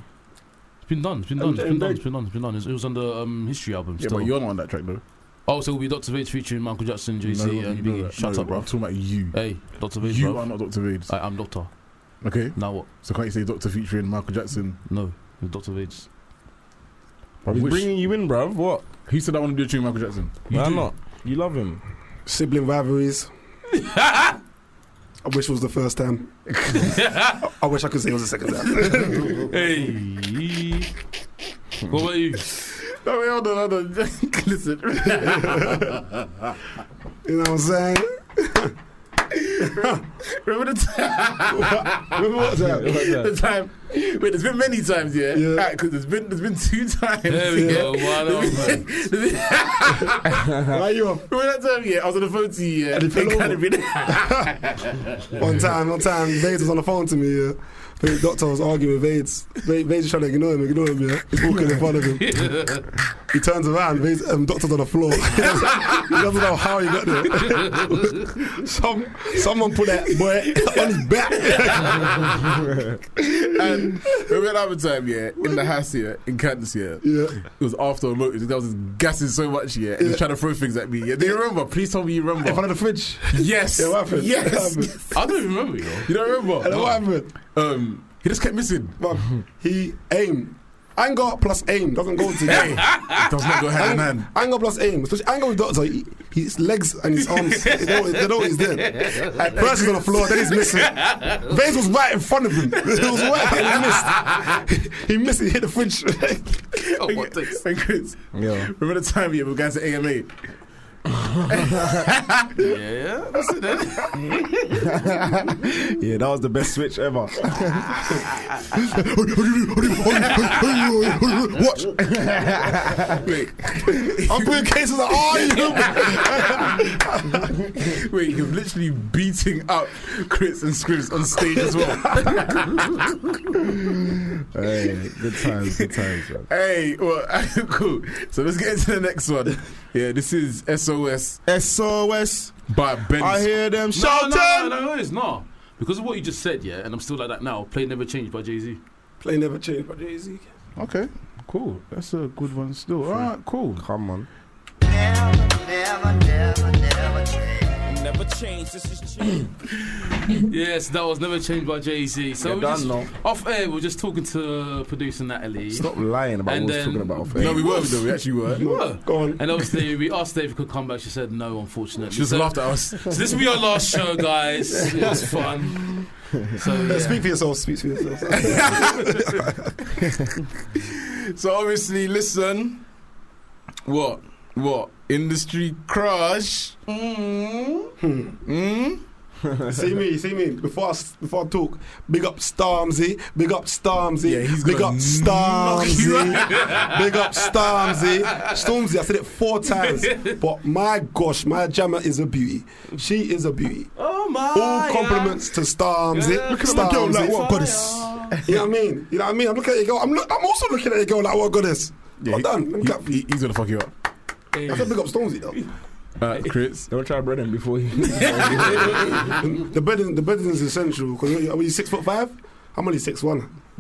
Speaker 4: It's been done. It's been
Speaker 5: And-
Speaker 4: done.
Speaker 5: and
Speaker 4: It's been
Speaker 5: they-
Speaker 4: done. It's been done. It's been done. It's- It was on the um, history album.
Speaker 3: Yeah,
Speaker 4: still.
Speaker 3: but you're not on that track though.
Speaker 4: Oh, so it'll be Dr. Vade featuring Michael Jackson, Jay Z,
Speaker 3: No,
Speaker 4: and
Speaker 3: no,
Speaker 4: Biggie.
Speaker 3: no,
Speaker 4: Shut
Speaker 3: no,
Speaker 4: up, bro.
Speaker 3: I'm talking about you.
Speaker 4: Hey, Dr. Vade.
Speaker 3: You
Speaker 4: bruv. [LAUGHS]
Speaker 3: are not Dr. Vades.
Speaker 4: I am Doctor.
Speaker 3: Okay.
Speaker 4: Now what?
Speaker 3: So can't you say Doctor featuring Michael Jackson?
Speaker 4: No, it's Doctor Vades.
Speaker 3: I'm bringing you in, bruv. What? Who said I want to do a tune, with Michael Jackson? You
Speaker 5: Why
Speaker 3: do.
Speaker 5: not? You love
Speaker 3: [LAUGHS]
Speaker 5: him. [LAUGHS]
Speaker 6: Sibling rivalries. I wish it was the first [LAUGHS] time. I I wish I could say it was the second time.
Speaker 3: [LAUGHS]
Speaker 4: hey. What about you?
Speaker 3: No, wait, hold on, hold
Speaker 6: [LAUGHS]
Speaker 3: on. Listen.
Speaker 6: you know what I'm [LAUGHS] saying?
Speaker 3: Remember the
Speaker 6: [LAUGHS]
Speaker 3: time?
Speaker 6: Remember what time?
Speaker 3: the time. Wait, there's been many times, yeah. Because there's been there's been two times.
Speaker 4: There we
Speaker 3: yeah?
Speaker 4: go, one
Speaker 3: There's
Speaker 4: over.
Speaker 3: been- there's been-
Speaker 6: Why you up?
Speaker 3: Remember that time? Yeah, I was on the phone to you. Yeah,
Speaker 6: And it fell
Speaker 3: It kinda
Speaker 6: over. [LAUGHS] One time, one time, Vades was on the phone to me. Yeah. The doctor was arguing with Vades. Va- Vades is trying to ignore him, ignore him. Yeah, he's walking in front of him. He turns around, Vades, um, doctor's on the floor. [LAUGHS] he doesn't know how he
Speaker 3: [LAUGHS]
Speaker 6: got there. Some, someone put that boy on his
Speaker 3: [LAUGHS]
Speaker 6: back.
Speaker 3: and remember that other time, yeah, in the house here, in Cadence, yeah, it was after a motor. I was just gassing so much, yeah, and yeah. trying to throw things at me. Yeah, do you remember? Please tell me you remember.
Speaker 6: In front of the fridge.
Speaker 3: Yes.
Speaker 6: Yeah, what happened? What
Speaker 3: Yes.
Speaker 6: happened?
Speaker 4: [LAUGHS] I don't even remember, you know.
Speaker 3: [LAUGHS] You don't remember?
Speaker 6: And what happened?
Speaker 3: Um, he just kept missing.
Speaker 6: But he aimed. Anger plus aim doesn't go
Speaker 3: [LAUGHS]
Speaker 6: together.
Speaker 3: does not go hand in
Speaker 6: Ang-
Speaker 3: hand.
Speaker 6: Anger plus aim, especially anger with doctor. He, his legs and his arms, they know, they know he's there. Like, First he's on the floor, then he's missing. Vase was right in front of him. It was right, and he missed. He missed. He hit the fridge.
Speaker 3: [LAUGHS] Oh, what this? And Chris, remember the time yeah, we guys at
Speaker 6: [LAUGHS]
Speaker 3: AMA?
Speaker 4: yeah, that's it then.
Speaker 6: [LAUGHS]
Speaker 5: yeah, that was the best switch ever.
Speaker 6: [LAUGHS] Watch. I'm putting cases on all
Speaker 5: oh,
Speaker 6: you.
Speaker 3: [LAUGHS] Wait, you're literally beating up Chris and Scribs on stage as well. [LAUGHS]
Speaker 5: hey, good times, good times, man.
Speaker 3: Hey, well, [LAUGHS] cool. So let's get into the next one. Yeah, this is SOS.
Speaker 5: SOS
Speaker 3: by Ben.
Speaker 5: I hear them
Speaker 4: No,
Speaker 5: shouting.
Speaker 4: no, no, no, it's not. Because of what you just said, yeah, and I'm still like that now. Play Never Changed by Jay Z.
Speaker 6: Play never changed by Jay Z.
Speaker 3: Okay, cool. That's a good one still. All right, cool.
Speaker 5: Come on.
Speaker 14: Never change. This
Speaker 4: [COUGHS]
Speaker 14: is change.
Speaker 4: yes, that was Never Changed by Jay Z. So
Speaker 5: Yeah,
Speaker 4: we
Speaker 5: done
Speaker 4: just,
Speaker 5: now.
Speaker 4: off air, we are just talking to producer Natalie.
Speaker 5: Stop lying about
Speaker 4: And
Speaker 5: what we're
Speaker 4: then-
Speaker 5: talking about. off air.
Speaker 3: No, we weren't though. We actually were.
Speaker 4: We were.
Speaker 6: Go on.
Speaker 4: And obviously, we asked Dave if he could come back. She said no, unfortunately.
Speaker 3: She just
Speaker 4: So-
Speaker 3: laughed at us.
Speaker 4: So this will be our last show, guys. It was fun. So yeah.
Speaker 6: Speak for yourself. Speak for yourself.
Speaker 4: [LAUGHS]
Speaker 3: So obviously, listen. What? What? Industry crush.
Speaker 4: Hmm?
Speaker 3: Mm.
Speaker 6: [LAUGHS]
Speaker 3: [LAUGHS]
Speaker 6: see me, see me. Before I, s- before I talk, big up Stormzy, big up Stormzy, big up Stormzy, [LAUGHS] big up Stormzy. Stormzy, I said it four
Speaker 3: [LAUGHS]
Speaker 6: times, but my gosh, my jammer is a beauty. She is a beauty.
Speaker 4: Oh my!
Speaker 6: All compliments to Stormzy.
Speaker 4: Yeah,
Speaker 6: Look
Speaker 4: Look
Speaker 6: at
Speaker 4: at
Speaker 6: my
Speaker 4: that
Speaker 6: girl
Speaker 4: girl
Speaker 6: like
Speaker 4: like,
Speaker 6: what
Speaker 4: what
Speaker 6: goddess. You know what I mean? You know what I mean? I'm looking at your girl. I'm, look, I'm also looking at your girl like what goddess.
Speaker 3: Yeah,
Speaker 6: well
Speaker 3: he-
Speaker 6: done. Look at-
Speaker 3: he- he- he's gonna fuck you up.
Speaker 6: I said big up Stormzy though.
Speaker 3: Uh, Chris,
Speaker 5: don't
Speaker 3: [LAUGHS]
Speaker 5: try bread him before you.
Speaker 6: the bedding, the bedding is essential because are you six foot five? I'm only six one.
Speaker 5: [LAUGHS]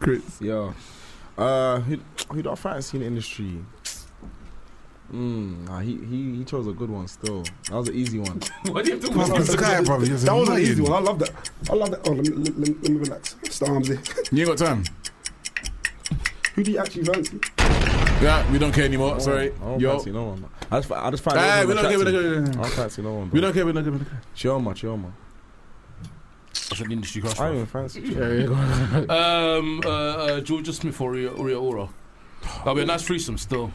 Speaker 5: Chris. Yo. Uh, who, who do I fancy in the industry? Mm, nah, he, he he chose a good one still. That was an easy one.
Speaker 4: [LAUGHS] What do you have to-
Speaker 5: Come on,
Speaker 6: That
Speaker 5: Zakai, brother, you're
Speaker 6: was an easy
Speaker 5: annoying.
Speaker 6: one. I love that. I love that. Oh, let me, let, me- let me relax. Mr. Armsy.
Speaker 3: You ain't got time.
Speaker 6: Who do you actually fancy?
Speaker 3: Yeah, we don't care anymore. Sorry.
Speaker 5: Oh, I don't
Speaker 3: Yo.
Speaker 5: fancy no one. I just, I just find
Speaker 3: Ah,
Speaker 5: everyone
Speaker 3: we don't care, we don't care, we don't
Speaker 5: attractive.
Speaker 3: care.
Speaker 5: I don't fancy no one. Bro.
Speaker 3: We don't care, we don't care, we don't care.
Speaker 5: Chill, man, chill, man.
Speaker 4: It's an industry
Speaker 5: I don't even fancy.
Speaker 4: um, uh, uh, Georgia Smith or Rio, Rio Ora. That'll be a nice threesome still.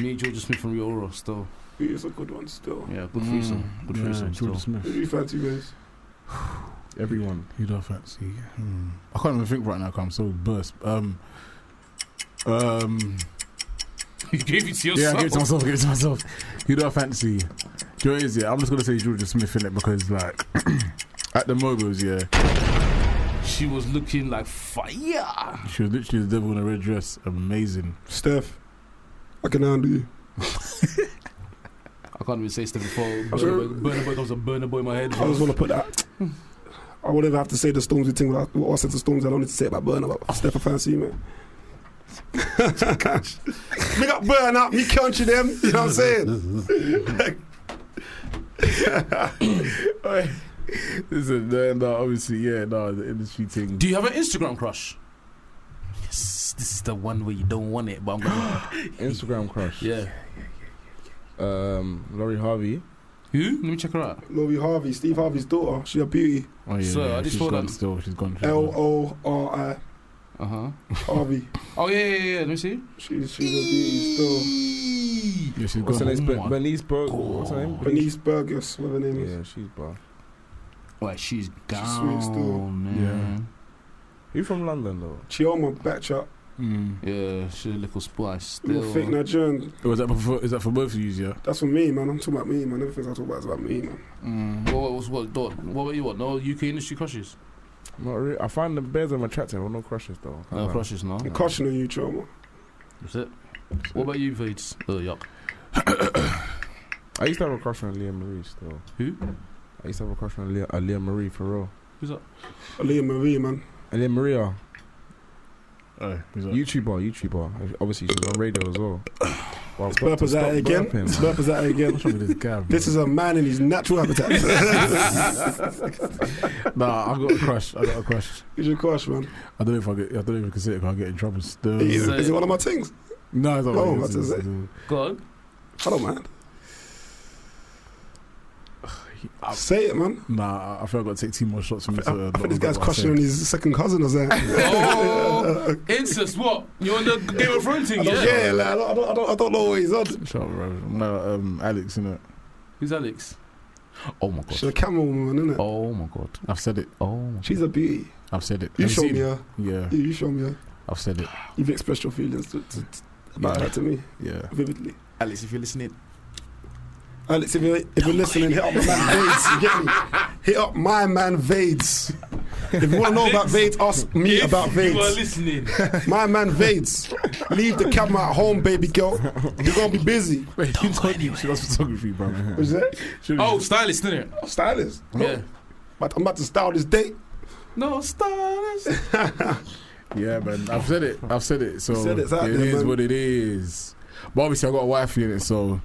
Speaker 4: Me, Georgia Smith and Rio Ora still. [LAUGHS]
Speaker 6: It's a good one still.
Speaker 4: Yeah, good threesome. good
Speaker 3: yeah,
Speaker 4: threesome still.
Speaker 3: Georgia Smith.
Speaker 6: Who do you fancy, guys?
Speaker 5: Everyone.
Speaker 3: Who do I fancy? Hmm. I can't even think right now 'cause I'm so burst. Um. Um.
Speaker 4: You gave it to
Speaker 3: Yeah, I gave it to myself. I
Speaker 4: yourself.
Speaker 3: gave it to myself. Who do I fancy? Joe is yeah. I'm just gonna say Georgia Smith in it because like [CLEARS THROAT] at the Mogos, yeah.
Speaker 4: She was looking like fire.
Speaker 3: She was literally the devil in a red dress. Amazing.
Speaker 6: Steph, I can handle you.
Speaker 4: I can't even say stuff before.
Speaker 6: sure-
Speaker 4: Burner boy, burner boy comes a burner boy in my head.
Speaker 6: I just want to put that. I would never have to say the Stormzy thing. What I, what I said to Stormzy, I don't need to say about Burn. About Steph, I fancy you, man. [LAUGHS] Big up Burn up, me country them. You know what I'm
Speaker 5: [LAUGHS]
Speaker 6: saying?
Speaker 3: Oi. Listen, no, no, obviously, yeah, no, the industry thing.
Speaker 4: Do you have an Instagram crush? Yes, this is the one where you don't want it, but I'm gonna.
Speaker 5: Instagram crush.
Speaker 4: Yeah.
Speaker 5: Um, Laurie Harvey.
Speaker 4: Who? Let me check her out.
Speaker 6: Lori Harvey, Steve Harvey's daughter. She a beauty.
Speaker 3: Oh yeah,
Speaker 4: So,
Speaker 3: yeah,
Speaker 4: I just
Speaker 3: she's
Speaker 4: saw
Speaker 3: gone
Speaker 4: that.
Speaker 3: still. She's gone. She's
Speaker 6: L
Speaker 3: gone.
Speaker 6: O R
Speaker 4: I. Uh huh.
Speaker 6: Harvey.
Speaker 4: Oh yeah, yeah, yeah. Let me see.
Speaker 6: She's she's a beauty still.
Speaker 3: Yeah, she's
Speaker 5: What's her
Speaker 3: gone.
Speaker 5: name?
Speaker 3: Oh
Speaker 5: Ben-
Speaker 3: my
Speaker 5: Bernice Burg. What's her name?
Speaker 6: Bernice Burgess, whatever her name is.
Speaker 5: Yeah, she's bar.
Speaker 4: Like she's
Speaker 6: sweet still.
Speaker 4: gone, man.
Speaker 5: You from London though?
Speaker 6: Chioma Batcha.
Speaker 4: Yeah, Uh, she's a little spice
Speaker 6: Little
Speaker 4: still.
Speaker 6: fake Nigerian.
Speaker 3: Oh, is that for is that for both of you? Yeah.
Speaker 6: That's for me, man. I'm talking about me, man. Everything I talk about is about me, man.
Speaker 4: Mm. What, what, what, what, what about you? What? No UK industry crushes.
Speaker 5: Not really. I find the bears I'm attractive, but no crushes though.
Speaker 4: No crushes, no.
Speaker 6: I'm crushing on you, Chioma.
Speaker 4: That's it. What about you, Vades? Oh, yuck.
Speaker 5: I used to have a crush on Leah Marie still.
Speaker 4: Who?
Speaker 5: I used to have a crush on Leah, uh, Leah Marie for real.
Speaker 4: Who's that?
Speaker 6: Aaliyah Marie, man.
Speaker 5: Leah Maria,
Speaker 3: Oh, who's that?
Speaker 5: YouTuber, YouTuber. Obviously, she's on radio as
Speaker 3: [COUGHS]
Speaker 5: well. Wow,
Speaker 6: Burp us out again. Burp us out again.
Speaker 3: What's wrong with this guy?
Speaker 6: This is a man in his natural
Speaker 3: [LAUGHS]
Speaker 6: habitat.
Speaker 3: Nah, I've got a crush. I got a crush.
Speaker 6: He's your crush, man.
Speaker 3: I don't know if I get. I don't know if I can say it. 'cause I get in trouble still.
Speaker 6: Is it- is it one of my things?
Speaker 3: No, it's not.
Speaker 6: Oh,
Speaker 3: my-
Speaker 6: that's
Speaker 3: it's-
Speaker 6: it.
Speaker 3: it's-
Speaker 4: Go on.
Speaker 6: I don't
Speaker 3: Uh,
Speaker 6: mind. Say it, man.
Speaker 3: Nah, I feel I got to take two more shots from this. Uh,
Speaker 6: This guy's crushing on his second cousin or something.
Speaker 4: [LAUGHS] Oh, incest, what? You're on the Game of Thrones
Speaker 6: I
Speaker 4: thing,
Speaker 6: don't,
Speaker 4: yeah?
Speaker 6: yeah, like, I, don't, I, don't, I, don't, I don't know what he's on.
Speaker 3: Shut up, bro. No, um, Alex, innit?
Speaker 4: Who's Alex? Oh my
Speaker 6: She's a
Speaker 4: god.
Speaker 6: camera woman, innit?
Speaker 4: Oh my god.
Speaker 3: I've said it.
Speaker 4: Oh my
Speaker 6: She's a beauty.
Speaker 3: I've said it.
Speaker 6: You
Speaker 3: Have
Speaker 6: show
Speaker 3: seen
Speaker 6: me
Speaker 3: it?
Speaker 6: her.
Speaker 3: Yeah,
Speaker 6: You, you show me her.
Speaker 3: I've said it.
Speaker 6: You've expressed your feelings to, to, to, about
Speaker 3: Yeah.
Speaker 6: her to me
Speaker 3: Yeah.
Speaker 6: vividly.
Speaker 15: Alex, if you're listening,
Speaker 6: Alex, if you're, if you're listening, hit up my man Vades. You get me? Hit up my man Vades. If you want to know about Vades, ask me about Vades.
Speaker 4: You are listening.
Speaker 6: My man Vades, leave the camera at home, baby girl. You're gonna be busy.
Speaker 3: Wait, you told me she does photography, bro.
Speaker 6: What's that?
Speaker 4: Oh, stylist, didn't it?
Speaker 6: Stylist.
Speaker 4: Yeah.
Speaker 6: But I'm about to style this date.
Speaker 4: No, stylist.
Speaker 3: Yeah, man. I've said it. I've said it. So
Speaker 6: You said it's out
Speaker 3: it
Speaker 6: there,
Speaker 3: is
Speaker 6: man.
Speaker 3: what it is. But obviously, I got a wife in it, so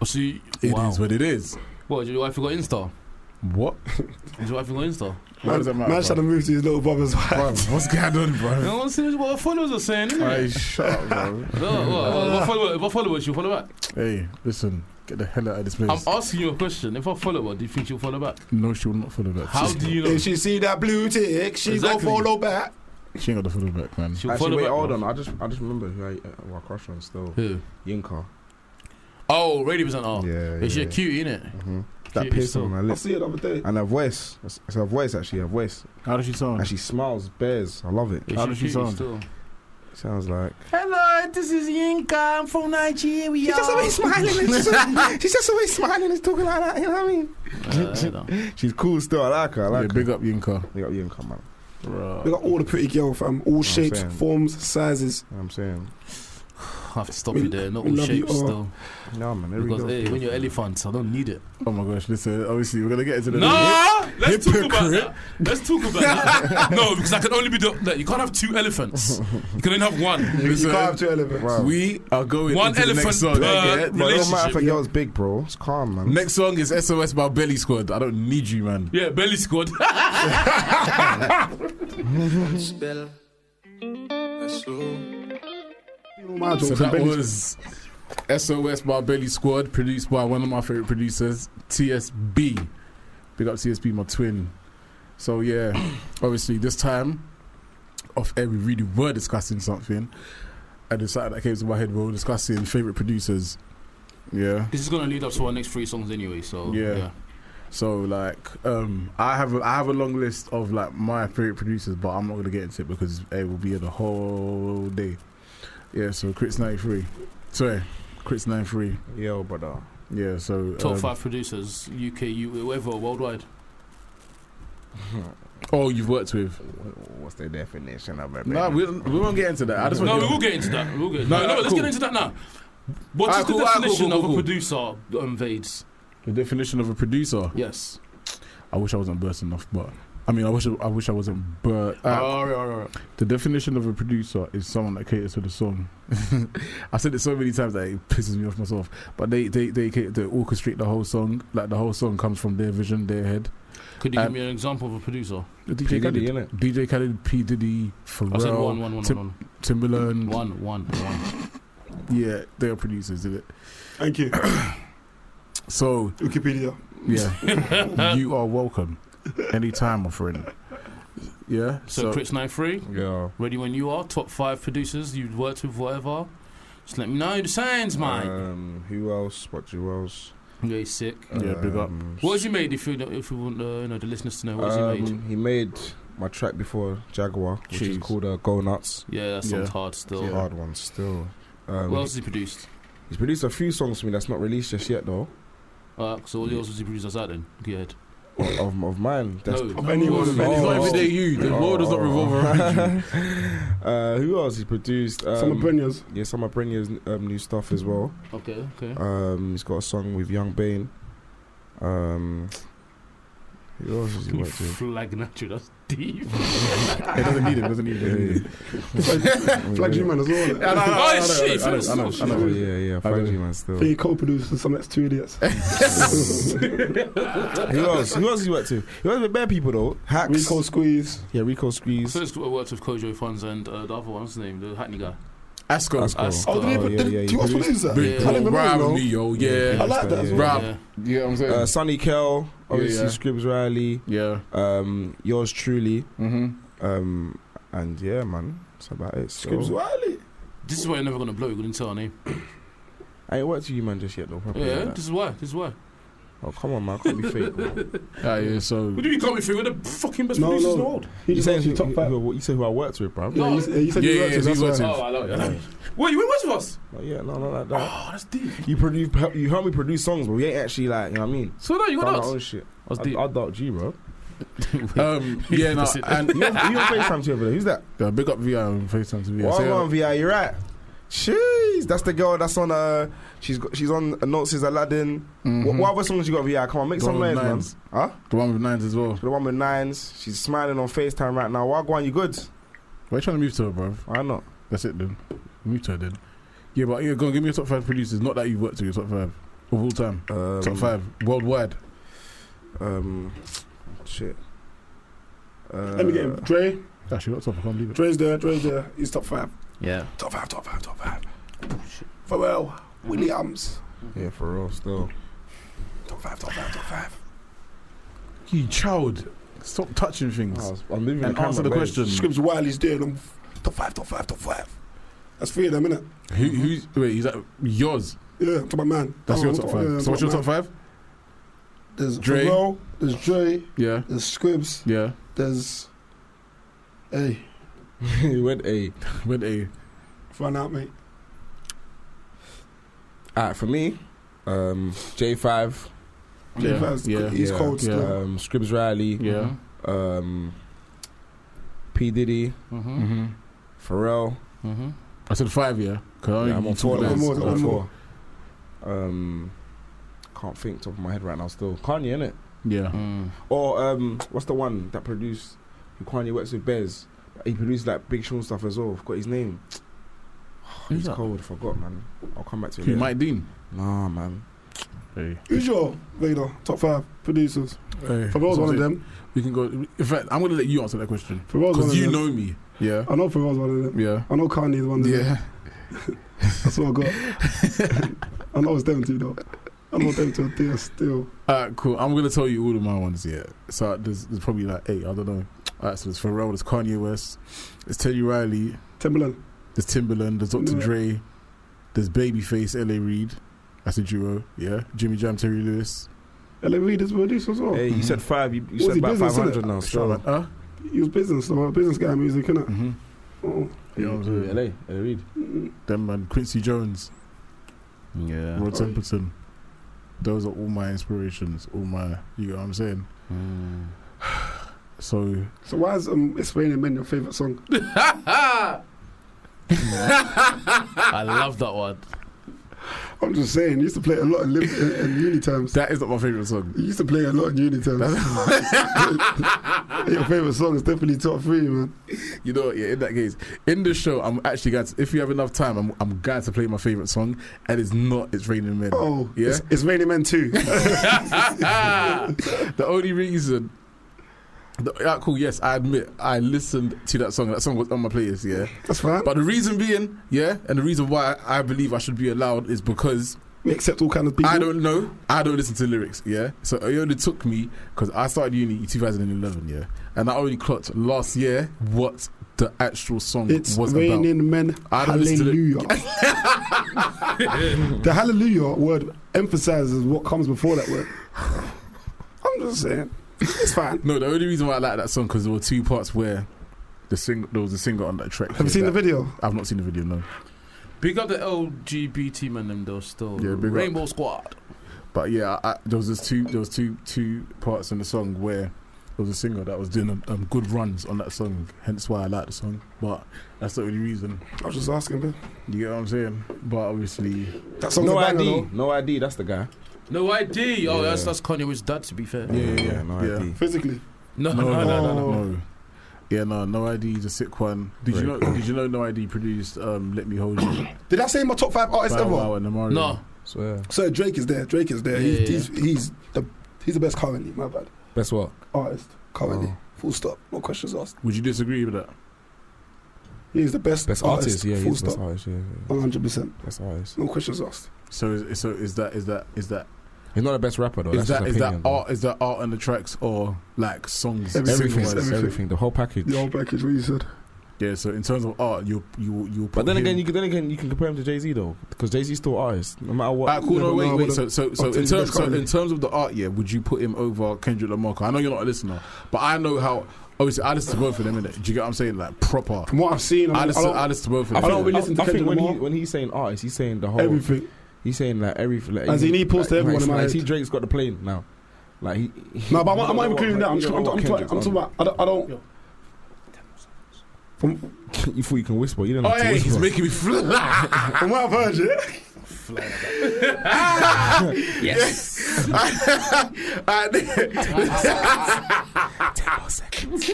Speaker 4: Oh, See,
Speaker 3: it is
Speaker 4: wow.
Speaker 3: what it is.
Speaker 4: What, your wife got Insta?
Speaker 3: What?
Speaker 4: Is your wife got Insta?
Speaker 3: Why does that
Speaker 6: Man,
Speaker 3: matter?
Speaker 6: man trying to
Speaker 3: bruv?
Speaker 6: move to his little brother's wife.
Speaker 3: Bruv, what's going on,
Speaker 4: You
Speaker 3: bro?
Speaker 4: know what I'm saying? What our followers are saying, isn't
Speaker 3: Hey,
Speaker 4: it?
Speaker 3: shut up, [LAUGHS] bro.
Speaker 4: No, what, what, what, follower, if I follow her, she'll follow back.
Speaker 3: Hey, listen. Get the hell out of this place.
Speaker 4: I'm asking you a question. If I follow her, do you think she'll follow back?
Speaker 3: no, she will not follow back.
Speaker 4: How do you know?
Speaker 6: If she see that blue tick, she
Speaker 4: Exactly.
Speaker 6: go follow back.
Speaker 3: She ain't got the follow back, man.
Speaker 4: [LAUGHS] She'll
Speaker 5: Actually, wait,
Speaker 4: back,
Speaker 5: hold
Speaker 4: bro.
Speaker 5: on. I just, I just remember who I, uh, who I crush on still.
Speaker 4: Who?
Speaker 5: Yinka.
Speaker 4: Oh, radio was on. Oh,
Speaker 5: Yeah,
Speaker 4: Is she
Speaker 5: yeah.
Speaker 4: a cutie, innit?
Speaker 5: hmm That
Speaker 4: Cute
Speaker 5: piercing
Speaker 4: still.
Speaker 5: on her
Speaker 6: I
Speaker 5: lips
Speaker 6: see it the other day.
Speaker 5: and her voice. It's it's her voice actually. Her voice.
Speaker 3: How does she sound?
Speaker 5: And she smiles bears. I love it.
Speaker 4: Is
Speaker 3: How does she
Speaker 4: cutie
Speaker 3: sound?
Speaker 4: still?
Speaker 5: Sounds like.
Speaker 15: Hello, this is Yinka. I'm from Nigeria. She's
Speaker 12: just
Speaker 6: [LAUGHS]
Speaker 12: always smiling and just- she's just always smiling and talking like that. You know what I mean?
Speaker 3: [LAUGHS]
Speaker 5: She's cool still. I like her. I like
Speaker 3: Yeah,
Speaker 5: her.
Speaker 3: big up Yinka.
Speaker 5: Big up Yinka, man.
Speaker 3: Bro.
Speaker 6: We got all the pretty girl fam, all shapes,
Speaker 5: saying.
Speaker 6: forms, sizes.
Speaker 5: You know what I'm saying.
Speaker 4: have to stop
Speaker 3: We-
Speaker 4: you there. Not
Speaker 3: we
Speaker 4: all
Speaker 3: love you
Speaker 4: shapes,
Speaker 3: all.
Speaker 4: though.
Speaker 5: No, man.
Speaker 3: there we
Speaker 4: because
Speaker 3: go.
Speaker 4: hey, when you're elephants, I don't need it.
Speaker 3: Oh my gosh, listen, obviously we're gonna get into the
Speaker 4: Nah, let's talk about
Speaker 3: Hypocrite.
Speaker 4: that. Let's talk
Speaker 6: [LAUGHS]
Speaker 4: about that. No, because I can only be the. Like, you can't have two elephants. You can only have
Speaker 6: [LAUGHS]
Speaker 4: one.
Speaker 3: Listen, We are going
Speaker 4: One
Speaker 3: into the
Speaker 4: elephant
Speaker 3: next song.
Speaker 4: per
Speaker 5: But it don't matter if a
Speaker 4: relationship.
Speaker 5: girl's big, bro. It's calm, man.
Speaker 3: Next song is SOS by Belly Squad. I don't need you, man.
Speaker 4: Yeah,
Speaker 6: [LAUGHS]
Speaker 4: belly squad.
Speaker 14: Spell. That's true.
Speaker 3: So that was SOS by Belly Squad, produced by one of my favorite producers, TSB. Big up TSB, my twin. So
Speaker 4: [COUGHS]
Speaker 3: yeah, obviously this time off air we really were discussing something. I decided that came to my head. We were discussing favorite producers. Yeah.
Speaker 4: This is gonna lead up to our next three songs anyway. So
Speaker 3: Yeah. So like, um, I have a, I have a long list of like my favorite producers, but I'm not gonna get into it because it will be the whole day. Yeah. So Crits ninety three. Sorry, Crits ninety three.
Speaker 5: Yo, brother.
Speaker 3: Yeah. So
Speaker 4: Top
Speaker 3: um,
Speaker 4: five producers, UK, U, whatever, worldwide.
Speaker 3: Oh, you've worked with.
Speaker 5: What's the definition of a
Speaker 3: No, we, we won't get into that. I just
Speaker 4: no,
Speaker 3: want
Speaker 4: we
Speaker 3: your-
Speaker 4: will get into that. We'll get into
Speaker 3: No,
Speaker 4: that.
Speaker 3: no,
Speaker 4: No, let's
Speaker 3: cool.
Speaker 4: get into that now. What is
Speaker 3: Alright, cool,
Speaker 4: the
Speaker 3: alright, cool,
Speaker 4: definition
Speaker 3: cool,
Speaker 4: of a
Speaker 3: cool.
Speaker 4: producer, um, Vades?
Speaker 3: The definition of a producer.
Speaker 4: Yes.
Speaker 3: I wish I wasn't burst enough, but I mean, I wish I, I wish I wasn't bur uh,
Speaker 4: Alright, alright, alright.
Speaker 3: The definition of a producer is someone that caters to the song. [LAUGHS] I've said it so many times that it pisses me off myself. But they they they, ca- they orchestrate the whole song. Like the whole song comes from their vision, their head. Um,
Speaker 4: Could you
Speaker 3: And
Speaker 5: Um,
Speaker 4: give me an example of a producer?
Speaker 3: DJ Khaled, DJ Khaled, P Diddy, Pharrell,
Speaker 4: I said one, one, one,
Speaker 3: Tim-
Speaker 4: one, one.
Speaker 3: Timberland. er
Speaker 4: One, one, one.
Speaker 3: Yeah, they are producers, isn't it?
Speaker 6: Thank you.
Speaker 3: [CLEARS THROAT] So
Speaker 6: Wikipedia.
Speaker 3: Yeah, you are welcome anytime, my friend. Yeah.
Speaker 4: So, Crits 93.
Speaker 5: Yeah.
Speaker 4: Ready when you are. Top five producers you've worked with, whatever. Just let me know the signs, mate.
Speaker 5: Um, who else? What who else? Um,
Speaker 4: Yeah, he's sick.
Speaker 5: Yeah, big up.
Speaker 4: What has he made? If you if you want uh, you know the listeners to know, what has he made?
Speaker 5: Um, he made my track before Jaguar, which is
Speaker 4: Jeez.
Speaker 5: called uh, Go Nuts.
Speaker 4: Yeah, that song's hard still.
Speaker 5: It's a hard one still. Um,
Speaker 4: What else has he produced?
Speaker 5: He's produced a few songs for me that's not released just yet though.
Speaker 4: Uh, so all the others he produced us out then. Go ahead.
Speaker 5: Of, of mine. That's
Speaker 4: No, Of no, anyone. no, no. It's not every day you. The world does not revolve around
Speaker 5: you. uh, who else? He produced um,
Speaker 6: Some of Brenya's.
Speaker 5: Yeah, some of Brenya's um, new stuff as well.
Speaker 4: Okay, okay.
Speaker 5: Um, he's got a song with Young Bane. Um, who else has he
Speaker 4: You
Speaker 5: worked with?
Speaker 4: flag natural. That's deep.
Speaker 5: [LAUGHS] It doesn't need it. Doesn't need it.
Speaker 6: Flag G Man as well.
Speaker 4: I know, I know, Oh, I know, shit, I know, I know, I know, I know.
Speaker 5: Yeah, yeah. Flag G Man still.
Speaker 6: Three co-producers, some ex two idiots.
Speaker 5: [LAUGHS] Who else? Who else you worked to? You worked with bad people though. Hacks. Rico
Speaker 6: Squeeze.
Speaker 5: Yeah, Rico
Speaker 4: I
Speaker 5: Squeeze.
Speaker 4: first worked with Kojo Funds and uh, the other one's name, the Hackney guy.
Speaker 3: Asco.
Speaker 4: Asco.
Speaker 6: Oh, did they put- did- do you watch what it is that?
Speaker 3: Big bro,
Speaker 6: I didn't even know,
Speaker 3: ride
Speaker 6: you know.
Speaker 3: with me, yo. Yeah.
Speaker 5: I like that as well.
Speaker 3: Ride-
Speaker 5: Yeah.
Speaker 3: [LAUGHS] Yeah, I'm saying.
Speaker 5: Uh, Sonny Kell, obviously
Speaker 3: yeah.
Speaker 5: Scribs Riley.
Speaker 3: Yeah.
Speaker 5: Um, yours truly.
Speaker 3: Mm-hmm.
Speaker 5: Um, and yeah, man, that's about it. So.
Speaker 4: Scribs Riley? This is why you're never gonna blow. You couldn't tell our name.
Speaker 5: I ain't worked to you, man, just yet though.
Speaker 4: Yeah,
Speaker 5: properly like
Speaker 4: this
Speaker 5: that.
Speaker 4: is why. This is why.
Speaker 5: Oh come on, man, I can't be
Speaker 4: [LAUGHS]
Speaker 5: fake.
Speaker 3: [LAUGHS] Ah, yeah. So
Speaker 4: What do you mean coming through? We're the fucking best producers in the world.
Speaker 5: You, saying who, who, who- you said who I worked with, bro?
Speaker 4: No.
Speaker 3: Yeah, yeah, yeah, he worked
Speaker 4: Oh, I love it. Wait, you went with us?
Speaker 5: Like, yeah, no, no, like that.
Speaker 4: Oh, that's deep.
Speaker 5: You produce, you help me produce songs, but we ain't actually like, you know what I mean?
Speaker 4: So no, you got
Speaker 5: Done our
Speaker 4: us.
Speaker 5: own shit.
Speaker 4: That's
Speaker 5: I,
Speaker 4: deep.
Speaker 5: I doubt G, bro.
Speaker 3: [LAUGHS] Um, yeah,
Speaker 4: [LAUGHS]
Speaker 3: no, and
Speaker 5: you on you on FaceTime too over there? Who's that?
Speaker 3: Yeah, big up VI on FaceTime to VI.
Speaker 5: One
Speaker 3: Say, uh,
Speaker 5: one VI, you're right. Jeez, that's the girl that's on uh she's got, she's on Notes is Aladdin. What, what other songs you got VI? Come on, make
Speaker 3: The
Speaker 5: some
Speaker 3: one
Speaker 5: noise,
Speaker 3: with
Speaker 5: man.
Speaker 3: Mm-hmm. nines.
Speaker 5: Huh?
Speaker 3: The one with nines as well.
Speaker 5: The one with nines. She's smiling on FaceTime right now. Wagwan, you good?
Speaker 3: Why you trying to move to her, bro?
Speaker 5: Why not?
Speaker 3: That's it then. Move to her then. Yeah, but yeah, go on, give me your top five producers. Not that you worked to your top five of all time. top five worldwide.
Speaker 5: Um, shit. Uh,
Speaker 6: Let me get him. Dre.
Speaker 3: Actually, not top. I can't believe it.
Speaker 6: Dre's there. Dre's there. He's top five.
Speaker 4: Yeah.
Speaker 6: Top five. Top five. Top five. Pharrell. Williams.
Speaker 5: Yeah, for real, still.
Speaker 6: Top five. Top five. Top five.
Speaker 3: You child, stop touching things.
Speaker 5: Oh, I'm moving
Speaker 3: and answer the question.
Speaker 6: Scribs Wiley's there. them Top five. Top five. Top five. That's three of them, innit?
Speaker 3: Who, who's wait? Is that yours?
Speaker 6: Yeah, to my man.
Speaker 3: That's
Speaker 6: Oh,
Speaker 3: your
Speaker 6: I'm
Speaker 3: top
Speaker 6: top-
Speaker 3: five.
Speaker 6: yeah,
Speaker 3: so what's
Speaker 6: top
Speaker 3: your top five?
Speaker 6: There's
Speaker 3: Dre.
Speaker 6: Pharrell. There's Dre.
Speaker 3: Yeah.
Speaker 6: There's Scribs.
Speaker 3: Yeah.
Speaker 6: There's.
Speaker 5: [LAUGHS]
Speaker 6: Hey,
Speaker 5: you went A.
Speaker 3: Went A.
Speaker 6: find out, mate.
Speaker 5: Alright, Ah, for me, um, J five.
Speaker 6: Yeah, J5's yeah, he's cold still.
Speaker 5: Um, Scribs Riley.
Speaker 3: Yeah.
Speaker 5: Um, P Diddy.
Speaker 4: Mhm.
Speaker 6: Mm-hmm.
Speaker 5: Pharrell.
Speaker 4: Mhm.
Speaker 3: Mm-hmm. I said five, yeah. Cause
Speaker 5: Yeah, I'm on four
Speaker 3: four
Speaker 5: now.
Speaker 3: days.
Speaker 5: I'm on four. Um, can't think top of my head right now. Still Kanye, innit?
Speaker 3: Yeah.
Speaker 5: Or um, what's the one that produced? Who Kanye works with Bears? He produced like Big Sean stuff as well. Forgot his name. [SIGHS] He's cold. Forgot, man. I'll come back to you.
Speaker 3: Who,
Speaker 5: later.
Speaker 3: Mike Dean?
Speaker 5: Nah, man.
Speaker 6: Who's your Vader top five producers?
Speaker 3: Hey,
Speaker 6: For those
Speaker 3: Uh, that's
Speaker 6: one of
Speaker 3: it.
Speaker 6: them.
Speaker 3: We can go. In fact, I'm gonna let you answer that question
Speaker 6: For those one
Speaker 3: because
Speaker 6: of
Speaker 3: you
Speaker 6: them.
Speaker 3: know me. Yeah.
Speaker 6: I know Pharrell's one of them.
Speaker 3: Yeah.
Speaker 6: I know Kanye's one of them.
Speaker 3: Yeah.
Speaker 6: [LAUGHS] That's what I
Speaker 3: [LAUGHS]
Speaker 6: got. I know it's them two though. I know them two. They are still.
Speaker 3: Alright, cool. I'm gonna tell you all of my ones. Yeah. So there's, there's probably like eight. I don't know. Alright, so there's Pharrell, there's Kanye West, there's Teddy Riley,
Speaker 6: Timberland,
Speaker 3: there's Timberland, there's Dr.
Speaker 6: Yeah.
Speaker 3: Dre, there's Babyface, L.A. Reid. That's a duo. Yeah. Jimmy Jam, Terry Lewis.
Speaker 6: L.A. Reid is produced as well.
Speaker 5: Hey, you said five. You,
Speaker 6: Was
Speaker 5: you said
Speaker 6: he
Speaker 5: about
Speaker 6: business,
Speaker 5: five hundred
Speaker 6: innit?
Speaker 5: now.
Speaker 6: Sure,
Speaker 5: So
Speaker 6: man. He was business, so a business guy music, innit?
Speaker 3: Mm-hmm.
Speaker 6: Oh.
Speaker 3: You know what I'm saying? Mm-hmm.
Speaker 5: L.A. L.A. Reid.
Speaker 3: Them man, Quincy Jones. Yeah. Rod Temperton. Those are all my inspirations. All my, you know what I'm saying. So
Speaker 6: So why is um, "It's Raining Men" your favorite
Speaker 3: [LAUGHS]
Speaker 6: song? [LAUGHS]
Speaker 4: I love that one.
Speaker 6: I'm just saying, you used to play it a lot in, lim- in, in uni times.
Speaker 3: That is not my favorite song.
Speaker 6: You used to play it a lot in uni times. [LAUGHS] your favorite song is definitely top three, man.
Speaker 3: You know, what, yeah. In that case, in the show, I'm actually going. To, if we have enough time, I'm I'm going to play my favorite song, and it's not. It's raining men.
Speaker 6: Oh,
Speaker 3: yeah.
Speaker 6: it's, it's Raining Men too.
Speaker 3: [LAUGHS] the only reason. The, ah, cool. Yes, I admit I listened to that song. That song was on my playlist. Yeah,
Speaker 6: that's fine.
Speaker 3: But the reason being, yeah, and the reason why I believe I should be allowed is because
Speaker 6: we accept all kind of people.
Speaker 3: I don't know. I don't listen to lyrics. Yeah, so it only took me because I started uni in 2011. Yeah, and I only clocked last year what the actual song
Speaker 6: It's
Speaker 3: was about.
Speaker 6: Raining Men.
Speaker 3: I don't listen to the-
Speaker 6: Hallelujah. the Hallelujah word emphasizes what comes before that word. I'm just saying, it's fine.
Speaker 3: No, the only reason why I like that song because there were two parts where the sing there was a singer on that track.
Speaker 6: Have you seen the video?
Speaker 3: I've not seen the video. No,
Speaker 4: Big up the LGBT man them though still.
Speaker 3: Yeah, big up.
Speaker 4: Rainbow Squad.
Speaker 3: but yeah, I, I, there was just two there was two two parts in the song where there was a singer that was doing um, um, good runs on that song. Hence why I like the song. But that's the only reason.
Speaker 6: I was just asking, man.
Speaker 3: You get what I'm saying? But obviously,
Speaker 6: that
Speaker 5: no ID. No ID. That's the guy.
Speaker 4: No ID.
Speaker 5: Yeah.
Speaker 4: Oh, that's that's Kanye West's dad to be fair.
Speaker 5: yeah. No
Speaker 3: yeah.
Speaker 5: ID.
Speaker 6: Physically.
Speaker 4: No, no, no, no, no.
Speaker 3: no. Yeah, no, no ID. The sick one. Did you know? Did you know? No ID produced. Um, Let me hold you.
Speaker 6: [COUGHS] Did I say my top five artists
Speaker 3: Bow
Speaker 6: ever?
Speaker 3: Wow and Amari.
Speaker 6: No.
Speaker 5: Swear.
Speaker 6: So Drake is there. Drake is there.
Speaker 3: Yeah,
Speaker 6: he's,
Speaker 3: yeah,
Speaker 6: He's, he's the he's the best currently. My bad.
Speaker 5: Best what?
Speaker 6: Artist currently.
Speaker 3: Oh.
Speaker 6: Full stop. No questions asked.
Speaker 3: Would you disagree with that?
Speaker 6: He's the best.
Speaker 5: Best
Speaker 6: artist.
Speaker 5: artist, yeah,
Speaker 6: Full
Speaker 5: he's the best
Speaker 6: stop.
Speaker 5: artist, yeah, yeah.
Speaker 6: One hundred percent.
Speaker 5: Best artist.
Speaker 6: No questions asked.
Speaker 3: So, is, so is that is that is that
Speaker 5: He's not the best rapper though.
Speaker 3: is
Speaker 5: that's
Speaker 3: that
Speaker 5: his
Speaker 3: is that
Speaker 5: opinion, though.
Speaker 3: art is that art on the tracks or like songs
Speaker 5: Everything,
Speaker 3: singles?
Speaker 5: everything, The whole package.
Speaker 6: The whole package. What you said.
Speaker 3: yeah so in terms of art you you you
Speaker 5: But then again, you can, then again, you can compare him to Jay Z though, because Jay Z's still an artist, no matter what.
Speaker 3: Ah, cool. No, wait, wait. So, so, so in terms, so in terms of the art, yeah, would you put him over Kendrick Lamar? 'Cause I know you're not a listener, but I know how. Obviously, I listen to both of them. Innit? Do you get what I'm saying? Like proper.
Speaker 6: From what I've seen,
Speaker 3: I
Speaker 6: I
Speaker 3: listen.
Speaker 6: don't-
Speaker 3: I listen to both of
Speaker 5: I
Speaker 3: them.
Speaker 5: think,
Speaker 3: yeah.
Speaker 5: I, I think when, he, when he's saying artist, he's saying the whole
Speaker 6: Everything.
Speaker 5: He's saying like everything. Like,
Speaker 6: As in he pulls to
Speaker 5: like,
Speaker 6: everyone
Speaker 5: like,
Speaker 6: in my
Speaker 5: like,
Speaker 6: head.
Speaker 5: See, Drake's got the plane now. Like he. [LAUGHS]
Speaker 6: [LAUGHS]
Speaker 5: he
Speaker 6: No, but I'm, I'm
Speaker 5: he
Speaker 6: not even
Speaker 5: got
Speaker 6: clearing
Speaker 5: what-
Speaker 6: that. I'm,
Speaker 5: he
Speaker 6: just,
Speaker 5: got
Speaker 6: I'm,
Speaker 5: what
Speaker 6: I'm, talking, I'm
Speaker 5: Kendrick's
Speaker 6: talking
Speaker 5: on.
Speaker 6: about. I don't. I don't
Speaker 5: you thought you can whisper? You don't
Speaker 6: Oh,
Speaker 5: have to
Speaker 6: hey,
Speaker 5: whisper.
Speaker 6: he's making
Speaker 3: [LAUGHS]
Speaker 6: me
Speaker 5: [LAUGHS]
Speaker 6: fly. from what I've heard, yeah.
Speaker 5: Yes.
Speaker 3: Ten more seconds.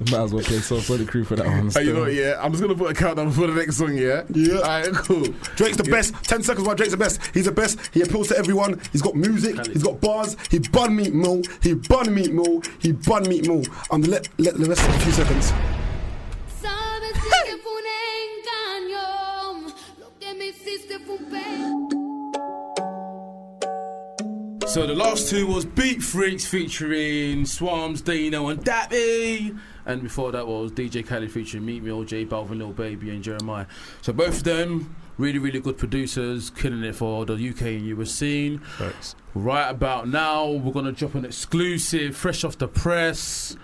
Speaker 5: Might as well play Soul Soul Crew for that one.
Speaker 3: Hey, [LAUGHS] you know,
Speaker 5: still.
Speaker 3: what, yeah,
Speaker 6: [LAUGHS]
Speaker 3: I'm just gonna put a countdown for the next song, yeah.
Speaker 6: Yeah.
Speaker 3: Alright, cool.
Speaker 6: Drake's the best. Ten seconds why Drake's the best. He's the best. He appeals to everyone. He's got music. He's got bars. He bun meat mo. He bun meat mo. He bun meat mo. I'm let let the rest of a few seconds.
Speaker 16: Sabes si que fue un engaño lo que me hiciste fue un pe-
Speaker 4: So the last two was Beat Freaks featuring Swarms, Dino, and Dappy. And before that was DJ Khaled featuring Meat Mill, J Balvin, Lil Baby, and Jeremiah. So both of them, really, really good producers, killing it for the UK and US scene.
Speaker 3: Right,
Speaker 4: about now, we're going to drop an exclusive, fresh off the press.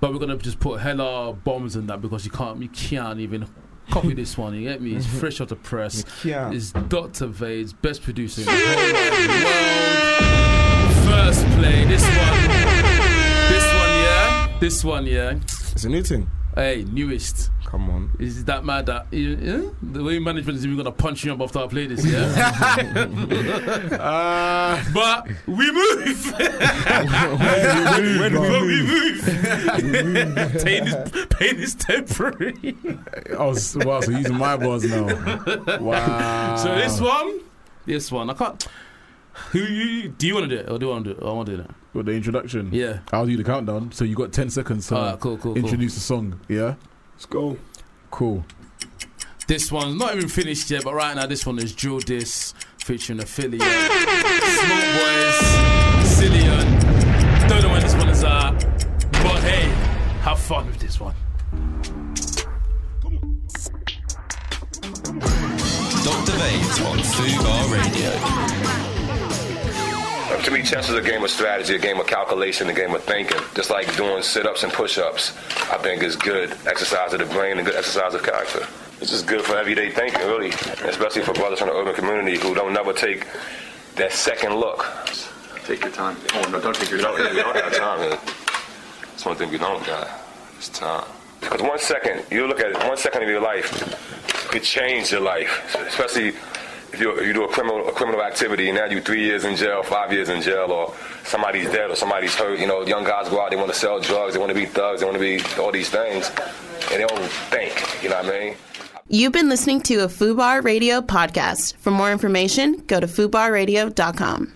Speaker 4: But we're going to just put hella bombs in that because you can't, you can't even copy this one, you get me? It's fresh off the press.
Speaker 5: Yeah.
Speaker 4: It's Dr. Vade's best producer in the whole world. First play, this one. This one, yeah. This one, yeah.
Speaker 5: It's a new thing.
Speaker 4: Hey, newest.
Speaker 5: Come on.
Speaker 4: Is that mad that yeah, yeah? the way management is even gonna punch you up after I play
Speaker 5: [LAUGHS]
Speaker 4: this? Yeah.
Speaker 3: Uh,
Speaker 4: but we
Speaker 3: [LAUGHS]
Speaker 4: move.
Speaker 9: When we
Speaker 4: But we
Speaker 3: [LAUGHS]
Speaker 9: move.
Speaker 4: move. pain, is, pain is temporary.
Speaker 3: Oh, s- wow, so using my bars now.
Speaker 4: [LAUGHS]
Speaker 3: Wow.
Speaker 4: So this one, this one, I can't. Who you? Do you want to do it or do I want to do it? I want to do that.
Speaker 3: With the introduction.
Speaker 4: Yeah.
Speaker 3: I'll do the countdown. So you got 10 seconds to
Speaker 4: Alright, cool, cool, cool.
Speaker 3: introduce the song. Yeah?
Speaker 6: Let's go.
Speaker 3: Cool.
Speaker 4: This one's not even finished yet, but right now this one is Drill This featuring Affiliate, Smoke Boys, Cillian. Don't know when this one is at, but hey, have fun with this one.
Speaker 2: Dr. Veins on Fubar Radio.
Speaker 17: Um, To me, chess is a game of strategy, a game of calculation, a game of thinking. Just like doing sit-ups and push-ups, I think is good exercise of the brain and good exercise of character. It's just good for everyday thinking, really, especially for brothers from the urban community who don't never take that second look. Take your time. Oh no, don't take your time. We [LAUGHS] don't have time. That's one thing we don't got. It's time. Because one second, you look at it, one second of your life could change your life, especially if you, you do a criminal a criminal activity and now you three years in jail, five years in jail, or somebody's dead or somebody's hurt. You know, young guys go out, they want to sell drugs, they want to be thugs, they want to be all these things, and they don't think. You know what I mean?
Speaker 1: You've been listening to a FUBAR Radio podcast. For more information, go to fubarradio.com.